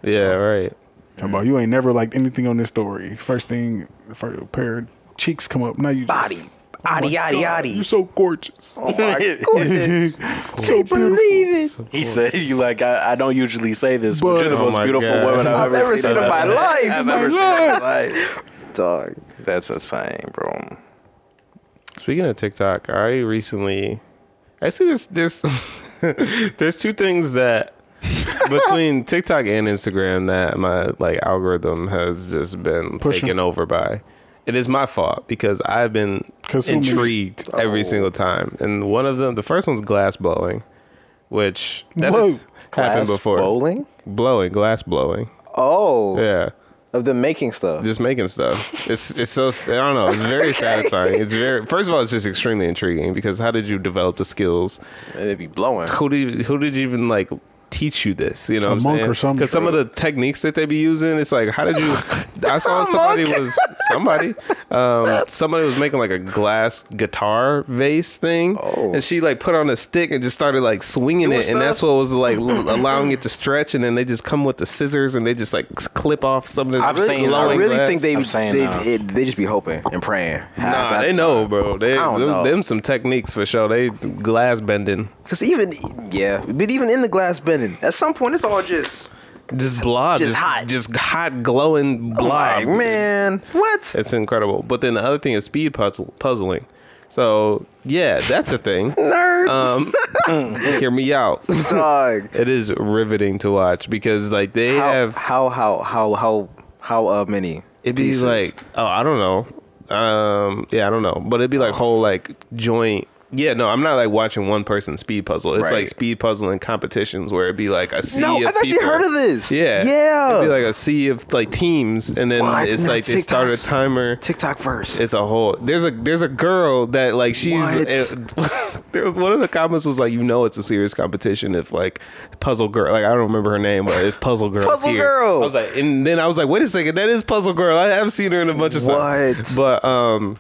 [SPEAKER 3] Yeah, right.
[SPEAKER 2] Talking about you ain't never liked anything on this story. First thing, first pair of cheeks come up. Now you just, Oh
[SPEAKER 4] Body.
[SPEAKER 2] my
[SPEAKER 4] Adi, adi,
[SPEAKER 2] God,
[SPEAKER 4] adi.
[SPEAKER 2] You're so gorgeous.
[SPEAKER 4] Oh
[SPEAKER 3] (laughs)
[SPEAKER 4] my goodness.
[SPEAKER 2] (laughs) so beautiful.
[SPEAKER 4] believe it.
[SPEAKER 1] He says you like I, I don't usually say this, but,
[SPEAKER 2] But-
[SPEAKER 1] you're the
[SPEAKER 3] Oh
[SPEAKER 1] most
[SPEAKER 3] my
[SPEAKER 1] beautiful
[SPEAKER 3] God.
[SPEAKER 1] woman I've,
[SPEAKER 4] I've ever seen in my life.
[SPEAKER 1] I've
[SPEAKER 4] My
[SPEAKER 1] ever seen in my life.
[SPEAKER 4] Dog.
[SPEAKER 1] That's insane, bro.
[SPEAKER 3] Speaking of TikTok, I recently I see there's there's (laughs) there's two things
[SPEAKER 2] (laughs)
[SPEAKER 3] that between TikTok and Instagram that my like algorithm has just been
[SPEAKER 2] Pushing.
[SPEAKER 3] taken over by. It is my fault because I've been
[SPEAKER 2] Consuming. Oh.
[SPEAKER 3] intrigued every single time. And one of them, the first one's glass blowing, which that
[SPEAKER 2] Whoa.
[SPEAKER 3] has happened before.
[SPEAKER 4] Bowling?
[SPEAKER 3] Blowing, glass blowing.
[SPEAKER 4] Oh.
[SPEAKER 3] Yeah.
[SPEAKER 4] Of them making stuff.
[SPEAKER 3] Just making stuff. It's it's so I don't know. It's very satisfying. It's very first of all, it's just extremely intriguing because how did you develop the skills
[SPEAKER 4] It'd be blowing.
[SPEAKER 3] who did who did you even like teach you this? You know, what I'm
[SPEAKER 2] monk
[SPEAKER 3] saying?
[SPEAKER 2] or some
[SPEAKER 3] some of the techniques that they be using, it's like, how did
[SPEAKER 4] (laughs)
[SPEAKER 3] you? I saw somebody was somebody, um, somebody was making like a glass guitar vase thing,
[SPEAKER 4] Oh.
[SPEAKER 3] and she like put on a stick and just started like swinging
[SPEAKER 4] Doing
[SPEAKER 3] it, and that's
[SPEAKER 4] stuff?
[SPEAKER 3] what was like
[SPEAKER 4] (laughs)
[SPEAKER 3] l- allowing it to stretch, and then they just come with the scissors and they just like clip off some of the.
[SPEAKER 1] I've seen- I
[SPEAKER 4] I
[SPEAKER 1] Blowing
[SPEAKER 4] really think they
[SPEAKER 1] I'm saying,
[SPEAKER 4] they,
[SPEAKER 1] uh,
[SPEAKER 4] it, they just be hoping and praying. half
[SPEAKER 3] Nah,
[SPEAKER 4] that
[SPEAKER 3] they
[SPEAKER 4] time.
[SPEAKER 3] know, bro. They
[SPEAKER 4] I don't
[SPEAKER 3] them,
[SPEAKER 4] know.
[SPEAKER 3] them some techniques for sure. They glass bending,
[SPEAKER 4] Cause even yeah, but even in the glass bending, at some point it's all just
[SPEAKER 3] just blob,
[SPEAKER 4] Just
[SPEAKER 3] just
[SPEAKER 4] hot.
[SPEAKER 3] just hot glowing blob.
[SPEAKER 4] like man, what?
[SPEAKER 3] It's incredible. But then the other thing is speed puzzle, puzzling. So yeah, that's a thing.
[SPEAKER 4] Nerd
[SPEAKER 3] Um, hear me out.
[SPEAKER 4] (laughs) dog.
[SPEAKER 3] It is riveting to watch because like (laughs) they
[SPEAKER 4] How,
[SPEAKER 3] have
[SPEAKER 4] how how how how how uh, many?
[SPEAKER 3] it'd be
[SPEAKER 4] pieces?
[SPEAKER 3] like oh I don't know, um yeah I don't know, but it'd be
[SPEAKER 4] Oh.
[SPEAKER 3] like whole like joint. Yeah, no, I'm not like watching one person speed puzzle. It's like
[SPEAKER 4] Right.
[SPEAKER 3] speed puzzling competitions where it'd be like a sea
[SPEAKER 4] No,
[SPEAKER 3] of
[SPEAKER 4] I've actually
[SPEAKER 3] people.
[SPEAKER 4] heard of this.
[SPEAKER 3] Yeah,
[SPEAKER 4] Yeah.
[SPEAKER 3] It'd be like a sea of like teams, and then
[SPEAKER 4] What?
[SPEAKER 3] it's
[SPEAKER 4] No,
[SPEAKER 3] like they start a
[SPEAKER 4] TikToks.
[SPEAKER 3] timer.
[SPEAKER 4] TikTok verse.
[SPEAKER 3] It's a whole. There's a there's a girl that like she's.
[SPEAKER 4] What?
[SPEAKER 3] it- (laughs) there was one of the comments was like, you know, it's a serious competition if like puzzle girl. Like I don't remember her name, but it's puzzle girl.
[SPEAKER 4] Puzzle
[SPEAKER 3] here.
[SPEAKER 4] Girl.
[SPEAKER 3] I was like, and then I was like, wait a second, that is puzzle girl. I have seen her in a bunch of
[SPEAKER 4] What?
[SPEAKER 3] stuff. But um.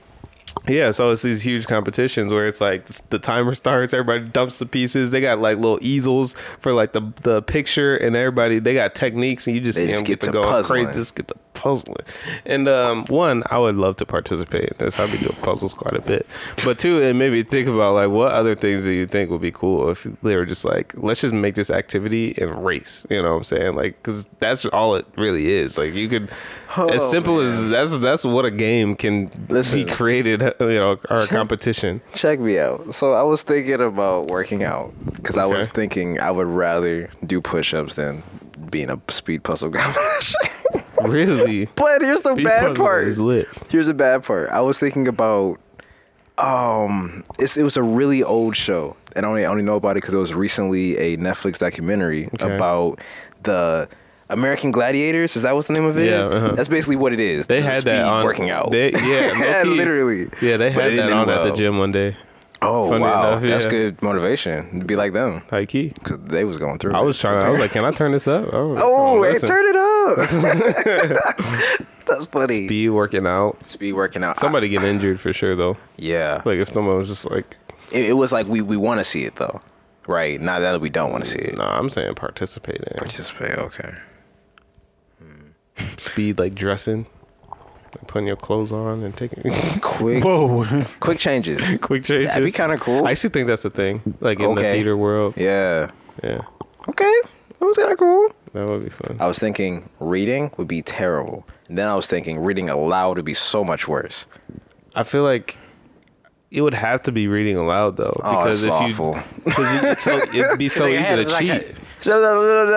[SPEAKER 3] Yeah, so it's these huge competitions where it's like the timer starts, everybody dumps the pieces. They got like little easels for like the the picture, and everybody they got techniques, and you just
[SPEAKER 4] They
[SPEAKER 3] see
[SPEAKER 4] just
[SPEAKER 3] them
[SPEAKER 4] get
[SPEAKER 3] get, to,
[SPEAKER 4] to
[SPEAKER 3] go
[SPEAKER 4] puzzling.
[SPEAKER 3] crazy. Just get to puzzling. And um, one, I would love to participate. That's how we do puzzles quite a bit. But two, it made me think about like what other things do you think would be cool if they were just like, let's just make this activity and race. You know what I'm saying? Like, because that's all it really is. Like you could, as
[SPEAKER 4] Oh,
[SPEAKER 3] simple as that's that's what a game can
[SPEAKER 4] Listen.
[SPEAKER 3] be created. (laughs) You know, or a competition.
[SPEAKER 4] Check me out. So I was thinking about working out because I was
[SPEAKER 3] Okay.
[SPEAKER 4] thinking I would rather do push-ups than being a speed puzzle (laughs) competition. (laughs)
[SPEAKER 3] Really.
[SPEAKER 4] but here's the
[SPEAKER 3] Speed
[SPEAKER 4] bad
[SPEAKER 3] puzzle
[SPEAKER 4] part.
[SPEAKER 3] is lit.
[SPEAKER 4] Here's the bad part. I was thinking about um it's, it was a really old show and I only I only know about it because it was recently a Netflix documentary
[SPEAKER 3] Okay.
[SPEAKER 4] about the American Gladiators. Is that what's the name of it?
[SPEAKER 3] Yeah, uh-huh.
[SPEAKER 4] That's basically what it is.
[SPEAKER 3] They
[SPEAKER 4] The
[SPEAKER 3] had
[SPEAKER 4] speed
[SPEAKER 3] that on
[SPEAKER 4] working out.
[SPEAKER 3] They,
[SPEAKER 4] (laughs)
[SPEAKER 3] yeah, low-key.
[SPEAKER 4] literally.
[SPEAKER 3] Yeah, they
[SPEAKER 4] But
[SPEAKER 3] had
[SPEAKER 4] it
[SPEAKER 3] that
[SPEAKER 4] ended
[SPEAKER 3] on at the
[SPEAKER 4] well.
[SPEAKER 3] gym one day.
[SPEAKER 4] Oh
[SPEAKER 3] Funny
[SPEAKER 4] wow,
[SPEAKER 3] enough,
[SPEAKER 4] that's
[SPEAKER 3] yeah.
[SPEAKER 4] good motivation to be like them
[SPEAKER 3] High key.
[SPEAKER 4] because they was going through.
[SPEAKER 3] I
[SPEAKER 4] it.
[SPEAKER 3] was trying. I was like, "Can I turn this up?" Oh,
[SPEAKER 4] oh, hey,
[SPEAKER 3] listen.
[SPEAKER 4] turn it up. that's funny. Speed,
[SPEAKER 3] Be working out.
[SPEAKER 4] working out. I-
[SPEAKER 3] Somebody get injured for sure though.
[SPEAKER 4] yeah,
[SPEAKER 3] Like if someone was just like,
[SPEAKER 4] it, it was like we we want to see it though, right? Not that we don't want to see it.
[SPEAKER 3] "Nah, I'm saying participate in
[SPEAKER 4] Participate. Okay.
[SPEAKER 3] speed like dressing, like putting your clothes on and taking (laughs)
[SPEAKER 4] Quick,
[SPEAKER 2] Whoa. (laughs)
[SPEAKER 4] quick changes.
[SPEAKER 3] quick changes."
[SPEAKER 4] That'd be kinda cool.
[SPEAKER 3] I actually think that's a thing, like in the
[SPEAKER 4] Okay.
[SPEAKER 3] theater world. Yeah.
[SPEAKER 4] yeah. Okay. That was kind of cool.
[SPEAKER 3] that would be fun.
[SPEAKER 4] I was thinking reading would be terrible. And then I was thinking reading aloud would be so much (laughs) worse.
[SPEAKER 3] I feel like it would have to be reading aloud though,
[SPEAKER 4] Oh,
[SPEAKER 3] because
[SPEAKER 4] it's
[SPEAKER 3] if (laughs)
[SPEAKER 4] awful.
[SPEAKER 3] you, because it's so, it'd
[SPEAKER 4] (laughs)
[SPEAKER 3] be so
[SPEAKER 1] They
[SPEAKER 3] easy
[SPEAKER 1] had
[SPEAKER 3] to
[SPEAKER 1] it like a-
[SPEAKER 3] cheat.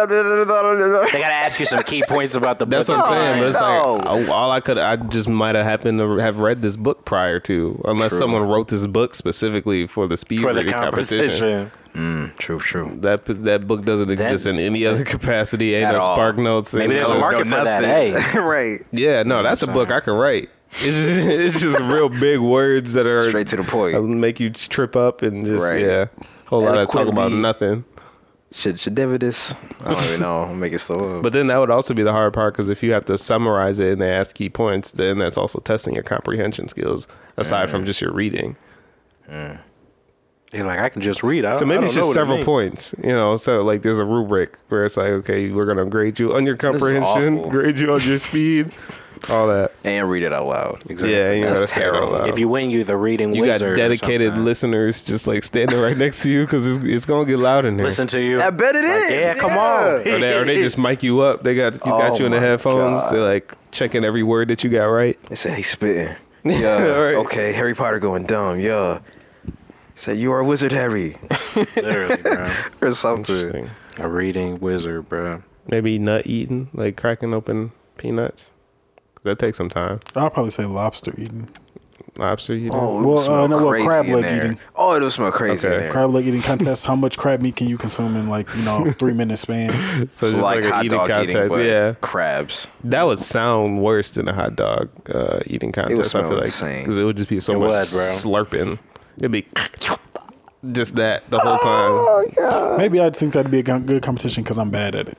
[SPEAKER 1] They gotta ask you some key points about the book.
[SPEAKER 3] That's what I'm saying. But it's
[SPEAKER 4] No.
[SPEAKER 3] like I- all I could, I just might have happened to have read this book prior to, unless
[SPEAKER 4] True.
[SPEAKER 3] someone wrote this book specifically for the speed
[SPEAKER 1] for the
[SPEAKER 3] reading competition.
[SPEAKER 1] competition.
[SPEAKER 4] True, true.
[SPEAKER 3] That that book doesn't exist in any other (laughs) capacity. Ain't
[SPEAKER 4] At
[SPEAKER 3] no
[SPEAKER 4] all.
[SPEAKER 3] spark notes. ain't
[SPEAKER 1] Maybe there's a
[SPEAKER 3] no-
[SPEAKER 1] market
[SPEAKER 4] no,
[SPEAKER 1] for that.
[SPEAKER 4] nothing. (laughs)
[SPEAKER 1] Hey,
[SPEAKER 4] right.
[SPEAKER 3] Yeah, no, that's a book I could write. It's just, it's just real big words that are
[SPEAKER 4] Straight to the point.
[SPEAKER 3] that'll make you trip up and just
[SPEAKER 4] Right.
[SPEAKER 3] yeah, whole lot of talk about
[SPEAKER 4] Eloquently.
[SPEAKER 3] nothing.
[SPEAKER 4] Should should this? I don't even know. Make it slow.
[SPEAKER 3] But then that would also be the hard part because if you have to summarize it and they ask key points, then that's also testing your comprehension skills aside from just your reading.
[SPEAKER 1] you're like I can just read. I,
[SPEAKER 3] So maybe it's just several
[SPEAKER 1] points.
[SPEAKER 3] points, you know. So like, there's a rubric where it's like, okay, we're gonna grade you on your comprehension,
[SPEAKER 4] awful.
[SPEAKER 3] grade you on
[SPEAKER 4] (laughs)
[SPEAKER 3] your speed, all that.
[SPEAKER 4] and read it out loud.
[SPEAKER 3] Yeah, you gotta
[SPEAKER 4] That's
[SPEAKER 3] say it out
[SPEAKER 4] terrible.
[SPEAKER 3] loud.
[SPEAKER 1] If you win, you the reading
[SPEAKER 3] You got
[SPEAKER 1] wizard. or
[SPEAKER 3] dedicated
[SPEAKER 1] something.
[SPEAKER 3] listeners just like standing right next to you because it's, it's gonna get loud in there.
[SPEAKER 1] Listen to you.
[SPEAKER 4] I bet it is.
[SPEAKER 1] Yeah, come
[SPEAKER 3] Or
[SPEAKER 1] on.
[SPEAKER 3] they, or they just mic you up. They got you got
[SPEAKER 4] Oh
[SPEAKER 3] you in the
[SPEAKER 4] my
[SPEAKER 3] headphones.
[SPEAKER 4] God.
[SPEAKER 3] They're like checking every word that you got right.
[SPEAKER 4] They said he's spitting.
[SPEAKER 3] (laughs)
[SPEAKER 4] Yeah.
[SPEAKER 3] All right.
[SPEAKER 4] Okay. Harry Potter going dumb. Yeah. Said you are a wizard, Harry, (laughs)
[SPEAKER 1] Literally, bro.
[SPEAKER 4] or something.
[SPEAKER 3] Interesting.
[SPEAKER 1] A reading wizard, bro.
[SPEAKER 3] Maybe nut eating, like cracking open peanuts. 'Cause That takes some time.
[SPEAKER 2] I'll probably say lobster eating.
[SPEAKER 3] Lobster eating.
[SPEAKER 4] Oh, it
[SPEAKER 2] Well,
[SPEAKER 4] would
[SPEAKER 2] uh,
[SPEAKER 4] smell
[SPEAKER 2] no, well,
[SPEAKER 4] crazy
[SPEAKER 2] crab
[SPEAKER 4] in
[SPEAKER 2] leg
[SPEAKER 4] there.
[SPEAKER 2] eating.
[SPEAKER 4] Oh, it'll smell crazy in
[SPEAKER 3] Okay.
[SPEAKER 4] there.
[SPEAKER 2] Crab leg eating contest. How much crab meat can you consume in like, you know, three minute span?
[SPEAKER 3] so just like,
[SPEAKER 4] like,
[SPEAKER 3] an
[SPEAKER 4] hot
[SPEAKER 3] eating
[SPEAKER 4] dog eating,
[SPEAKER 3] contest.
[SPEAKER 4] but
[SPEAKER 3] yeah.
[SPEAKER 4] crabs.
[SPEAKER 3] That would sound worse than a hot dog uh, eating contest. I
[SPEAKER 4] smell
[SPEAKER 3] feel like
[SPEAKER 4] insane.
[SPEAKER 3] because it would just be so
[SPEAKER 1] It
[SPEAKER 3] much
[SPEAKER 1] would, bro.
[SPEAKER 3] slurping. It'd be just that the whole
[SPEAKER 4] Oh,
[SPEAKER 3] time.
[SPEAKER 2] Maybe I think that'd be a go- good competition because I'm bad at it.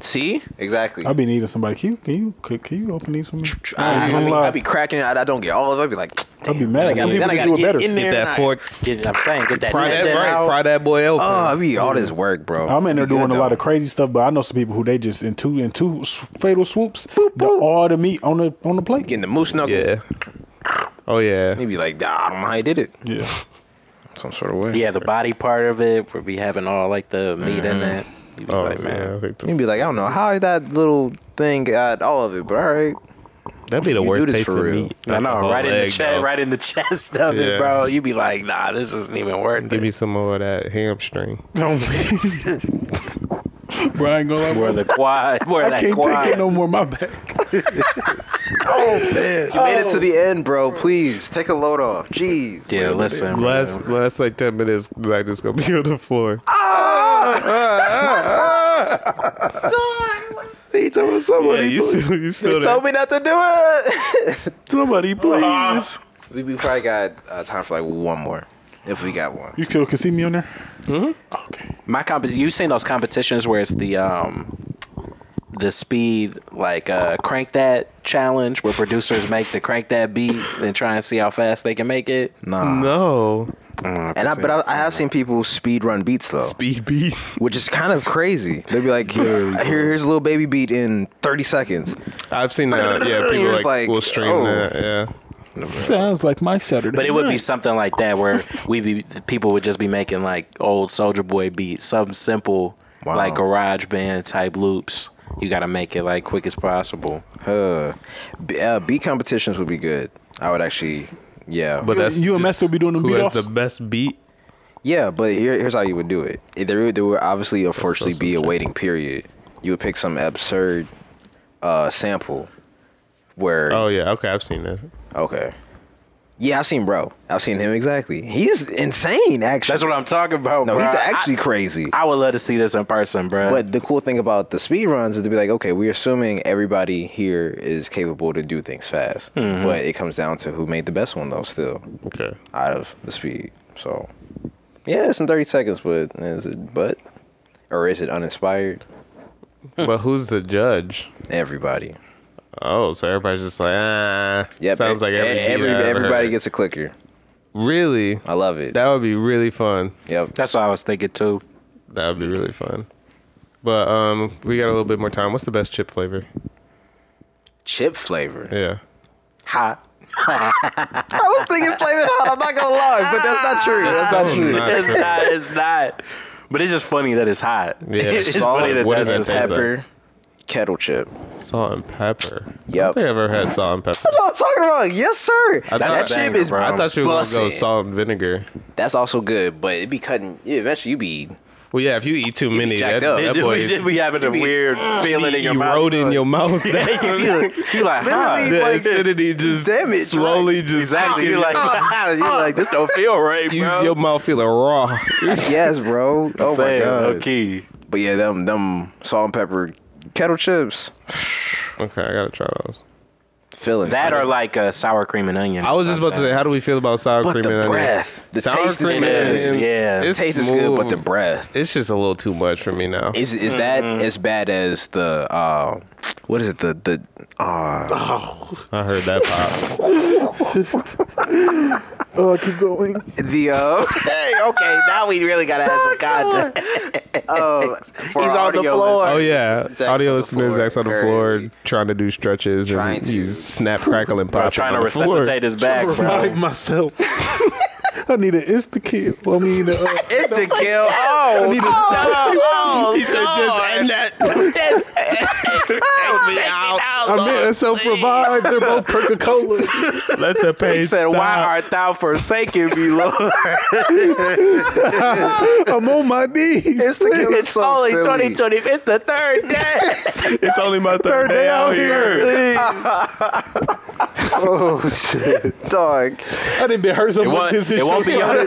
[SPEAKER 4] See, exactly.
[SPEAKER 2] I'll be needing somebody. Can you can you cook- can you open these for me? I ain't
[SPEAKER 4] I, I,
[SPEAKER 2] gonna
[SPEAKER 4] be,
[SPEAKER 2] lie.
[SPEAKER 4] I be cracking. I, I don't get all of. it. I be like,
[SPEAKER 2] I'll be mad. Some people
[SPEAKER 1] gotta- then I
[SPEAKER 2] can
[SPEAKER 1] gotta
[SPEAKER 2] do it
[SPEAKER 1] get
[SPEAKER 2] better.
[SPEAKER 1] in there
[SPEAKER 3] Get that
[SPEAKER 1] and I-
[SPEAKER 3] fork.
[SPEAKER 1] Get, I'm saying, get that
[SPEAKER 3] Pry that,
[SPEAKER 1] tendon
[SPEAKER 3] right,
[SPEAKER 1] out.
[SPEAKER 3] pry that boy open.
[SPEAKER 4] oh, I be all this work, bro.
[SPEAKER 2] I'm in there
[SPEAKER 4] Be Oh, good,
[SPEAKER 2] doing a
[SPEAKER 4] though.
[SPEAKER 2] lot of crazy stuff, but I know some people who they just in two in two s- fatal swoops, the- all the meat on the on the plate.
[SPEAKER 4] getting the moose knuckle.
[SPEAKER 3] yeah. Oh yeah.
[SPEAKER 4] He be like, nah, I don't know how he did it.
[SPEAKER 2] Yeah,
[SPEAKER 4] Some sort of way.
[SPEAKER 1] Yeah, the body part of it, where we having all like the meat in that. You be
[SPEAKER 3] Oh
[SPEAKER 1] like, man.
[SPEAKER 3] man.
[SPEAKER 4] He'd be like, I don't know how that little thing got all of it, but all right.
[SPEAKER 3] That'd be the
[SPEAKER 4] You
[SPEAKER 3] worst
[SPEAKER 4] do this
[SPEAKER 3] taste
[SPEAKER 4] for
[SPEAKER 3] of
[SPEAKER 4] real.
[SPEAKER 3] meat.
[SPEAKER 1] I
[SPEAKER 3] Like a
[SPEAKER 1] know,
[SPEAKER 3] whole oh,
[SPEAKER 1] right in the
[SPEAKER 3] leg,
[SPEAKER 1] chest,
[SPEAKER 3] though.
[SPEAKER 1] right in the (laughs) chest of
[SPEAKER 3] Yeah.
[SPEAKER 1] it, bro. You be like, nah, this isn't even worth
[SPEAKER 3] Give
[SPEAKER 1] it. (laughs)
[SPEAKER 3] me some more of that hamstring.
[SPEAKER 2] bro, I ain't gonna lie, bro.
[SPEAKER 1] Where the quad, where
[SPEAKER 2] I
[SPEAKER 1] that
[SPEAKER 2] can't
[SPEAKER 1] quad.
[SPEAKER 2] take it no more. My back.
[SPEAKER 4] You made it to the end, bro. Please take a load off. Jeez.
[SPEAKER 1] yeah, listen, bro.
[SPEAKER 3] Last last like ten minutes, like just gonna be on the
[SPEAKER 4] (laughs)
[SPEAKER 3] floor.
[SPEAKER 4] Ah, He told
[SPEAKER 3] Yeah,
[SPEAKER 4] somebody.
[SPEAKER 3] you still you
[SPEAKER 4] they
[SPEAKER 3] still
[SPEAKER 4] told me not to do it. (laughs)
[SPEAKER 2] Somebody, please.
[SPEAKER 4] we, we probably got uh, time for like one more, if we got one.
[SPEAKER 2] You still can see me on there. Mm-hmm. Okay.
[SPEAKER 1] my comp. You seen those competitions where it's the um, the speed like uh, crank that challenge where producers make the crank that beat and try and see how fast they can make it.
[SPEAKER 4] Nah.
[SPEAKER 3] No.
[SPEAKER 4] And I, but I, I have seen people speed run beats though,
[SPEAKER 3] BB.
[SPEAKER 4] which is kind of crazy. They'd be like, here, here's a little baby beat in 30 seconds.
[SPEAKER 3] I've seen that. Yeah, people like,
[SPEAKER 4] It's like,
[SPEAKER 3] will stream
[SPEAKER 4] oh.
[SPEAKER 3] that. Yeah.
[SPEAKER 2] Sounds like my Saturday.
[SPEAKER 1] But it would be
[SPEAKER 2] night.
[SPEAKER 1] something like that where we be people would just be making like old Soldier Boy beats, some simple
[SPEAKER 4] Wow.
[SPEAKER 1] like garage band type loops. You got to make it like quick as possible.
[SPEAKER 4] Huh. B, uh, beat competitions would be good. I would actually, yeah.
[SPEAKER 3] But
[SPEAKER 2] You-
[SPEAKER 3] that's
[SPEAKER 2] you and
[SPEAKER 3] just
[SPEAKER 2] Messi will be doing the
[SPEAKER 3] who
[SPEAKER 2] beat-offs?
[SPEAKER 3] has the best beat.
[SPEAKER 4] Yeah, but here, here's how you would do it. There, would- there would obviously, unfortunately, be a
[SPEAKER 3] subjective.
[SPEAKER 4] waiting period. You would pick some absurd uh, sample where.
[SPEAKER 3] Oh yeah, okay, I've seen that.
[SPEAKER 4] Okay. Yeah, I've seen bro. I've seen him exactly. He's insane, actually.
[SPEAKER 1] That's what I'm talking about.
[SPEAKER 4] no,
[SPEAKER 1] bro.
[SPEAKER 4] he's
[SPEAKER 1] I-
[SPEAKER 4] actually crazy.
[SPEAKER 1] I, would love to see this in person, bro.
[SPEAKER 4] but the cool thing about the speed runs is to be like, okay, we're assuming everybody here is capable to do things fast,
[SPEAKER 1] Mm-hmm.
[SPEAKER 4] but it comes down to who made the best one though. Still,
[SPEAKER 3] Okay.
[SPEAKER 4] out of the speed. So, yeah, it's in 30 seconds, but is it but or is it uninspired?
[SPEAKER 3] but who's the judge?
[SPEAKER 4] Everybody.
[SPEAKER 3] Oh, so everybody's just like ah.
[SPEAKER 4] Yeah, e-
[SPEAKER 3] Sounds like every, beat I ever
[SPEAKER 4] everybody
[SPEAKER 3] heard.
[SPEAKER 4] gets a clicker.
[SPEAKER 3] really.
[SPEAKER 4] I love it.
[SPEAKER 3] That would be really fun.
[SPEAKER 4] yep.
[SPEAKER 1] that's what I was
[SPEAKER 4] (laughs)
[SPEAKER 1] thinking too.
[SPEAKER 3] That would be really fun. But um, we got a little bit more time. What's the best chip flavor?
[SPEAKER 4] Chip flavor.
[SPEAKER 3] Yeah.
[SPEAKER 1] Hot.
[SPEAKER 4] I was thinking flavor hot. I'm not gonna lie, but that's not true. That's not
[SPEAKER 3] so
[SPEAKER 4] true.
[SPEAKER 3] nice.
[SPEAKER 1] It's not. It's not. But it's just funny that it's hot.
[SPEAKER 3] (laughs) Yeah.
[SPEAKER 1] it's just
[SPEAKER 4] Salt,
[SPEAKER 1] funny that
[SPEAKER 3] what
[SPEAKER 1] that's
[SPEAKER 3] does
[SPEAKER 1] just
[SPEAKER 3] that taste
[SPEAKER 1] happened.
[SPEAKER 3] like?
[SPEAKER 4] Pepper, kettle chip.
[SPEAKER 3] Salt and pepper. I don't
[SPEAKER 4] Yep.
[SPEAKER 3] think I've ever had salt and pepper.
[SPEAKER 4] That's what I'm talking about. Yes, sir.
[SPEAKER 3] I
[SPEAKER 1] That's
[SPEAKER 4] that
[SPEAKER 3] thought-
[SPEAKER 1] a
[SPEAKER 4] chip
[SPEAKER 1] banger,
[SPEAKER 4] is.
[SPEAKER 1] bro.
[SPEAKER 3] I thought you were gonna go
[SPEAKER 4] Bussin'.
[SPEAKER 3] salt and vinegar.
[SPEAKER 4] That's also good, but it be cutting. Yeah, eventually you be.
[SPEAKER 3] Well, yeah, if you eat too many, that,
[SPEAKER 4] jacked up.
[SPEAKER 3] that
[SPEAKER 1] Did
[SPEAKER 3] boy
[SPEAKER 1] we, did we having a
[SPEAKER 4] be- (laughs)
[SPEAKER 1] weird feeling in your mouth?
[SPEAKER 3] erode in
[SPEAKER 1] (laughs)
[SPEAKER 3] your mouth. (laughs) the
[SPEAKER 1] you like, huh?
[SPEAKER 4] Literally, like,
[SPEAKER 3] acidity just
[SPEAKER 4] Damn it, right?
[SPEAKER 3] slowly
[SPEAKER 4] (laughs)
[SPEAKER 3] just
[SPEAKER 1] Exactly. You like, (laughs)
[SPEAKER 4] You're (laughs) like this don't feel right,
[SPEAKER 3] you, your mouth feeling raw. (laughs)
[SPEAKER 4] yes, bro. Oh my
[SPEAKER 1] Damn,
[SPEAKER 4] god.
[SPEAKER 1] Okay.
[SPEAKER 4] But yeah, them them salt and pepper kettle chips.
[SPEAKER 3] okay, I gotta try those.
[SPEAKER 4] Feeling
[SPEAKER 1] That or like uh, sour cream and onion.
[SPEAKER 3] I
[SPEAKER 1] or
[SPEAKER 3] was just about to say,
[SPEAKER 1] something.
[SPEAKER 3] how do we feel about sour
[SPEAKER 4] But
[SPEAKER 3] cream
[SPEAKER 4] the
[SPEAKER 3] and onion?
[SPEAKER 4] breath, the
[SPEAKER 3] sour
[SPEAKER 4] taste is
[SPEAKER 3] cream
[SPEAKER 1] It
[SPEAKER 3] and
[SPEAKER 4] good.
[SPEAKER 1] is,
[SPEAKER 3] onion.
[SPEAKER 1] yeah.
[SPEAKER 3] It's-
[SPEAKER 4] taste is good, but the
[SPEAKER 3] smooth.
[SPEAKER 4] breath
[SPEAKER 3] It's just a little too much for me now.
[SPEAKER 4] is is that as bad as the uh, what is it the the uh,
[SPEAKER 3] I heard that pop.
[SPEAKER 2] Oh, keep going.
[SPEAKER 4] the (laughs) uh, hey okay now we really gotta have some content. (laughs) um,
[SPEAKER 1] He's on the floor.
[SPEAKER 3] Oh yeah,
[SPEAKER 4] Zach's on
[SPEAKER 3] audio
[SPEAKER 4] the
[SPEAKER 3] listeners,
[SPEAKER 4] floor,
[SPEAKER 3] Zach's on the floor
[SPEAKER 4] currently.
[SPEAKER 3] trying to do stretches
[SPEAKER 4] Trying
[SPEAKER 3] and
[SPEAKER 4] to.
[SPEAKER 3] he's snap, crackle, and
[SPEAKER 1] Bro,
[SPEAKER 3] pop.
[SPEAKER 1] trying to
[SPEAKER 3] on the floor.
[SPEAKER 1] resuscitate his
[SPEAKER 3] (laughs)
[SPEAKER 1] back,
[SPEAKER 2] Revive
[SPEAKER 1] bro.
[SPEAKER 2] myself. (laughs) I need an insta kill. I mean, uh,
[SPEAKER 3] (laughs)
[SPEAKER 4] It's the kill. Oh,
[SPEAKER 2] I need a
[SPEAKER 4] he said Oh, (laughs) just end that. take me out.
[SPEAKER 2] I meant self revive. They're both Coca
[SPEAKER 1] (laughs)
[SPEAKER 2] Cola.
[SPEAKER 3] Let the pain
[SPEAKER 1] He said,
[SPEAKER 3] stop.
[SPEAKER 1] Why art thou forsaken me,
[SPEAKER 3] (laughs)
[SPEAKER 1] Lord?
[SPEAKER 2] I'm on my knees.
[SPEAKER 4] It's the kill.
[SPEAKER 1] It's only 2020. It's the third
[SPEAKER 3] (laughs)
[SPEAKER 1] day.
[SPEAKER 3] It's only my third day out here.
[SPEAKER 2] Oh shit!
[SPEAKER 4] dog.
[SPEAKER 2] I didn't been hurt so
[SPEAKER 1] It
[SPEAKER 2] much.
[SPEAKER 1] won't,
[SPEAKER 2] since this
[SPEAKER 1] it won't be
[SPEAKER 2] shit
[SPEAKER 1] y'all,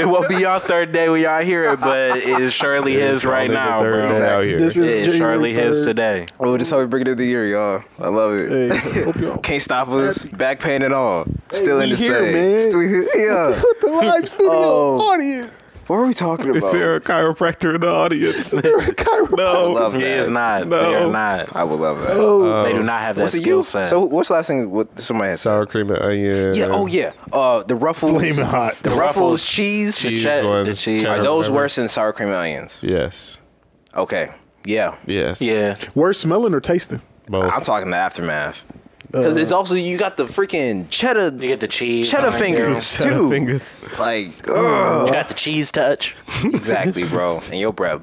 [SPEAKER 3] (laughs)
[SPEAKER 1] it won't be y'all third day when y'all hear it, but it surely is right
[SPEAKER 3] Only the
[SPEAKER 1] now,
[SPEAKER 3] third
[SPEAKER 1] bro.
[SPEAKER 3] day out here.
[SPEAKER 2] This is
[SPEAKER 1] It surely is today.
[SPEAKER 4] Oh, this is how we bring it in the year, y'all. I love it.
[SPEAKER 2] Hey, hope y'all-
[SPEAKER 4] Can't stop us. Back pain at all. Still
[SPEAKER 2] we
[SPEAKER 4] in this
[SPEAKER 2] here,
[SPEAKER 4] thing.
[SPEAKER 2] man.
[SPEAKER 4] Still here. Yeah.
[SPEAKER 2] the live studio
[SPEAKER 4] Oh.
[SPEAKER 2] audience.
[SPEAKER 4] What are we talking
[SPEAKER 3] Is
[SPEAKER 4] about?
[SPEAKER 3] there a chiropractor in the
[SPEAKER 4] (laughs)
[SPEAKER 3] audience? no.
[SPEAKER 4] love
[SPEAKER 1] He is not. Oh, They
[SPEAKER 3] No. Oh.
[SPEAKER 1] are not.
[SPEAKER 4] I would love that.
[SPEAKER 1] they do not have that
[SPEAKER 4] What's it
[SPEAKER 1] skill
[SPEAKER 4] you?
[SPEAKER 1] set.
[SPEAKER 4] So what's the last thing what somebody had? said?
[SPEAKER 3] Sour cream and onion.
[SPEAKER 4] Yeah. Oh yeah. Uh, the ruffles.
[SPEAKER 2] Flaming hot.
[SPEAKER 4] The,
[SPEAKER 1] The
[SPEAKER 4] ruffles,
[SPEAKER 1] Ruffles.
[SPEAKER 4] cheese.
[SPEAKER 1] the,
[SPEAKER 3] Cheese
[SPEAKER 1] che- the
[SPEAKER 3] ones,
[SPEAKER 1] cheese.
[SPEAKER 3] cheddar.
[SPEAKER 4] Are those
[SPEAKER 3] Whatever.
[SPEAKER 4] worse than sour cream and onions?
[SPEAKER 3] Yes.
[SPEAKER 4] Okay. Yeah.
[SPEAKER 3] Yes.
[SPEAKER 1] Yeah.
[SPEAKER 2] Worse smelling or tasting?
[SPEAKER 3] Both. (laughs)
[SPEAKER 4] I'm talking the aftermath. Because it's also you got the freaking cheddar
[SPEAKER 1] You get the cheese.
[SPEAKER 4] cheddar
[SPEAKER 1] on there.
[SPEAKER 4] fingers
[SPEAKER 3] Cheddar
[SPEAKER 4] too.
[SPEAKER 3] fingers.
[SPEAKER 4] Like ugh.
[SPEAKER 1] You got the cheese touch.
[SPEAKER 4] exactly, bro. And your breath.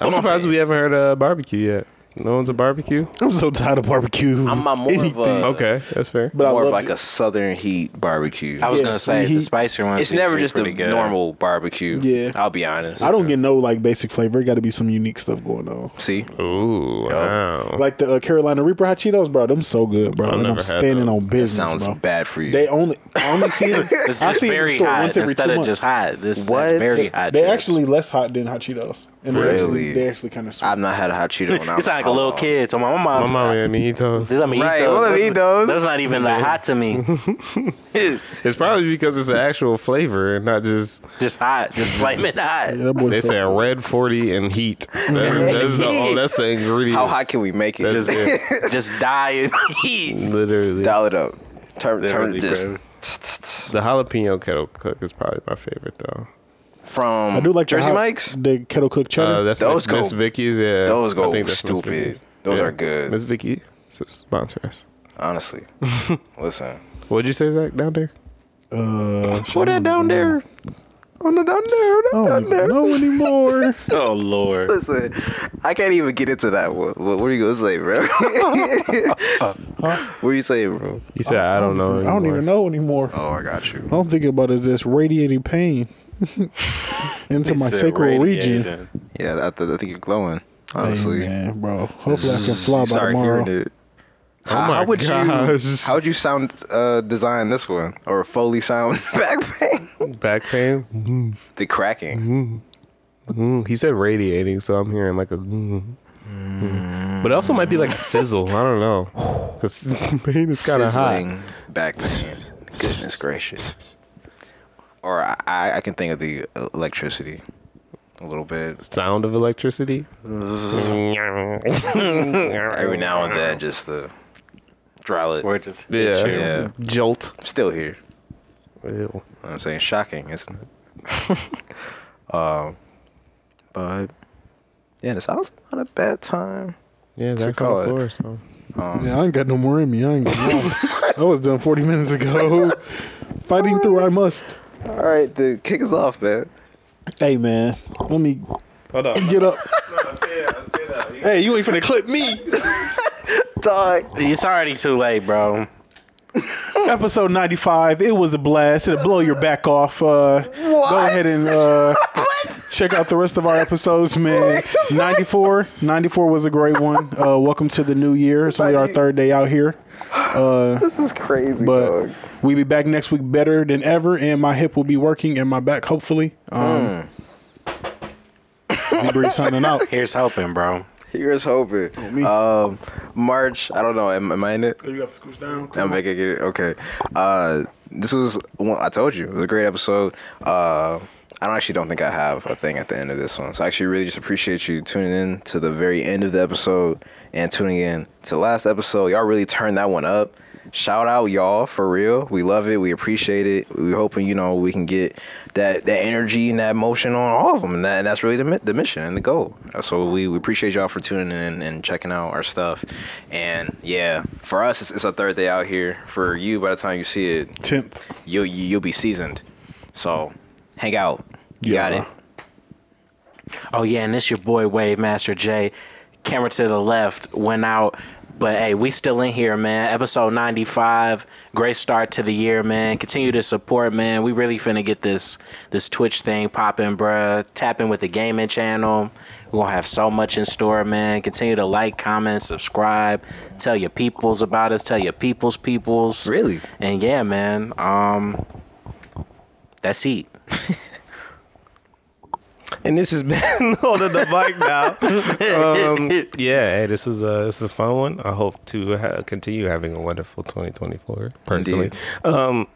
[SPEAKER 3] I'm surprised we haven't heard uh, barbecue yet. No one's a barbecue.
[SPEAKER 2] I'm so tired of barbecue.
[SPEAKER 4] I'm, I'm more of a
[SPEAKER 3] Okay, that's fair.
[SPEAKER 2] but I
[SPEAKER 4] more of
[SPEAKER 2] love
[SPEAKER 4] like
[SPEAKER 2] it.
[SPEAKER 4] a southern heat barbecue.
[SPEAKER 1] I was
[SPEAKER 2] Yeah,
[SPEAKER 1] gonna say
[SPEAKER 2] he-
[SPEAKER 1] the spicier ones.
[SPEAKER 4] it's never
[SPEAKER 1] usually
[SPEAKER 4] just a
[SPEAKER 1] pretty good.
[SPEAKER 4] normal barbecue.
[SPEAKER 2] Yeah.
[SPEAKER 4] I'll be honest.
[SPEAKER 2] I don't get no like basic flavor. It got to be some unique stuff going on.
[SPEAKER 4] see.
[SPEAKER 3] Ooh, wow.
[SPEAKER 2] Like the uh, Carolina Reaper hot Cheetos, bro. Them so good, bro.
[SPEAKER 3] I've
[SPEAKER 2] And I'm
[SPEAKER 3] never had
[SPEAKER 2] standing
[SPEAKER 3] those.
[SPEAKER 2] on business,
[SPEAKER 4] Sounds
[SPEAKER 2] bro.
[SPEAKER 4] bad for you.
[SPEAKER 2] They only I (laughs) only see them.
[SPEAKER 1] It's
[SPEAKER 2] I
[SPEAKER 1] just
[SPEAKER 2] see them in
[SPEAKER 1] very
[SPEAKER 2] the store once
[SPEAKER 1] hot
[SPEAKER 2] every two
[SPEAKER 1] instead of
[SPEAKER 2] months.
[SPEAKER 1] just hot. This
[SPEAKER 4] What?
[SPEAKER 1] what? very
[SPEAKER 4] They-
[SPEAKER 1] hot.
[SPEAKER 2] They're
[SPEAKER 1] chips.
[SPEAKER 2] actually less hot than hot Cheetos. And they're actually-
[SPEAKER 4] Really?
[SPEAKER 2] They're actually kind of sweet.
[SPEAKER 4] I've not had a hot
[SPEAKER 3] (laughs)
[SPEAKER 4] Cheeto. when I
[SPEAKER 1] You
[SPEAKER 4] was-
[SPEAKER 1] sound like a little
[SPEAKER 4] oh.
[SPEAKER 1] kid. So my mom,
[SPEAKER 3] My mom had me eat those.
[SPEAKER 1] let me
[SPEAKER 4] Right,
[SPEAKER 1] eat those.
[SPEAKER 4] well, let me eat those.
[SPEAKER 1] Those not even that hot to me.
[SPEAKER 2] (laughs)
[SPEAKER 3] It's probably because it's an actual flavor and not just
[SPEAKER 1] just hot, just flaming
[SPEAKER 2] (laughs) Yeah,
[SPEAKER 1] hot.
[SPEAKER 2] that boy
[SPEAKER 3] they
[SPEAKER 2] so-
[SPEAKER 3] say a red forty and heat. That's, that's the, oh, that's the ingredient.
[SPEAKER 4] How hot can we make it? (laughs)
[SPEAKER 3] That's
[SPEAKER 4] Just
[SPEAKER 3] it.
[SPEAKER 1] just die in heat.
[SPEAKER 3] Literally,
[SPEAKER 4] dial it up. Turn turn
[SPEAKER 1] Literally,
[SPEAKER 4] just
[SPEAKER 1] bro.
[SPEAKER 3] the jalapeno kettle cook is probably my favorite though.
[SPEAKER 4] from
[SPEAKER 2] I do like the
[SPEAKER 4] Jersey
[SPEAKER 2] hot-
[SPEAKER 4] Mike's.
[SPEAKER 2] the kettle cooked
[SPEAKER 3] Uh,
[SPEAKER 2] cheddar.
[SPEAKER 3] that's
[SPEAKER 4] Mm, Those
[SPEAKER 3] Miss,
[SPEAKER 4] go-
[SPEAKER 3] Miss Vicky's. Yeah,
[SPEAKER 4] those go
[SPEAKER 3] I think that's Miss
[SPEAKER 4] stupid.
[SPEAKER 3] Vicky's.
[SPEAKER 4] Those are good.
[SPEAKER 3] Miss Vicky, s- sponsor us.
[SPEAKER 2] (laughs)
[SPEAKER 4] Honestly, listen.
[SPEAKER 3] What'd you say, Zach? Down there?
[SPEAKER 2] uh, shit,
[SPEAKER 3] Put that down there. On the down there.
[SPEAKER 2] I don't even
[SPEAKER 3] (laughs)
[SPEAKER 2] know anymore.
[SPEAKER 1] Oh lord.
[SPEAKER 4] Listen, I can't even get into that one. What, what are you gonna say, bro?
[SPEAKER 2] (laughs)
[SPEAKER 4] what are you saying, bro?
[SPEAKER 3] You said I don't know.
[SPEAKER 2] I don't even know anymore.
[SPEAKER 4] Oh, I got you.
[SPEAKER 2] All I'm thinking about is this radiating pain into my sacral region.
[SPEAKER 4] Yeah, I, th- I think you're glowing.
[SPEAKER 2] Hey,
[SPEAKER 4] Honestly,
[SPEAKER 2] man, bro. Hopefully I can fly by
[SPEAKER 4] sorry
[SPEAKER 2] tomorrow.
[SPEAKER 4] hearing it.
[SPEAKER 3] Oh my
[SPEAKER 4] how would you?
[SPEAKER 3] gosh.
[SPEAKER 4] How would you sound? Uh, design this one or Foley sound (laughs) back pain?
[SPEAKER 3] Back pain.
[SPEAKER 4] the cracking.
[SPEAKER 3] Mm, he said radiating, so I'm hearing like a. mm, mm. But it also might be like a sizzle. I don't know. (laughs) Because Maine is kind of hot.
[SPEAKER 4] Sizzling back pain. Goodness gracious. Or I- I, I can think of the electricity a little bit.
[SPEAKER 3] Sound of electricity. Every
[SPEAKER 4] (laughs) Every now and then, just the drought.
[SPEAKER 1] We're just
[SPEAKER 3] Yeah.
[SPEAKER 4] Yeah.
[SPEAKER 3] Jolt.
[SPEAKER 4] I'm still here.
[SPEAKER 3] Ew.
[SPEAKER 4] You know what I'm saying shocking, isn't it? um, but yeah, this sounds not a bad time.
[SPEAKER 3] Yeah, that's
[SPEAKER 4] call
[SPEAKER 3] on
[SPEAKER 4] it?
[SPEAKER 3] the floor. So.
[SPEAKER 2] Yeah, I ain't got no more in me. I ain't got no. I was done 40 minutes ago. Fighting through I must.
[SPEAKER 4] All right, then kick us off, man.
[SPEAKER 2] Hey, man. Let me
[SPEAKER 3] Hold up.
[SPEAKER 2] get up. Hey, you ain't finna clip me.
[SPEAKER 4] Dog.
[SPEAKER 1] It's already too late, bro.
[SPEAKER 2] Episode 95. It was a blast. It'll blow your back off. Uh, Go ahead and (laughs) uh, check out the rest of our episodes, man. 94. 94 was a great one. Uh, welcome to the new year. It's only our third day out here.
[SPEAKER 4] This is crazy,
[SPEAKER 2] But we be back next week better than ever, and my hip will be working and my back hopefully. Um, Bree signing out.
[SPEAKER 1] Here's hoping, bro.
[SPEAKER 4] Here's hoping. Um, March. I don't know. Am, am I in it?
[SPEAKER 2] (laughs) You got to scooch down.
[SPEAKER 4] I'm back. I get it. Okay. Uh, this was one. I told you it was a great episode. Uh, I don't- actually don't think I have a thing at the end of this one. So I actually really just appreciate you tuning in to the very end of the episode and tuning in to the last episode. Y'all really turned that one up. Shout out y'all for real. We love it. We appreciate it. We hoping you know we can get that that energy and that motion on all of them, and, that, and that's really the, mi- the mission and the goal. So we, we appreciate y'all for tuning in and checking out our stuff. And yeah, for us it's, it's a third day out here. For you, by the time you see it,
[SPEAKER 2] Tenth.
[SPEAKER 4] you, you you'll be seasoned. So hang out. You got
[SPEAKER 2] Yeah.
[SPEAKER 4] it.
[SPEAKER 1] Oh yeah, and it's your boy Wave Master J. Camera to the left went out, but hey, we still in here, man. Episode ninety five, great start to the year, man. Continue to support, man. We really finna get this this Twitch thing popping, bruh. Tap in with the gaming channel. We're gonna have so much in store, man. Continue to like, comment, subscribe. Tell your peoples about us. Tell your peoples, peoples.
[SPEAKER 4] Really?
[SPEAKER 1] And yeah, man. Um, that's it.
[SPEAKER 3] and this has been (laughs) holding the mic now.
[SPEAKER 1] (laughs)
[SPEAKER 3] Um, yeah, hey, this was a this is a fun one. I hope to ha- continue having a wonderful 2024. Personally, um,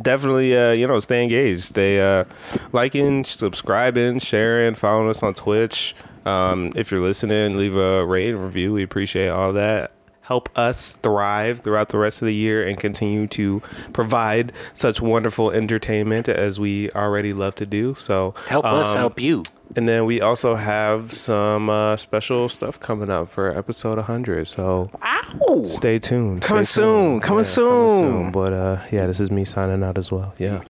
[SPEAKER 3] (clears throat) definitely, uh, you know, stay engaged, stay uh, liking, subscribing, sharing, following us on Twitch. Um, if you're listening, leave a rate and review. We appreciate all that help us thrive throughout the rest of the year and continue to provide such wonderful entertainment as we already love to do. So
[SPEAKER 1] Help us
[SPEAKER 3] um,
[SPEAKER 1] help you.
[SPEAKER 3] And then we also have some uh, special stuff coming up for episode 100. So
[SPEAKER 1] Ow!
[SPEAKER 3] stay tuned.
[SPEAKER 4] Coming
[SPEAKER 3] Stay
[SPEAKER 4] soon. Coming
[SPEAKER 3] Yeah, coming
[SPEAKER 4] soon.
[SPEAKER 3] But uh, yeah, this is me signing out as well. Yeah.